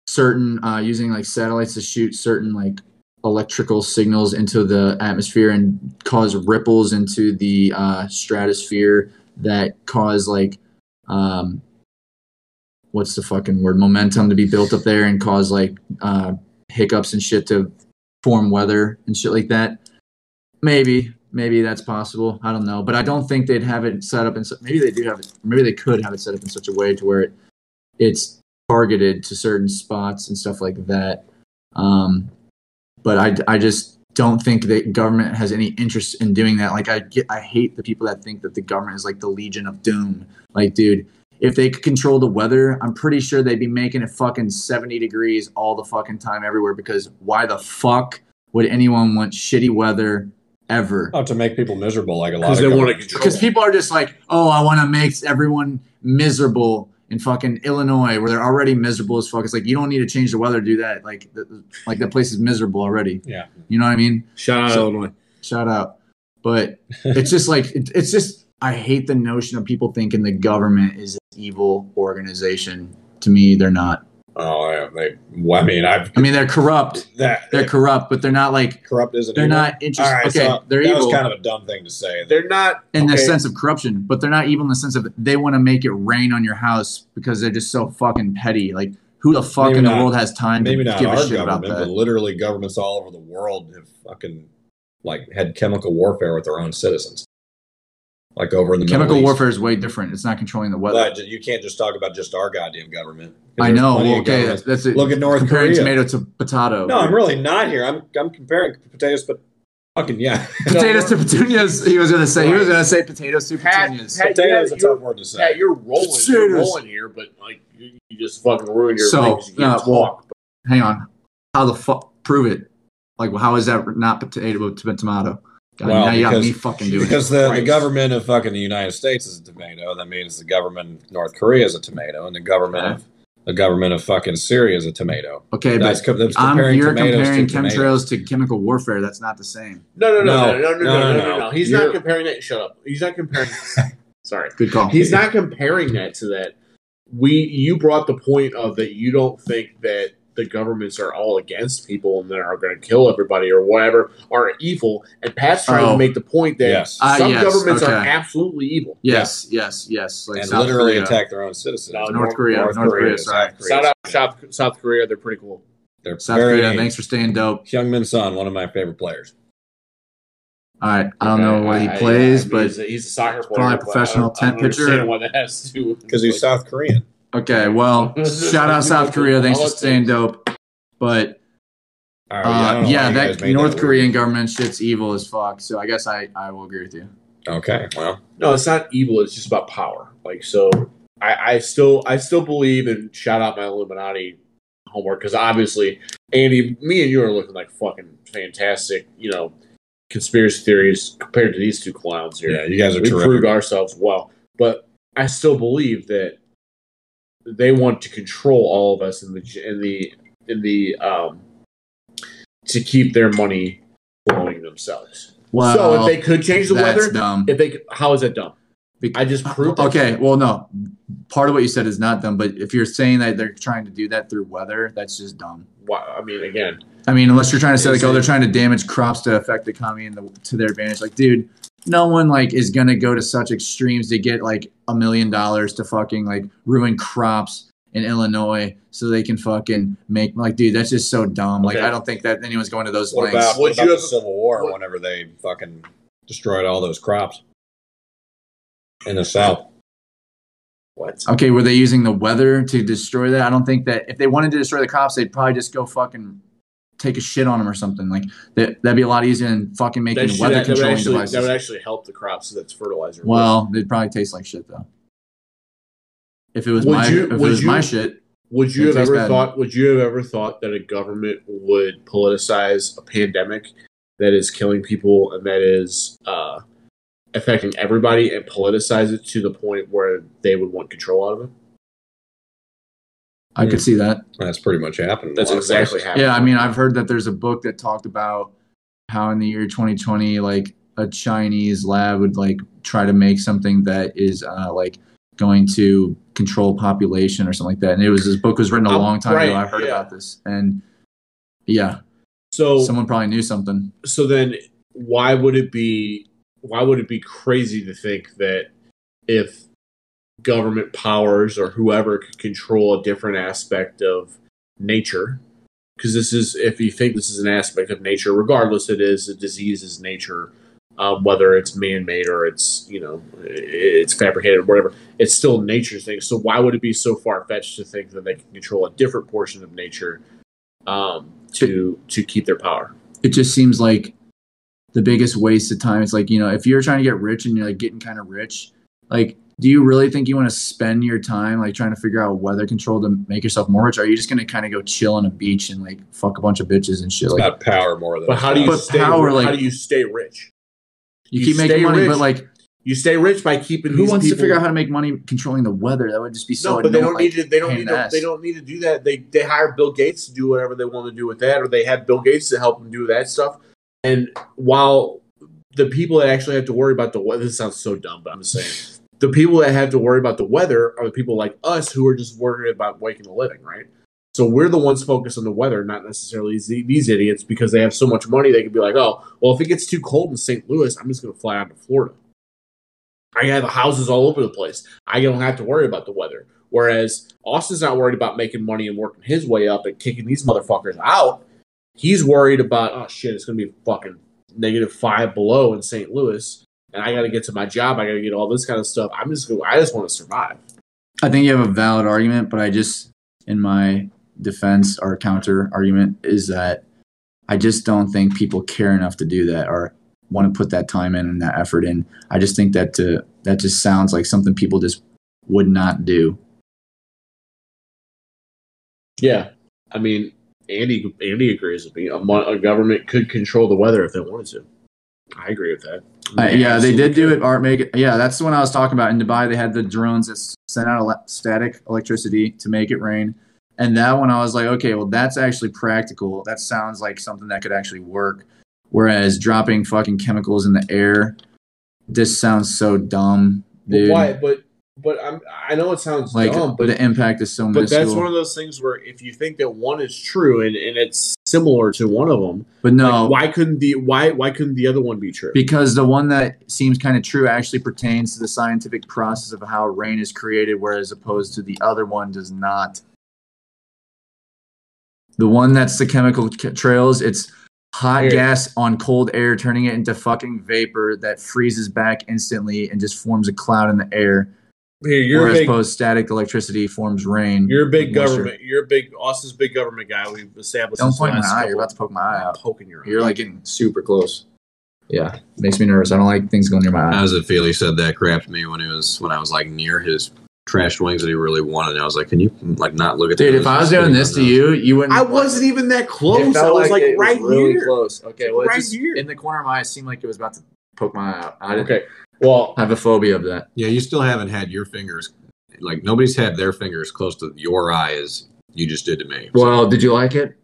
C: certain uh, using like satellites to shoot certain like electrical signals into the atmosphere and cause ripples into the uh, stratosphere that cause like um, what's the fucking word momentum to be built up there and cause like uh, hiccups and shit to form weather and shit like that. Maybe, maybe that's possible. I don't know, but I don't think they'd have it set up in. su- Maybe they do have it. Maybe they could have it set up in such a way to where it it's targeted to certain spots and stuff like that. Um, but I, I just don't think that government has any interest in doing that. Like I get, I hate the people that think that the government is like the Legion of Doom. Like, dude. If they could control the weather, I'm pretty sure they'd be making it fucking 70 degrees all the fucking time everywhere because why the fuck would anyone want shitty weather ever?
B: Oh, to make people miserable, like a lot.
A: Because
B: of
A: they want to
B: government-
A: control.
C: because people are just like, oh, I want to make everyone miserable in fucking Illinois where they're already miserable as fuck. It's like you don't need to change the weather to do that. Like, th- like that place is miserable already.
B: Yeah.
C: You know what I mean?
A: Shout out
C: So-
A: Illinois.
C: Shout out.
B: [laughs]
C: But it's just like it, it's just I hate the notion of people thinking the government is an evil organization. To me, they're not.
B: Oh, yeah, they, well, I mean, I've
C: I mean, they're corrupt.
B: that
C: They're corrupt, but they're not like
B: corrupt isn't.
C: they're
B: evil?
C: not
B: All
C: interested.
B: right,
C: okay,
B: so
C: they're
B: that
C: evil.
B: was kind of a dumb thing to say.
A: They're not
C: in the
A: okay,
C: sense of corruption, but they're not evil in the sense of they want to make it rain on your house because they're just so fucking petty. Like, who the fuck
B: Maybe
C: in the
B: not-
C: world has time to
B: Maybe not
C: give
B: our
C: a shit
B: government,
C: about
B: but
C: that?
B: literally governments all over the world have fucking like had chemical warfare with their own citizens. Like over in the
C: Chemical
B: Middle East.
C: warfare is way different. It's not controlling the weather.
B: But you can't just talk about just our goddamn government.
C: I
B: There's
C: know.
B: plenty
C: Well,
B: of
C: okay,
B: governments.
C: that's, that's it.
B: Look at North
C: comparing
B: Korea.
C: tomato to potato.
B: No, I'm really not here. I'm I'm comparing potatoes, but fucking yeah,
C: potatoes to petunias. He was gonna say. He was gonna say potatoes to
A: Pat-
C: petunias.
A: Pat-
B: [laughs] potato is a
A: you're-
B: tough word to
A: yeah,
B: say.
A: you're rolling,
C: Serious.
A: you're rolling here, but like you, you just fucking ruined your.
C: So,
A: thing 'cause you can't
C: uh, well-
A: talk.
C: Hang on. How the fuck prove it? Like, how is that not potato to tomato? God,
B: Well,
C: now you got
B: because-
C: me
B: [laughs]
C: fucking doing it.
B: Because the, the
A: Christ.
B: government of fucking the United States is a tomato, that means the government of North Korea is a tomato, and the government of the government of fucking Syria is a tomato.
C: Okay,
B: That's,
C: but
B: co- that's
C: I'm,
B: comparing
C: you're
B: tomatoes
C: comparing
B: to tomatoes.
C: chemtrails to chemical warfare. That's not the same.
A: No, no, no, no, no, no, no, no, no,
B: no,
A: no,
B: no.
A: He's
C: You're-
A: not comparing that. Shut up. He's not [laughs] comparing. sorry.
C: Good call.
A: He's [laughs] not comparing that to that. We you brought the point of that you don't think that the governments are all against people and that are going to kill everybody or whatever are evil. And Pat's trying
C: Oh.
A: to make the point that
B: Yes.
C: Ah,
A: some
C: yes,
A: governments are
C: okay.
A: absolutely evil.
C: Yes, yes, yes. Like
B: and
C: South
B: literally
C: Korea.
B: attack their own citizens.
A: No,
C: North Korea, North Korea, sorry.
B: South
A: Shout out South, South Korea. They're pretty cool.
B: They're
C: South
B: very
C: Korea. Thanks for staying dope.
B: Hyungmin Son, one of my favorite players.
C: All right, I don't know what he
A: I- I-
C: plays,
A: I mean,
C: but
A: he's a, he's a soccer player.
C: probably a
A: but I
C: professional
A: don't- I don't
C: tent pitcher.
A: understand Why that has to do
B: Because he's South Korean.
C: okay. Well, shout out South Korea. Thanks for staying dope. But
B: All right, I don't
C: uh,
B: know why
C: yeah,
B: you guys
C: that
B: made
C: North
B: that
C: Korean government shit's evil as fuck. So I guess I I will agree with you.
B: word. Okay, well,
A: no, it's not evil. It's just about power. Like so, I, I still I still believe and shout out my Illuminati homework because obviously, Andy, me and you are looking like fucking fantastic. You know, conspiracy theories compared to these two clowns here.
B: Yeah, you guys are
A: we
B: terrific.
A: proved ourselves well, but I still believe that they want to control all of us in the in the in the um to keep their money flowing themselves.
C: Wow.
A: so if they could change the
C: that's
A: weather,
C: dumb.
A: if they could, how is that dumb?
C: Bec-
A: I just proved that.
C: Uh, okay, well, no. Part of what you said is not dumb, but if you're saying that they're trying to do that through weather, that's just dumb.
A: Wow, I mean, again,
C: I mean, unless you're trying to say like,
A: Is
C: oh,
A: it-
C: they're trying to damage crops to affect the economy and the, to their advantage. Like, dude, no one like is gonna go to such extremes to get like a million dollars to fucking like ruin crops in Illinois so they can fucking make like, dude, that's just so dumb. Like,
A: Okay.
C: I don't think that anyone's going to those
B: What
C: lengths.
B: about,
A: Would
B: what about
A: you
B: the
A: have-
B: Civil War
A: what-
B: whenever they fucking destroyed all those crops in the South?
A: what?
C: Okay, were they using the weather to destroy that? I don't think that if they wanted to destroy the crops, they'd probably just go fucking take a shit on them or something. Like that, that'd be a lot easier than fucking
A: That,
C: making
A: should,
C: weather
A: that, would
C: controlling
A: actually, that
C: devices.
A: would actually help the crops that's fertilizer.
C: well, they'd probably taste like shit though. If it was
A: Would
C: my,
A: you-
C: if it
A: would
C: was my
A: you-
C: shit,
A: Would
C: It
A: you have
C: tastes
A: ever
C: bad.
A: thought? Would you have ever thought that a government would politicize a pandemic that is killing people and that is uh, affecting everybody and politicize it to the point where they would want control out of it?
C: I
A: Hmm.
C: could see that.
B: That's pretty much happened.
A: That's
B: A lot of
A: exactly
B: places.
A: happening.
C: Yeah, I mean, I've heard that there's a book that talked about how in the year 2020, like a Chinese lab would like try to make something that is uh, like going to control population or something like that. And it was this book was written a
A: Um,
C: long time
A: right,
C: ago. I heard
A: yeah.
C: about this, and yeah,
A: so
C: someone probably knew something.
A: so then why would it be why would it be crazy to think that if government powers or whoever could control a different aspect of nature because this is if you think this is an aspect of nature regardless it is a disease is nature um, whether it's man-made or it's you know i- i- it's fabricated or whatever it's still nature's thing so why would it be so far-fetched to think that they can control a different portion of nature um, to to keep their power
C: It just seems like the biggest waste of time. It's like you know, if you're trying to get rich and you're like getting kind of rich, like. Do you really think you want to spend your time like trying to figure out weather control to make yourself more rich? Or are you just gonna kind of go chill on a beach and like fuck a bunch of bitches and shit?
B: It's
C: Like
B: about power more than.
A: But how do you
C: But
A: stay?
C: power,
A: how
C: like-
A: do you stay rich?
C: you,
A: you
C: keep making
A: stay
C: money,
A: rich.
C: but like
A: You stay rich by keeping.
C: Who
A: these
C: wants
A: people-
C: to figure out how to make money controlling the weather? That would just be so.
A: No, but they
C: annoying,
A: don't
C: like,
A: need to. They don't
C: pain
A: need
C: in the
A: to.
C: ass.
A: They don't need to do that. They they hire Bill Gates to do whatever they want to do with that, or they have Bill Gates to help them do that stuff. And while the people that actually have to worry about the weather, this sounds so dumb, but I'm just saying the people that have to worry about the weather are the people like us who are just worried about making a living, right? So we're the ones focused on the weather, not necessarily these, these idiots, because they have so much money they could be like, oh, well, if it gets too cold in St. Louis, I'm just going to fly out to Florida. I have houses all over the place. I don't have to worry about the weather. Whereas Austin's not worried about making money and working his way up and kicking these motherfuckers out. He's worried about oh shit, it's gonna be fucking negative five below in St. Louis, and I gotta get to my job. I gotta get all this kind of stuff. I'm just gonna, I just want to survive.
C: I think you have a valid argument, but I just, in my defense or counter argument, is that I just don't think people care enough to do that or want to put that time in and that effort in. I just think that to, that just sounds like something people just would not do.
A: Yeah, I mean, Andy Andy agrees with me. A, mon- a government could control the weather if they wanted to. I agree with that.
C: Uh, yeah, they did do
A: absolutely.
C: it. Art make it. Yeah, that's the one I was talking about in Dubai. They had the drones that s- sent out ele- static electricity to make it rain, and that one I was like, okay, well that's actually practical. That sounds like something that could actually work. Whereas dropping fucking chemicals in the air, this sounds so dumb,
A: But
C: dude.
A: why? But but I'm, I know it sounds
C: Like
A: dumb, but
C: the impact is so
A: But
C: minuscule.
A: that's one of those things where if you think that one is true and, and it's similar to one of them,
C: but no,
A: why couldn't the why why couldn't the other one be true?
C: because the one that seems kind of true actually pertains to the scientific process of how rain is created whereas opposed to the other one does not the one that's the chemical c- trails it's hot
A: Air.
C: gas on cold air turning it into fucking vapor that freezes back instantly and just forms a cloud in the air
A: Here, you're a
C: whereas
A: big
C: opposed static electricity forms rain
A: you're a big
C: moisture.
A: government. You're a big Austin's big government guy. We've established.
C: don't
A: this
C: point in my
A: last
C: eye you're
A: couple-
C: about to poke my eye
A: I'm
C: out
A: poking your eye.
C: you're like getting super close yeah makes me nervous i don't like things going near my eye
B: As a feel, he said that crap to me when he was when I was like near his trashed wings that he really wanted. And I was like, can you like not look at
C: Dude,
B: the
C: if I was doing this to you, you wouldn't.
A: I wasn't even that
C: It
A: close.
C: felt
A: I was like,
C: it
A: right
C: really
A: here.
C: close. Okay, well, it
A: Right
C: just,
A: here.
C: in the corner of my eye, it seemed like it was about to poke my eye out. I didn't
A: Okay. Well,
C: have a phobia of that.
B: Yeah, you still haven't had your fingers like nobody's had their fingers close to your eye as you just did to me.
C: Well, did you like it?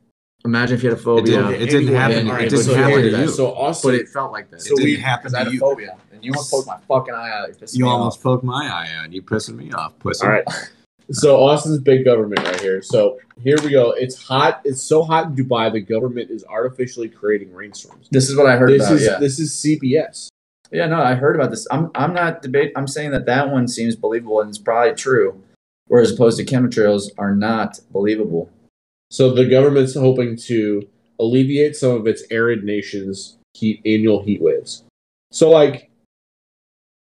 C: Imagine if you had a
B: it
C: phobia,
B: didn't, it didn't
A: Anyway,
B: happen.
C: all right,
B: it
C: but
B: didn't
C: so
B: happen to
C: here's
B: you.
C: that.
A: So also,
C: but it felt like that.
B: it
A: so
B: didn't
A: we-
B: happen
C: Because I had
B: to
C: a
B: you.
C: phobia, and you almost poked my fucking eye out. It pissed
B: You
C: me
B: almost poked my eye out. You pissing me off, pussy.
A: all right. So Austin's big government right here. So here we go. It's hot. It's so hot in Dubai. The government is artificially creating rainstorms.
C: Off. This is what I heard
A: This
C: about.
A: is
C: yeah.
A: this is CBS.
C: yeah, no, I heard about this. I'm, I'm not debate. I'm saying that that one seems believable, and it's probably true. Whereas opposed to chemtrails are not believable.
A: So the government's hoping to alleviate some of its arid nations' heat annual heat waves. So like,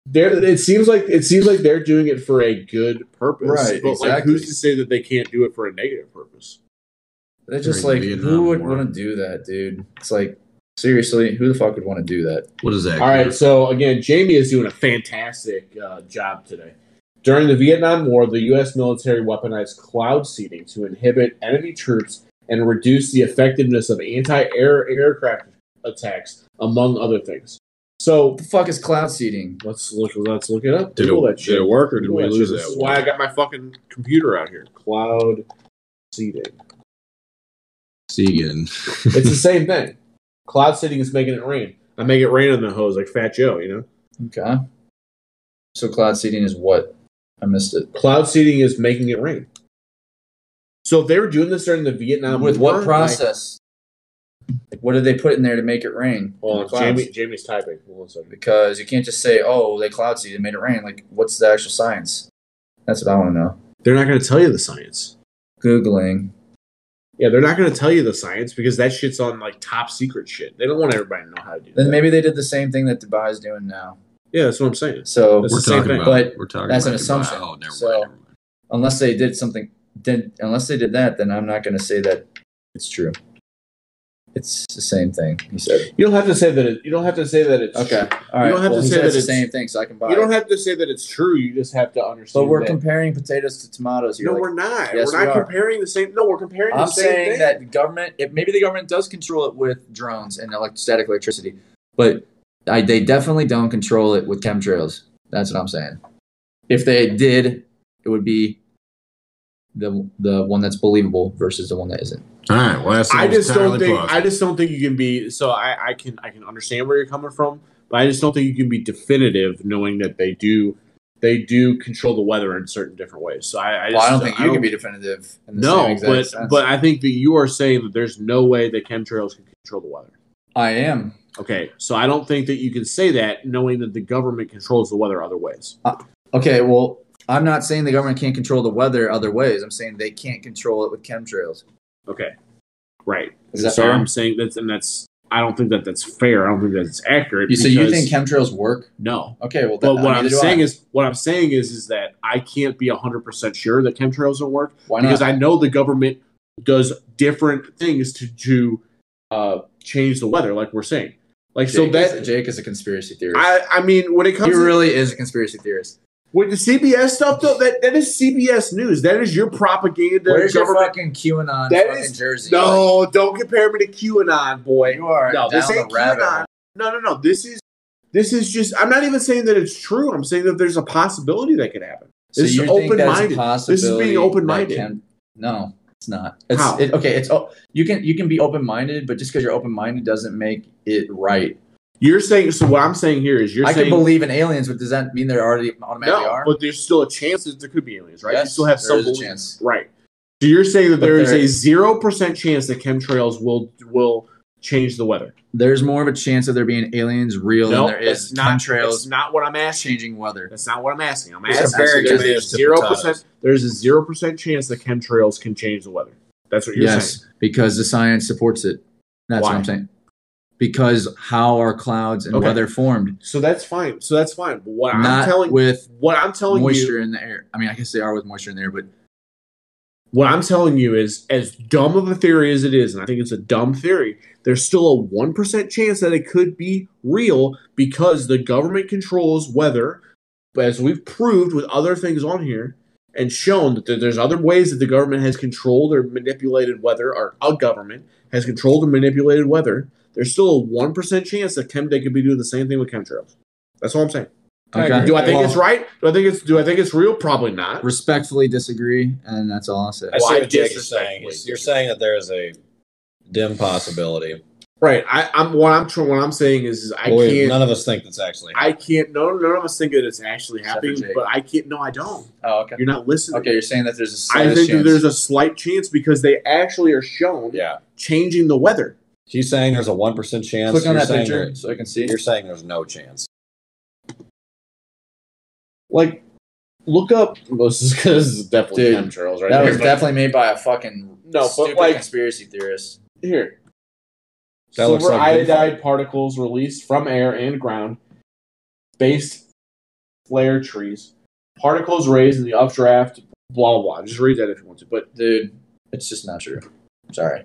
A: there it seems like it seems like they're doing it for a good purpose,
C: Right,
A: But like,
C: exactly.
A: who's to say that they can't do it for a negative purpose?
C: They're just
B: During
C: like,
B: the
C: who
B: Vietnam
C: would
B: War.
C: want to do that, dude? It's like, seriously, who the fuck would want to do that?
B: What is that?
A: All right. So again, Jamie is doing a fantastic uh, job today. During the Vietnam War, the U.S. military weaponized cloud seeding to inhibit enemy troops and reduce the effectiveness of anti-air aircraft attacks, among other things. So
C: What the fuck is cloud seeding?
A: Let's look. Let's look it up.
B: Did
A: Google
B: it,
A: that
B: did
A: shit.
B: it work or did
A: Google
B: we
A: that
B: lose
A: shit.
B: that
A: This is
B: one?
A: why I got my fucking computer out here. Cloud seeding.
B: Segan. [laughs]
A: It's the same thing. Cloud seeding is making it rain. I make it rain on the hose like Fat Joe. You know.
C: Okay. So cloud seeding is what? I missed it.
A: Cloud seeding is making it rain. So if they were doing this during the Vietnam
C: With
A: War,
C: what process? Like, what did they put in there to make it rain?
A: Like, hold
C: In
A: on,
C: the clouds?
A: Jamie, Jamie's typing. Hold on a second.
C: Because you can't just say, oh, they cloud seeded and made it rain. Like, what's the actual science? That's what I want to know.
A: They're not going to tell you the science.
C: Googling.
A: Yeah, they're not going to tell you the science because that shit's on like top secret shit. They don't want everybody to know how to do.
C: Then
A: that.
C: maybe they did the same thing that Dubai's doing now.
A: yeah, that's what I'm saying.
C: So
A: It's
B: We're
A: the same
B: talking
A: thing,
B: about.
C: but
B: we're talking
C: that's
B: about
C: an
B: Dubai.
C: assumption.
B: Oh, never
C: So-
B: mind. Never mind.
C: unless they did something did unless they did that then i'm not going to say that it's true it's the same thing he said
A: You don't have to say that. It, you don't have to say that it's
C: okay all right
A: You don't have
C: well,
A: to
C: he
A: say
C: said
A: that
C: it's the
A: it's-
C: same thing so i can buy
A: You don't
C: it
A: have to say that it's true. You just have to understand.
C: but we're
A: that.
C: comparing potatoes to tomatoes here
A: no,
C: like,
A: we're not.
C: Yes,
A: we're not
C: we are.
A: comparing the same. No, we're comparing.
C: i'm
A: the same
C: saying
A: thing.
C: that the government if maybe the government does control it with drones and elect- static electricity but I, they definitely don't control it with chemtrails that's what i'm saying if they did it would be the the one that's believable versus the one that isn't
B: All right. Well, that
A: I
B: sounds
A: just don't
B: entirely
A: think.
B: plausible.
A: I just don't think you can be. So I, I can. I can understand where you're coming from, but I just don't think you can be definitive knowing that they do. They do control the weather in certain different ways. So I, I, just,
C: Well, I don't think you can be definitive. In the same
A: No,
C: exact
A: but
C: sense.
A: but I think that you are saying that there's no way that chemtrails can control the weather.
C: I am.
A: Okay, so I don't think that you can say that knowing that the government controls the weather other ways.
C: Okay, well, I'm not saying the government can't control the weather other ways. I'm saying they can't control it with chemtrails.
A: Okay, right.
C: Is that
A: so
C: fair?
A: I'm saying that's and that's I don't think that that's fair. I don't think that's accurate.
C: You so you
A: because-
C: think chemtrails work?
A: no?
C: Okay, well,
A: But what
C: that- neither
A: I'm
C: do
A: saying
C: I.
A: is what I'm saying is is that I can't be 100 percent sure that chemtrails will work
C: why
A: because
C: not?
A: I know the government does different things to to uh, change the weather, like we're saying. Like so
C: Jake
A: that
C: is, Jake is a conspiracy theorist.
A: I I mean when it
C: he
A: comes to,
C: really is a conspiracy theorist.
A: with the CBS stuff though that that is CBS news. That is your propaganda.
C: Where's your
A: government-
C: fucking QAnon
A: That
C: fucking
A: is-
C: jersey?
A: no, don't compare me to QAnon, boy.
C: you are
A: No,
C: down
A: this ain't
C: the rabbit
A: QAnon.
C: hole.
A: No, no, no. This is this is just. I'm not even saying that it's true. I'm saying that there's a possibility that could happen.
C: So
A: This is
C: you think that's
A: open-minded.
C: a
A: This is being
C: possibility that
A: open-minded.
C: can- No, it's not. It's,
A: How?
C: It, okay, it's oh, you can you can be open minded, but just because you're open minded doesn't make it right.
A: You're saying so. What I'm saying here is you're
C: I
A: saying
C: can believe in aliens, but does that mean they're already automatically
A: no,
C: are?
A: but there's still a chance that there could be aliens, right? you still have some
C: there is a
A: belief.
C: chance.
A: right? So you're saying that
C: But
A: there is
C: there-
A: a zero percent chance that chemtrails will will change the weather.
C: There's more of a chance of there being aliens real
A: No,
C: than there is
A: that's not. That's
C: chemtrails
A: not what I'm asking.
C: changing weather.
A: That's not what I'm asking. I'm
C: It's
A: asking
C: comparing
A: there's a
B: potatoes to
A: zero
B: potatoes.
A: percent. There's a zero percent chance that chemtrails can change the weather. That's what you're saying.
C: Yes, because the science supports it. That's
A: Why?
C: what I'm saying. Because how are clouds and
A: Okay.
C: weather formed?
A: So that's fine. So that's fine. But what
C: Not
A: I'm telling
C: with
A: what I'm telling you,
C: moisture in the air. I mean, I guess they are with moisture in the air, but
A: what I'm telling you is as dumb of a theory as it is, and I think it's a dumb theory. There's still a one percent chance that it could be real because the government controls weather. But as we've proved with other things on here and shown that there- there's other ways that the government has controlled or manipulated weather, or a government has controlled or manipulated weather, there's still a 1% chance that Chemday could be doing the same thing with chemtrails. That's all I'm saying.
C: Okay.
A: Do I think
B: Well-
A: it's right? Do I think it's do I think it's real? Probably not.
C: Respectfully disagree, and that's all I'll say.
B: I
A: Well,
B: see
A: I
B: what Jake is saying.
A: disrespectfully
B: You're saying that there is a dim possibility.
A: Right. I, I'm what I'm tr- what I'm saying is, is I
B: Well, we-
A: can't
B: none of us think that's actually.
A: I can't no none of us think that it's actually
C: Except for
A: happening,
C: Jake.
A: but I can't no I don't.
C: Oh, okay.
A: You're not listening.
C: Okay, you're saying that there's a
A: I
C: slight
A: think that
C: chance.
A: there's a slight chance because they actually are shown
B: yeah,
A: changing the weather.
B: she's saying there's a one percent chance.
C: Click on
B: You're
C: that
B: saying
C: picture
B: there-
C: so I can see.
B: You're saying there's no chance.
A: Like, look up. Well, this is, this is definitely
C: Dude,
A: chemtrails, right?
C: That
A: here,
C: was
A: but-
C: definitely made by a fucking
A: No, but
C: stupid
A: like-
C: conspiracy theorist.
A: here.
B: That looks
A: Silver
B: like
A: iodide particles released from air and ground based flare trees. Particles raised in the updraft, blah, blah, blah. Just read that if you want to. But
C: Dude, it's just not true. Sorry.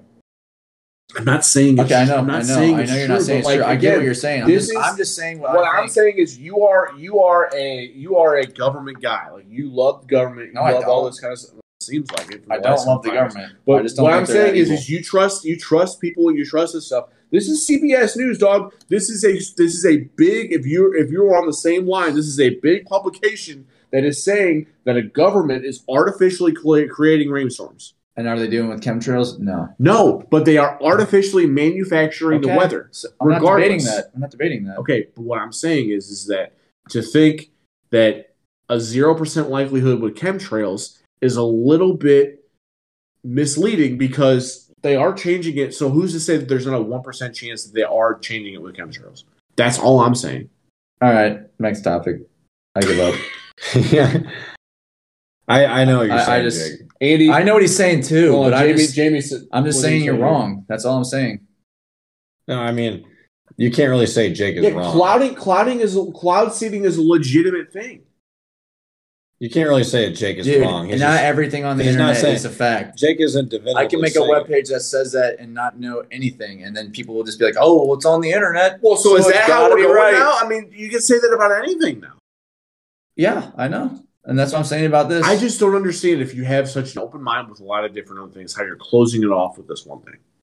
A: I'm not saying
C: Okay, I know,
A: I'm not
C: I know,
A: saying
C: I
A: it's
C: know you're
A: true,
C: not saying it's
A: but, like,
C: true. I get
A: again,
C: what you're saying. I'm
A: this
C: just,
A: is-
C: I'm just saying what,
A: what
C: I
A: I'm
C: think.
A: saying is you are you are a you are a government guy. Like you love government. You
C: No, I
A: love all
C: don't.
A: this kind of stuff. It seems like it. for
C: I
A: last
C: don't love the
A: couple times.
C: government. I
A: But
C: just don't
A: what
C: think
A: I'm
C: they're that
A: saying is,
C: evil.
A: is you trust you trust people. You trust this stuff. This is CBS News, dog. This is a this is a big. If you're if you're on the same line, this is a big publication that is saying that a government is artificially cre- creating rainstorms.
C: and are they doing with chemtrails? No.
A: No, but they are artificially manufacturing the
C: Okay.
A: weather.
C: So, I'm not
A: Regardless.
C: debating that. I'm not debating that.
A: Okay, but what I'm saying is is that to think that a zero percent likelihood with chemtrails is a little bit misleading because they are changing it. So who's to say that there's not a one percent chance that they are changing it with chemtrails? That's all I'm saying.
C: All right. Next topic. I give up.
B: [laughs] yeah. I I know what you're
C: I- I
B: saying.
C: just-
B: Jake.
A: Andy,
C: I know what he's saying too,
A: Hold on,
C: but I'm
A: Jamie,
C: just,
A: Jamie said-
C: I'm just
A: what did
C: saying
A: you
C: you're
A: say?
C: wrong. That's all I'm saying.
B: No, I mean, you can't really say Jake is
A: Yeah,
B: wrong.
A: clouding, clouding is cloud seeding is a legitimate thing.
B: you can't really say that Jake is
C: Dude,
B: wrong. He's
C: not
B: just-
C: everything on the
B: he's not
C: internet
B: saying-
C: is a fact.
B: Jake isn't definitively
C: I can make a
B: saying-
C: webpage that says that and not know anything, and then people will just be like, "Oh, well, it's on the internet." Well,
A: So, is that how we're going now? I mean, you can say that about anything now.
C: Yeah, I know, and that's what I'm saying about this.
A: I just don't understand if you have such an open mind with a lot of different other things, how you're closing it off with this one thing.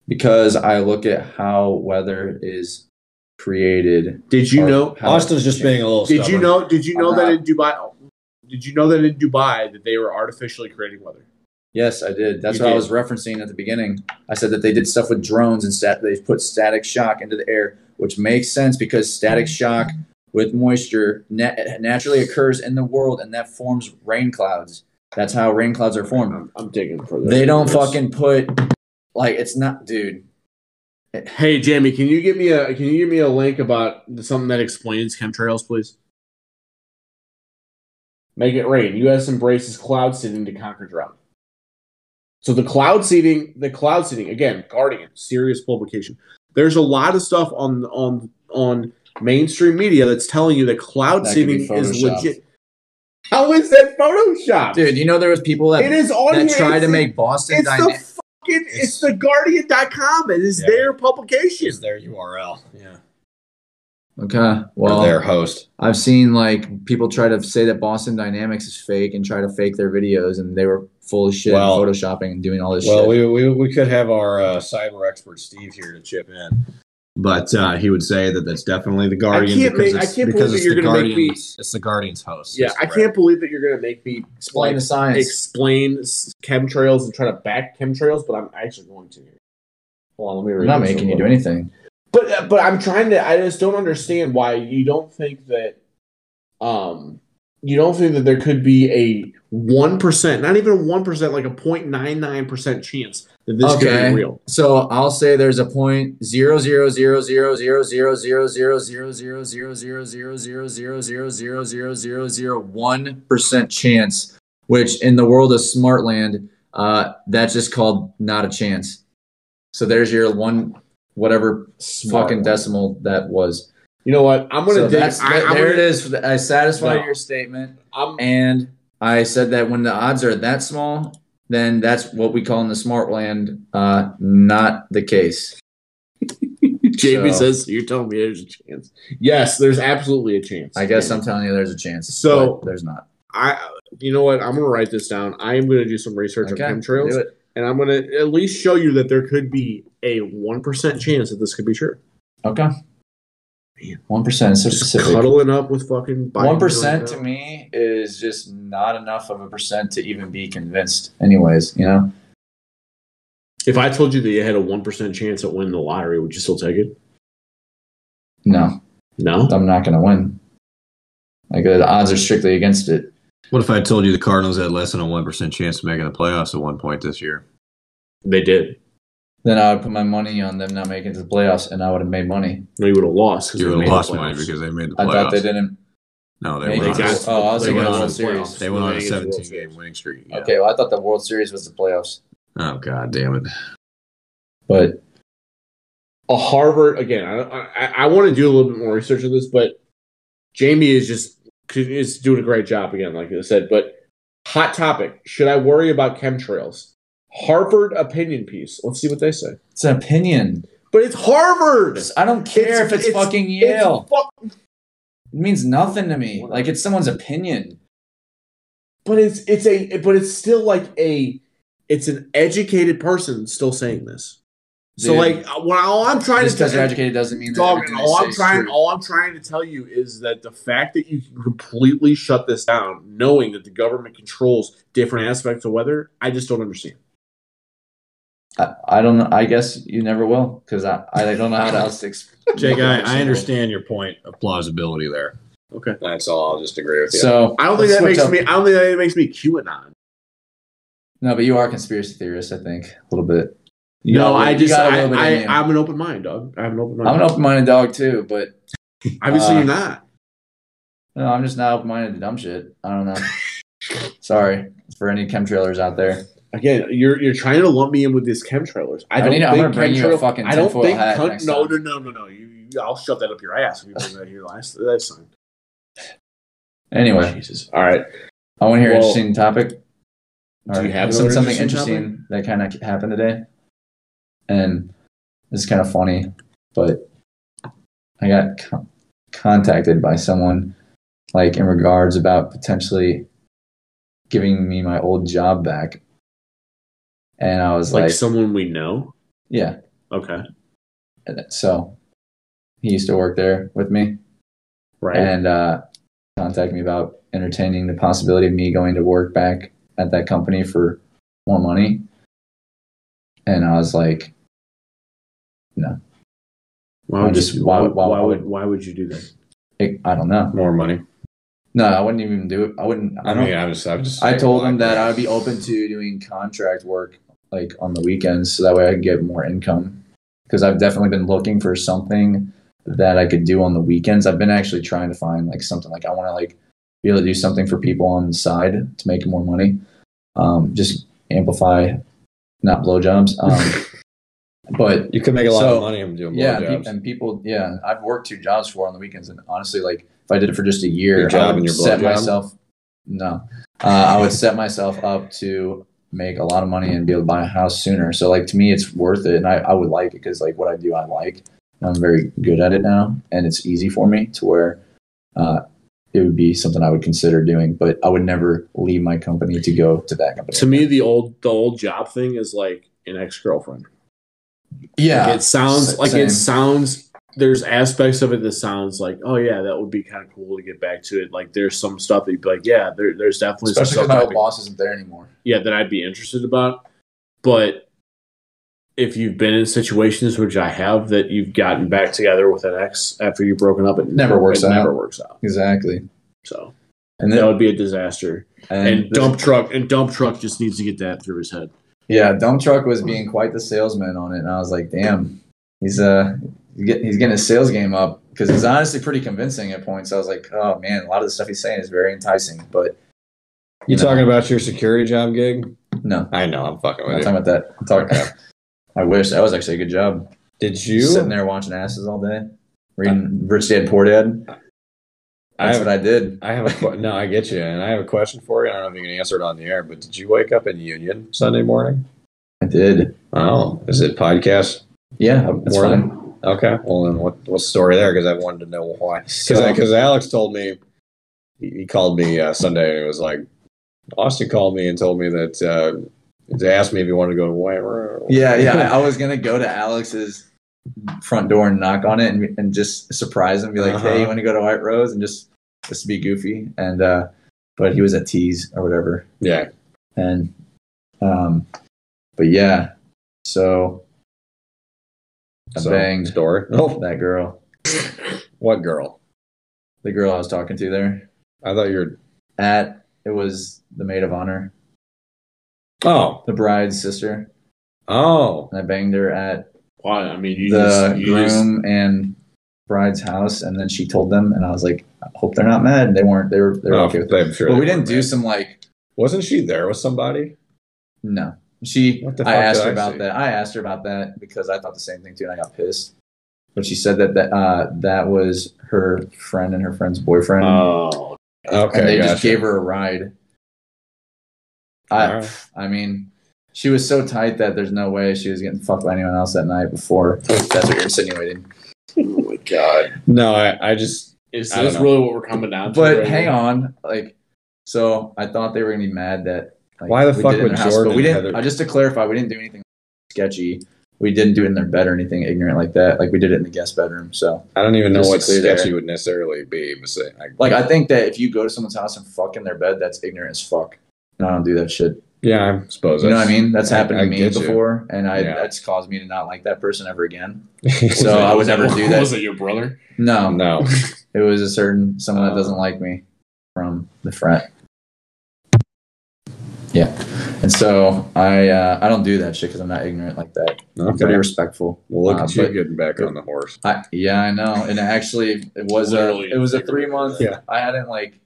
C: because I look at how weather is created.
A: Did you
C: or
A: know?
C: how-
B: Austin's just being a little.
A: Did you
B: stubborn.
A: know? Did you
C: I'm
A: know that
C: not.
A: in Dubai? Did you know that in Dubai that they were artificially creating weather?
C: Yes, I did. That's
A: You
C: what I
A: did.
C: was referencing at the beginning. I said that they did stuff with drones and stat- they put static shock into the air, which makes sense because static shock with moisture nat- naturally occurs in the world and that forms rain clouds. That's how rain clouds are formed.
A: I'm, I'm digging for that.
C: They don't fucking put like it's not, dude.
A: Hey, Jamie, can you give me a can you give me a link about something that explains chemtrails, please? Make it rain. U.S. embraces cloud seeding to conquer drought. So the cloud seeding, the cloud seeding again, Guardian, serious publication. There's a lot of stuff on on on mainstream media that's telling you that cloud
C: That could be
A: seeding is
C: Photoshopped.
A: legit. How is that Photoshop,
C: Dude, you know there was people
A: It
C: that,
A: is on
C: that
A: here.
C: tried to
A: It's-
C: make Boston
A: it's
C: dynamic.
A: the fucking it's, the Guardian.com. It is
B: Yeah.
A: their publication.
B: Is their URL? Yeah.
C: okay,
B: Well,
C: well,
B: or their host.
C: I've seen like people try to say that Boston Dynamics is fake and try to fake their videos, and they were full of shit,
B: Well-
C: and photoshopping, and doing all this
B: Well,
C: shit.
B: we, we we could have our uh, cyber expert Steve here to chip in, but uh, he would say that that's definitely the Guardian
A: can't
B: because
A: make- I
B: it's,
A: can't
B: because
A: believe
B: it's
A: that
B: the
A: you're gonna make me-
B: Guardian's. It's the Guardian's host.
A: Yeah, I can't believe that you're gonna make me
C: Explain
A: like,
C: the science.
A: explain s- chemtrails and try to back chemtrails, but I'm actually going to. here. Hold on, let me.
C: I'm
A: Read
C: not
A: this
C: making you
A: real quick.
C: do anything.
A: But uh, but I'm trying to. I just don't understand why you don't think that. Um, you don't think that there could be a one percent, not even one percent, like a 0.99 percent chance that this could
C: Okay.
A: be real.
C: So I'll say there's a point zero zero zero zero zero zero zero zero zero zero zero zero zero zero zero zero zero zero zero zero one percent chance, which in the world of Smartland, uh, that's just called not a chance. So there's your one whatever fucking
A: Smart.
C: decimal that was.
A: You know what? I'm gonna.
C: So
A: dig,
C: that's,
A: I, I'm
C: there
A: gonna,
C: it is. I satisfied
A: No.
C: your statement,
A: I'm,
C: and I said that when the odds are that small, then that's what we call in the smart land, uh, not the case.
A: Jamie
C: So-
A: says, "You're telling me there's a chance?" Yes, there's absolutely a chance.
C: I guess I'm telling you, there's a chance.
A: So-
C: but there's not.
A: I, you know what? I'm gonna write this down. I am gonna do some research on
C: do
A: chemtrails,
C: it.
A: and I'm gonna at least show you that there could be a one percent chance that this could be true.
C: Okay. One percent is so
A: Just
C: specific.
A: cuddling up with fucking Biden
C: One percent
A: right
C: to
A: now.
C: me is just not enough of a percent to even be convinced. Anyways, you know.
A: If I told you that you had a one percent chance at winning the lottery, would you still take it?
C: No,
A: No.
C: I'm not going to win. Like the odds are strictly against it.
B: What if I told you the Cardinals had less than a one percent chance of making the playoffs at one point this year?
A: They did.
C: Then I would put my money on them not making it to the playoffs, and I would have made money.
A: No, you would have lost. 'cause
B: You
A: they
B: would
A: made
B: have
A: the
B: lost money
A: playoffs.
B: because they made the
C: I
B: playoffs.
C: thought they didn't.
B: No, they went
C: Make it.
B: on.
C: They got- oh, I was
B: they
A: thinking
B: went
A: of
B: on,
A: World
B: a-
A: Series.
B: they went on
A: They
B: a
A: made it to the World
B: 17 game
A: Series.
B: winning streak. yeah.
C: Okay, well, I thought the World Series was the playoffs,
B: Oh god damn it!
C: but
A: a Harvard again. I I, I want to do a little bit more research on this, but Jamie is just is doing a great job again, like I said. But hot topic: Should I worry about chemtrails? Harvard opinion piece. Let's see what they say.
C: it's an opinion.
A: But it's Harvard.
C: I don't care if it's,
A: it's-
C: fucking
A: It's
C: Yale.
A: fuck-
C: It means nothing to me. Like it's someone's opinion.
A: but it's it's a but it's still like a it's an educated person still saying this. So
C: Dude,
A: like when all I'm trying
C: just
A: to
C: because you're educated doesn't mean that
A: Dog,
C: everything
A: and
C: they
A: all
C: say
A: I'm
C: is
A: trying,
C: true.
A: all I'm trying to tell you is that the fact that you can completely shut this down, knowing that the government controls different aspects of weather, I just don't understand.
C: I, I don't know. I guess you never will because I, I don't
A: [laughs]
C: know how to else to
B: [laughs]
C: explain.
B: Jake, I, I understand your point of plausibility there.
A: Okay,
B: That's all. I'll just agree with you.
C: So
A: I don't think
C: let's
A: that
C: switch
A: makes
C: up-
A: me. I don't think that makes me QAnon.
C: No, but you are a conspiracy theorist. I think a little bit. You
A: No,
C: got a little-
A: I
C: you
A: just,
C: got a
A: I,
C: little bit in you.
A: I, I'm an open mind, dog. I'm an open mind.
C: I'm an open-minded dog too, but
A: Obviously,
C: uh,
A: you're not.
C: no, I'm just not open-minded to dumb shit. I don't know. Sorry for any chemtrailers out there.
A: Again, you're you're trying to lump me in with these chemtrailers. I
C: I
A: don't
C: need-
A: think
C: I'm gonna bring you a
A: chemtrail-
C: fucking
A: I don't
C: tinfoil
A: think.
C: hat
A: cunt-
C: next
A: no, no,
C: time.
A: no, no, no. You, you- I'll shove that up your ass if you bring that here last. That's fine.
C: Anyway,
A: Jesus. All right.
C: I want to hear an
A: Well,
C: interesting topic.
A: do you have
C: some,
A: another
C: something
A: interesting
C: interesting that kind of happened today? And it's kind of funny, but I got con- contacted by someone like in regards about potentially giving me my old job back. And I was
A: Like
C: like,
A: someone we know.
C: yeah.
A: Okay.
C: And So he used to work there with me
A: Right.
C: and uh, contacted me about entertaining the possibility of me going to work back at that company for more money. And I was like,
A: Why
C: I'm
A: would
C: just-
A: you, do-
C: why
A: why,
C: would- why
A: why
C: would-
A: would why would you do that?
C: I I don't know.
B: more money.
C: No, I wouldn't even do it. I wouldn't. I don't.
B: I'm just, I'm just.
C: I told him that I would be open to doing contract work like on the weekends, so that way I could get more income. Because I've definitely been looking for something that I could do on the weekends. I've been actually trying to find like something like I want to like be able to do something for people on the side to make more money. Um, just amplify, not blowjobs. Um, but
B: You could make
C: a lot of So,
B: money. I'm doing
C: yeah, pe- and people, yeah, I've worked two jobs for on the weekends, and honestly, like if I did it for just a year,
B: Your job
C: I would
B: and your
C: set
B: blowjob?
C: myself. No, uh, I would set myself up to make a lot of money and be able to buy a house sooner. So, like to me, it's worth it, and I, I would like it because like what I do, I like. And I'm very good at it now, and it's easy for me to where uh, it would be something I would consider doing, but I would never leave my company to go to that company.
A: To me, the old the old job thing is like an ex girlfriend.
C: yeah,
A: Like it sounds
C: s-
A: like
C: same.
A: it sounds. There's aspects of it that sounds like, oh yeah, that would be kind of cool to get back to it. Like there's some stuff that you'd be like, yeah, there, there's definitely
C: especially
A: some stuff
C: because my
A: that I'd
C: old
A: be-
C: boss isn't there anymore.
A: yeah that I'd be interested about. But if you've been in situations which I have that you've gotten back together with an ex after you've broken up, it
C: Never works
A: it
C: out.
A: Never works out.
C: Exactly,
A: So
C: and
A: that
C: then
A: would be a disaster. And dump truck and dump truck just needs to get that through his head.
C: Yeah, dump truck was being quite the salesman on it, and I was like, "Damn, he's uh, he's get- he's getting his sales game up." Because it's honestly pretty convincing at points. I was like, "Oh man, a lot of the stuff he's saying is very enticing." But
B: you talking about your security job gig?
C: no,
B: I know. I'm fucking
C: I'm not talking about that. I'm talking. [laughs] I wish that was actually a good job.
B: Did
C: sitting there watching asses all day, reading Rich Dad Poor Dad.
B: I
C: That's
B: have-
C: what I did.
B: I have a que- no. I get you, and I have a question for you. I don't know if you can answer it on the air, but did you wake up in Union Sunday morning?
C: I did.
B: Oh, is it podcast?
C: Yeah, that's
B: More
C: fine.
B: Okay. Well, then what what's the story there? Because I wanted to know why. Because Alex told me he he called me uh, Sunday and it was like Austin called me and told me that uh, they asked me if he wanted to go to Wayne.
C: Yeah, yeah. I, I was gonna go to Alex's front door and knock on it and, and just surprise him, be like, "Hey,
B: Uh-huh.
C: you want to go to White Rose?" and just just be goofy. And uh, but he was at Tees or whatever.
B: [laughs] Yeah.
C: And um, but yeah, so I
B: So,
C: banged
B: story. [laughs] Oh,
C: that girl,
B: what girl?
C: the girl I was talking to there
B: I thought you were.
C: at it was the maid of honor,
B: Oh,
C: the bride's sister,
B: oh,
C: and I banged her at
D: Why? I mean, you
C: the
D: just you just
C: groom and bride's house, and then she told them, and I was like, I hope they're not mad. And they weren't. They were. They were
B: Oh,
C: okay with it.
B: I'm sure.
C: But
B: they
C: we didn't
B: weren't
C: do
B: mad.
C: some like
B: Wasn't she there with somebody?
C: No. She
B: What the
C: I
B: fuck
C: asked
B: did
C: her
B: I
C: about
B: see?
C: that. I asked her about that because I thought the same thing too and I got pissed. But she said that that uh, that was her friend and her friend's boyfriend
D: oh,
B: Okay,
C: and they
B: gotcha.
C: just gave her a ride. I
B: All right.
C: I mean, she was so tight that there's no way she was getting fucked by anyone else that night before. That's what you're insinuating.
D: oh my god!
B: No, I, I just
D: Is
B: I don't
D: this
B: know.
D: really what we're coming down to?
C: But
D: right
C: hang
D: now?
C: on, like, so I thought they were gonna be mad that like,
B: Why the
C: we
B: fuck
C: did it in
B: would
C: their house,
B: Jordan
C: But we
B: and
C: didn't.
B: Heather-
C: uh, just to clarify, we didn't do anything sketchy. We didn't do it in their bed or anything ignorant like that. Like we did it in the guest bedroom. So
B: I don't even know
C: Just
B: what
C: to clear there.
B: sketchy would necessarily be. But say, I,
C: like I think that if you go to someone's house and fuck in their bed, that's ignorant as fuck. And I don't do that shit.
B: yeah, I suppose.
C: You know what
B: that's-
C: I mean? That's
B: I-
C: happened
B: I
C: to me
B: get you.
C: before, and I
B: Yeah.
C: that's caused me to not like that person ever again.
B: [laughs]
D: Was
C: So
D: it-
C: I would never do that.
D: Was it your brother?
C: No, [laughs]
B: no.
C: it was a certain someone that
D: Oh.
C: doesn't like me from the frat. Yeah, and so I uh, I don't do that shit because I'm not ignorant like that. I'm pretty
B: Okay.
C: respectful.
B: Well, look
C: Uh,
B: at you
C: but-
B: getting back on the
C: [laughs]
B: horse.
C: I, yeah, I know. And actually, it was a
D: Literally.
C: it was a three month.
B: Yeah.
C: I hadn't like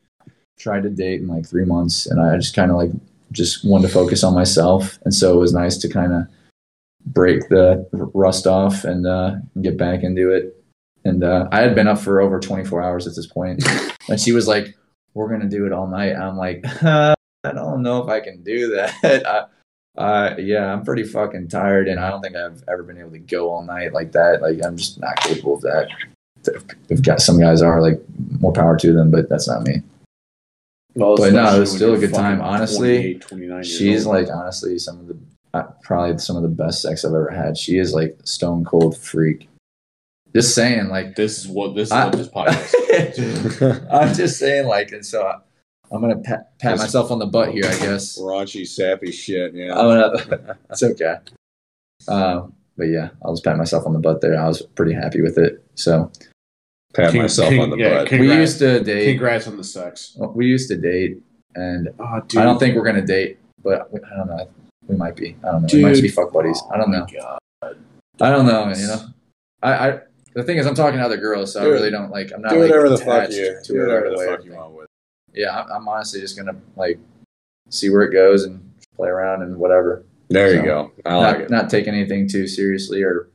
C: tried to date in like three months, and I just kind of like just wanted to focus on myself, and so it was nice to kind of break the r- rust off and uh, get back into it. And uh, I had been up for over 24 hours at this point, and she was like, "We're gonna do it all night." I'm like, [laughs] "I don't know if I can do that." [laughs] I, uh, yeah, I'm pretty fucking tired, and I don't think I've ever been able to go all night like that. Like, I'm just not capable of that. If got some guys are like more power to them, but that's not me.
D: Well,
C: But no, it
D: especially
C: was
D: when
C: still a
D: you're
C: good time.
D: fucking
C: Honestly,
D: 28, 29 years
C: She's
D: old.
C: like honestly some of the uh, probably some of the best sex I've ever had. She is like stone cold freak. Just saying, like [laughs]
D: this is what this is
C: I-
D: what this podcast.
C: [laughs] I'm just saying, like, and so I, I'm gonna pat, pat
B: Just-
C: myself on the butt here, I
B: [laughs]
C: guess.
B: Raunchy, sappy shit. Yeah.
C: I'm gonna, it's okay. Um, but yeah, I'll just pat myself on the butt there. I was pretty happy with it. So
B: Pat
D: King-
B: myself
D: King-
B: on the
D: yeah,
B: butt.
D: King- Congrats.
C: we used to date.
D: Congrats on the sex.
C: We used to date, and
D: Oh, dude.
C: I don't think we're gonna date, but we, I don't know. We might be. I don't know. We
D: Dude.
C: might just be fuck buddies. I don't
D: my
C: know.
D: God.
C: I don't know. You know, I. I the thing is, I'm talking to other girls, so
B: Do
C: I
B: it.
C: really don't like. I'm not
B: do
C: like
B: whatever the fuck
C: attached
B: you.
C: to
B: Do
C: it
B: whatever
C: right
B: the
C: away.
B: fuck you want with.
C: yeah, I'm, I'm honestly just gonna like see where it goes and play around and whatever.
B: it. There you
C: So,
B: go. I
C: Not,
B: like it.
C: not take anything too seriously or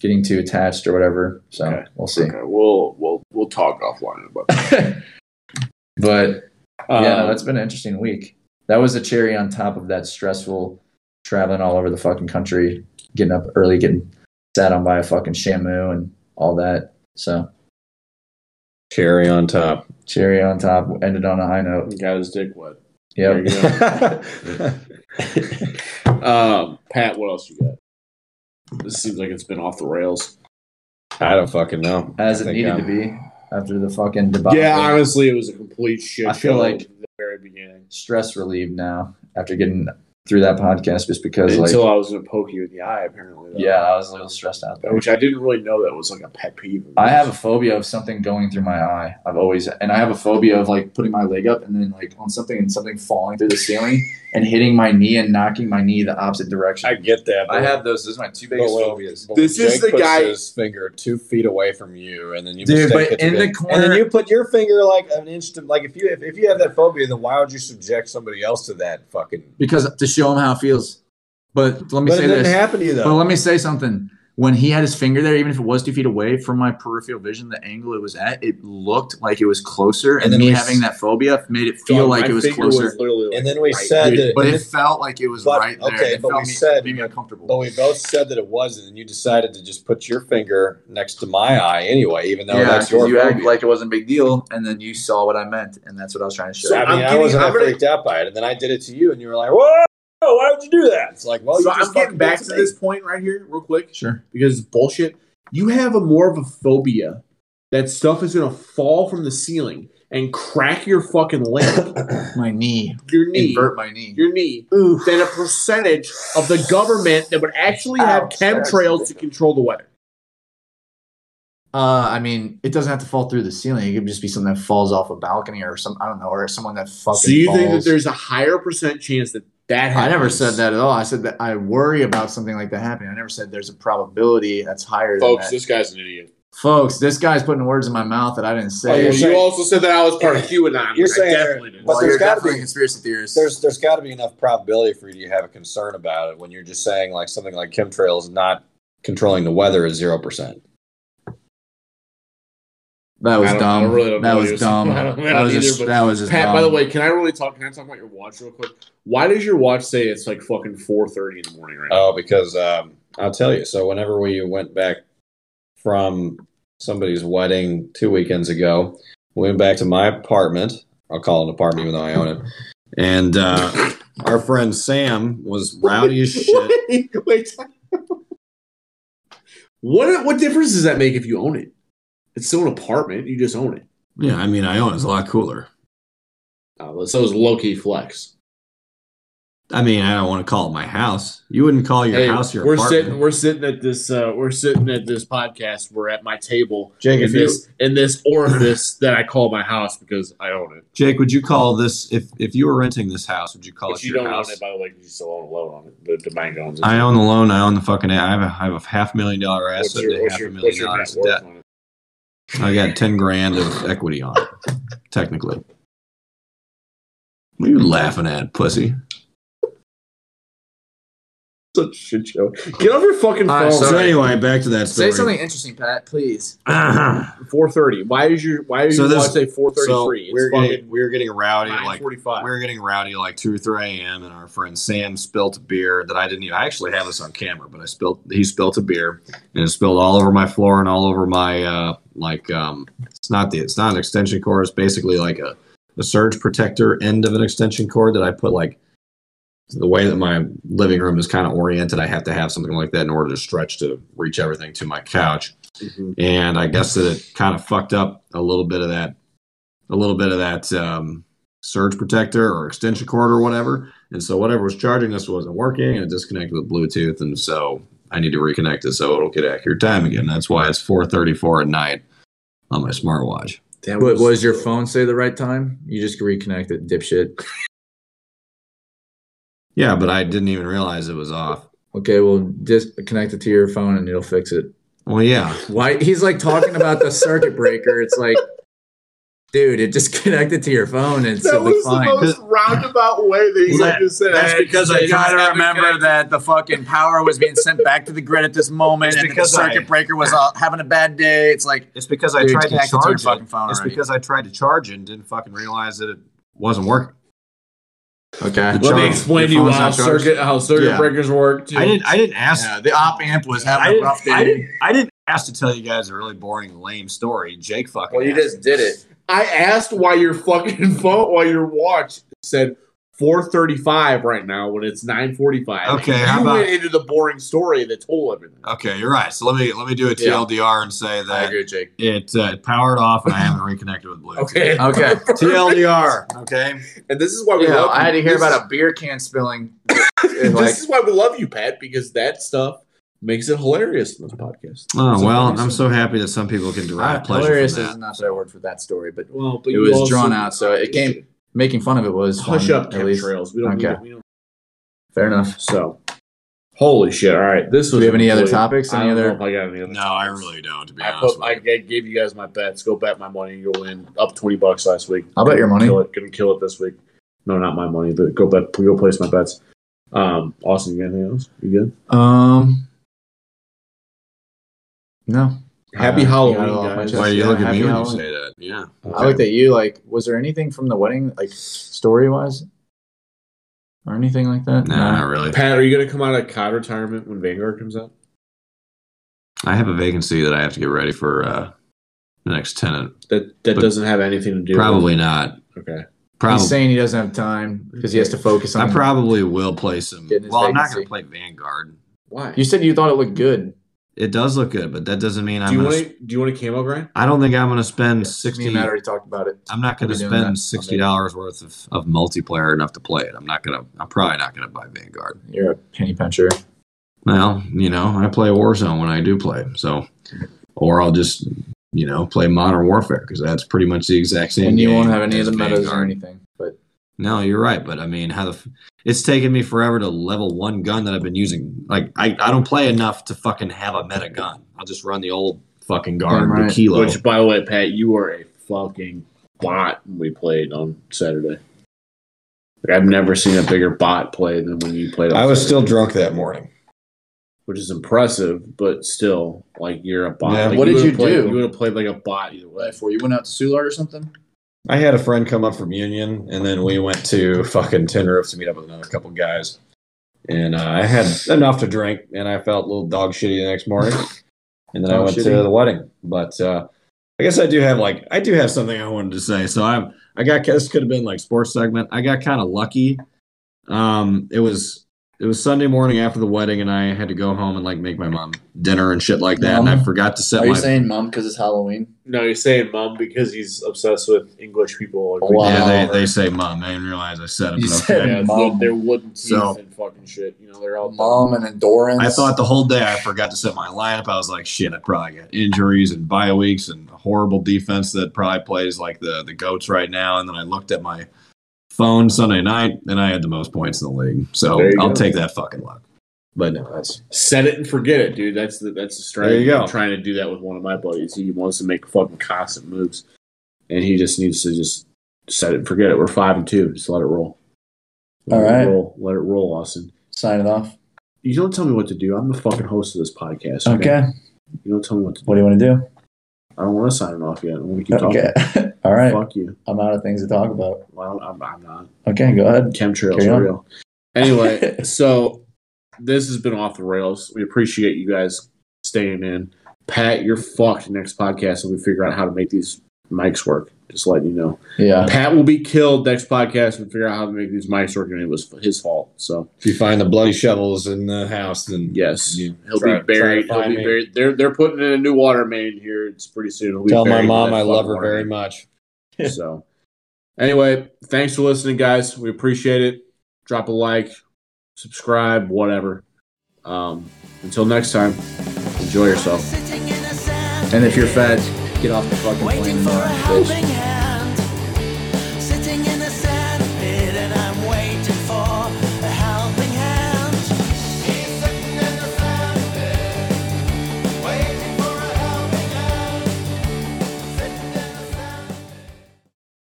C: getting too attached or whatever. So
D: Okay.
C: we'll see.
D: Okay, we'll we'll we'll talk offline about. That.
C: [laughs] but
D: Um,
C: yeah, no, that's been an interesting week. That was the cherry on top of that stressful traveling all over the fucking country, getting up early, getting sat on by a fucking shamu and all that. So
B: Cherry on top.
C: [laughs] cherry on top ended on a high note.
D: Um, got his dick wet. There
C: Yep.
D: you go. um, Pat, what else you got? This seems like it's been off the rails.
B: [laughs] I don't fucking know.
C: As
B: I
C: it
B: think
C: needed
B: I'm-
C: to be after the fucking debacle.
D: Yeah, honestly, it was a complete shit
C: I feel
D: show
C: like-
D: from the very beginning
C: stress relieved now after getting through that podcast just because like
D: until I was gonna poke you in the eye. Apparently, though.
C: yeah i was a little stressed out there
D: which I didn't really know that was like a pet peeve. of
C: i
D: yours.
C: have a phobia of something going through my eye i've always and i have a phobia of like putting my leg up and then like on something and something falling through the ceiling and hitting my knee and knocking my knee the opposite direction
B: I get that.
C: i, have those those are my two
B: but
C: biggest
B: when-
C: phobias
B: but
D: This
B: when
D: is
B: Jake
D: the
B: puts
D: guy-
B: His finger two feet away from you, and then you
C: Dude,
B: mistake
C: but
B: it to
C: in
B: be-
C: the
B: and then
C: corner-
B: you put your finger like an inch to like if you if, if you have that phobia, then why would you subject somebody else to that fucking?
C: because to show him how it feels but let me
B: But
C: say
B: it didn't
C: this
B: happen to you
C: But
B: though.
C: let me say something. when he had his finger there, even if it was two feet away from my peripheral vision, the angle it was at, it looked like it was closer. And,
B: then
C: me
B: we s-
C: having that phobia made it feel
A: Dog,
C: like
A: my
C: it was
A: finger
C: closer.
A: literally [laughs] like
E: And then we
A: right
E: said
F: dude,
E: that,
B: but it
E: if-
B: felt like it was
E: But-
B: right there.
E: okay,
B: It
E: but
B: felt
E: we
B: me-
E: said-
B: made me uncomfortable.
E: but we both said that it wasn't, and you decided to just put your finger next to my eye anyway, even though
C: yeah,
E: that's
C: 'cause
E: your
C: you act
E: phobia.
C: like it wasn't a big deal, and then you saw what I meant, and that's what I was trying to show.
E: I
C: you.
E: mean,
F: I'm
E: I
F: getting-
E: wasn't
F: I'm gonna-
E: freaked out by it, and then I did it to you, and you were like, "Whoa, why would you do that?" It's like, well,
F: so
E: you just
F: I'm getting
E: fucking
F: back
E: did
F: to
E: me.
F: this point right here, real quick,
C: Sure.
F: because it's bullshit. You have a more of a phobia that stuff is gonna fall from the ceiling and crack your fucking
C: [laughs]
F: leg,
C: My knee.
F: your knee,
C: Invert my knee.
F: your knee, than a percentage of the government that would actually have
E: Ouch,
F: chemtrails to control the weather.
C: Uh, I mean, it doesn't have to fall through the ceiling. It could just be something that falls off a balcony or some, I don't know, or someone that fucking
F: So you think that
C: falls.
F: there's a higher percent chance that that happens?
C: I never said that at all. I said that I worry about something like that happening. I never said there's a probability that's higher than
A: Folks,
C: that.
A: this guy's an idiot.
C: Folks, this guy's putting words in my mouth that I
E: Oh,
C: didn't say.
E: you're
A: you
E: saying-
A: also said that I was part of QAnon.
E: You're
A: which I
E: saying-
A: definitely did.
E: but
C: well,
E: there's
C: you're
E: gotta
C: definitely
E: be-
C: a conspiracy theorist.
E: There's there's got to be enough probability for you to have a concern about it when you're just saying like something like chemtrails not controlling the weather is zero percent.
C: that
A: I
C: was
A: don't- I
C: dumb.
A: really don't
C: that
A: know
C: was
A: this. [laughs]
C: dumb.
A: I don't- I
C: That
A: don't
C: was just
A: either, but-
C: that was just
A: Pat,
C: dumb.
A: by the way, can I really talk? Can I talk about your watch real quick? Why does your watch say it's like fucking four thirty in the morning
C: Uh,
A: right now?
E: Oh, because um, I'll tell you. So whenever we went back from somebody's wedding two weekends ago, we went back to my apartment. I'll call it an apartment even though I own it. And
B: [laughs]
E: uh, our friend Sam was rowdy
A: [laughs]
E: as shit.
F: Wait, wait.
A: What what difference does that make if you own it? It's still an apartment. You just own it.
B: yeah, I mean, I own it's a lot cooler.
A: Uh, so it's low key flex.
B: I mean, I don't want to call it my house. You wouldn't call your
A: Hey,
B: house your
A: we're
B: apartment.
A: sitting we're sitting at this uh, we're sitting at this podcast. We're at my table
E: Jake,
A: in
E: if you,
A: this in this orifice [laughs] that I call my house because I own it.
B: Jake, would you call this if if you were renting this house? Would you call
A: But
B: it
A: you
B: your
A: don't
B: house?
A: own it by the way. 'cause You still own a loan on it. The, the bank owns it.
B: I own the loan. I own the fucking. I have a, I have a half million dollar
A: What's
B: asset
A: your-
B: and a
A: what's
B: half
A: your-
B: a
A: what's
B: million
A: your net
B: dollars in debt.
A: worth on it?
B: I got ten grand of equity on it, technically. What are you laughing at, pussy?
A: Such a shit show. Get off your fucking
C: All right,
A: phone.
B: So
C: Sorry.
B: anyway, back to that
C: say
B: story.
C: something interesting, Pat, please.
B: [clears throat]
A: Four thirty. Why is your why is
B: So
A: your
B: this-
A: watch say four thirty
B: so
A: three?
B: we're
A: It's fucking
B: getting we were getting rowdy
A: nine
B: like
A: forty five.
B: we were getting rowdy like two or three a.m. and our friend Sam spilt a beer that I didn't even. I actually have this on camera, but I spilt. He spilt a beer and it spilled all over my floor and all over my uh like um. It's not the. It's not an extension cord. It's basically like a a surge protector end of an extension cord that I put like. The way that my living room is kind of oriented, I have to have something like that in order to stretch to reach everything to my couch. And I guess that it kind of fucked up a little bit of that, a little bit of that um, surge protector or extension cord or whatever. And so whatever was charging this wasn't working and it disconnected with Bluetooth. And so I need to reconnect it so it'll get accurate time again. That's why it's 434 at night on my smartwatch.
C: What was, your phone say the right time? You just reconnect it, dipshit.
B: Yeah, but I didn't even realize it was off.
C: Okay, well, just connect it to your phone and it'll fix it.
B: Well, yeah.
C: Why he's like talking about the circuit breaker? It's like, dude, it just [laughs] connected to your phone and
F: That
C: it'll be
F: was the
C: fine.
F: most roundabout way that he
B: Well,
F: could just said.
B: that's
F: "Hey,
B: because I
F: Jake,
B: tried
F: just
B: to
F: have it
C: remember
F: connected."
C: that the fucking power was being sent back to the grid at this moment,
B: It's
C: and that the
B: because I-
C: circuit breaker was uh, having a bad day. It's like
B: It's because I
C: dude,
B: tried to
C: connect it your
B: charge it.
C: fucking phone
B: It's
C: already.
B: because I tried to charge it and didn't fucking realize that it wasn't working.
C: okay,
A: Let me
B: Charles,
A: explain to
B: your
A: you
B: phone's
A: how
B: not charged?
A: circuit how circuit
B: Yeah.
A: breakers work. Too.
B: I didn't. I didn't ask.
C: yeah, the op amp was
B: I
C: having a
B: didn't,
C: rough day.
B: I didn't. I didn't ask to tell you guys a really boring, lame story. Jake fucking. asked.
C: did it.
A: I asked why your fucking [laughs] phone, why your watch said 4:35 right now when it's 9:45.
B: Okay,
A: you
B: how about-
A: went into the boring story that told everything.
B: Okay, you're right. So let me let me do a
C: Yeah.
B: TLDR and say
C: I
B: that
C: agree, Jake.
B: it uh, powered off and I haven't reconnected with Bluetooth.
A: Okay,
C: [laughs] Okay,
B: TLDR. Okay.
A: and this is why we
C: yeah,
A: love.
C: I had to
A: you.
C: hear
A: This
C: about a beer can spilling.
A: is- [laughs]
C: and like,
A: this is why we love you, Pat, because that stuff makes it hilarious in this podcast.
B: Oh
A: So
B: well,
A: funny.
B: I'm so happy that some people can derive pleasure
C: hilarious
B: from
C: is
B: that.
C: not the right word for that story, but
A: Well, but
C: it
A: you
C: was
A: also-
C: drawn out, so it came. Making fun of it was
A: Hush
C: fun,
A: up,
C: at least.
A: chemtrails. We don't
C: Okay.
A: need it. We don't.
C: Fair enough.
A: So, holy shit! All right, this was.
C: Do we have any other
A: complete-
C: topics?
A: I
C: Any
A: don't know
C: other?
A: if I got any other
B: No, I really don't. To be
A: I
B: honest,
A: put, I
B: with
A: I gave you guys my bets. Go bet my money. You'll win. Up twenty bucks last week.
C: I'll bet your money.
A: Kill it. Gonna kill it this week. No, not my money, but go bet. Go place Um, my bets. Um, Austin, you got anything else? You good?
C: Um, No.
A: Happy
C: Uh,
A: Halloween,
C: got it off my
A: guys.
C: chest.
G: Why do you
C: Yeah,
G: look at
C: happy
G: me when you
C: Halloween.
G: say that? Yeah.
C: I looked at you like, was there anything from the wedding, like story wise, or anything like that?
G: Nah, not really.
A: uh, Pat, are you going to come out of COD retirement when Vanguard comes out?
G: I have a vacancy that I have to get ready for uh, the next tenant.
A: That that
G: But-
A: doesn't have anything to do.
G: Probably not.
A: With, okay.
C: He's
G: Probably.
C: saying he doesn't have time because he has to focus on.
G: I probably will play some.
C: Getting his
G: Well, I'm not going
C: vacancy.
G: to play Vanguard.
A: Why?
C: you said you thought it looked good.
G: It does look good, but that doesn't mean
A: do
G: I'm.
A: you
G: Gonna,
A: want to? Do you want to camo grind?
G: I don't think I'm going to spend sixty.
C: Me and Matt already talked about it.
G: I'm not going to
C: We'll be doing
G: spend
C: that
G: sixty dollars worth of, of multiplayer enough to play it. I'm not going to. I'm probably not going to buy Vanguard.
C: You're a penny pincher.
G: Well, you know, I play Warzone when I do play, so or I'll just you know play Modern Warfare because that's pretty much the exact same.
C: And you won't
G: game
C: have any of
G: as
C: the metas or
G: Vanguard.
C: anything. But
G: No, you're right, but I mean, how the f- it's taken me forever to level one gun that I've been using. Like I, I don't play enough to fucking have a meta gun. I'll just run the old fucking guard
C: Damn right.
G: the kilo.
A: Which, by the way, Pat, you are a fucking bot. when We played on Saturday. Like, I've never seen a bigger bot play than when you played. On
B: I was
A: Saturday,
B: still drunk that morning.
A: which is impressive, but still, like you're a bot.
B: Yeah.
A: Like,
C: What did
A: would've
C: you
A: played-
C: do?
A: You would have played like a bot either way.
C: for you went out to Soulard or something.
B: I had a friend come up from Union, and then we went to fucking Tin Roof to meet up with another couple guys. And uh, I had enough to drink, and I felt a little dog shitty the next
C: [laughs]
B: morning. And then I
C: Dog
B: went to
C: shitty.
B: the wedding. But uh, I guess I do have like I do have something I wanted to say. So I'm I got this could have been like sports segment. I got kind of lucky. Um, it was it was Sunday morning after the wedding, and I had to go home and like make my mom dinner and shit like that. And I
C: Mom?
B: forgot to set my
C: Are you saying mom because it's Halloween?
A: No, you're saying mom because he's obsessed with English people. Like, we-
C: Wow.
B: yeah. They, they say mom. I didn't realize I said it.
C: You
B: but
C: said
B: okay.
A: Yeah, it's
C: Mom.
A: their wooden teeth
B: So-
A: and fucking shit. You know, they're all
C: Mom and endurance.
B: I thought the whole day I forgot to set my lineup. I was like, shit, I probably got injuries and bye weeks and a horrible defense that probably plays like the the goats right now. And then I looked at my phone Sunday night and I had the most points in the league. So
A: There you
B: I'll
A: go.
B: take that fucking luck. But no, that's
A: uh, Set it and forget it, dude. That's the that's the strategy.
B: There you go.
A: I'm trying to do that with one of my buddies. He wants to make fucking constant moves, and he just needs to just set it and forget it. We're five and two. Just let it roll. Let
C: All
A: it
C: right.
A: roll. Let it roll, Austin.
C: Sign it off.
A: You don't tell me what to do. I'm the fucking host of this podcast.
C: Okay.
A: You don't tell me what to do.
C: What do you want to do?
A: I don't want to sign it off yet. I want to keep talking.
C: Okay. [laughs] All right.
A: Fuck you.
C: I'm out of things to talk about.
A: Well, I'm, I'm not.
C: Okay, go ahead.
A: Chemtrails
C: Carry
A: are
C: on.
A: real.
B: [laughs]
A: Anyway, so this has been off the rails. We appreciate you guys staying in. Pat, you're fucked next podcast and we figure out how to make these mics work. Just letting you know.
C: Yeah.
A: Pat will be killed next podcast and figure out how to make these mics work, and it was his fault. So
B: if you find the bloody shovels in the house, then
A: yes.
B: You
A: he'll
B: try-
A: be buried. He'll
B: try to find
A: be
B: me.
A: buried. They're they're putting in a new water main here. It's pretty soon. He'll be
B: tell my
A: buried in
B: mom
A: that
B: I love
A: fucking
B: her
A: water
B: very
A: main.
B: much.
A: so anyway thanks for listening guys we appreciate it drop a like subscribe whatever um, until next time enjoy yourself
H: Sitting in the sand,
C: And if you're fat, get off the fucking plane
H: waiting
C: and
H: for a
C: run, bitch.
H: helping hand.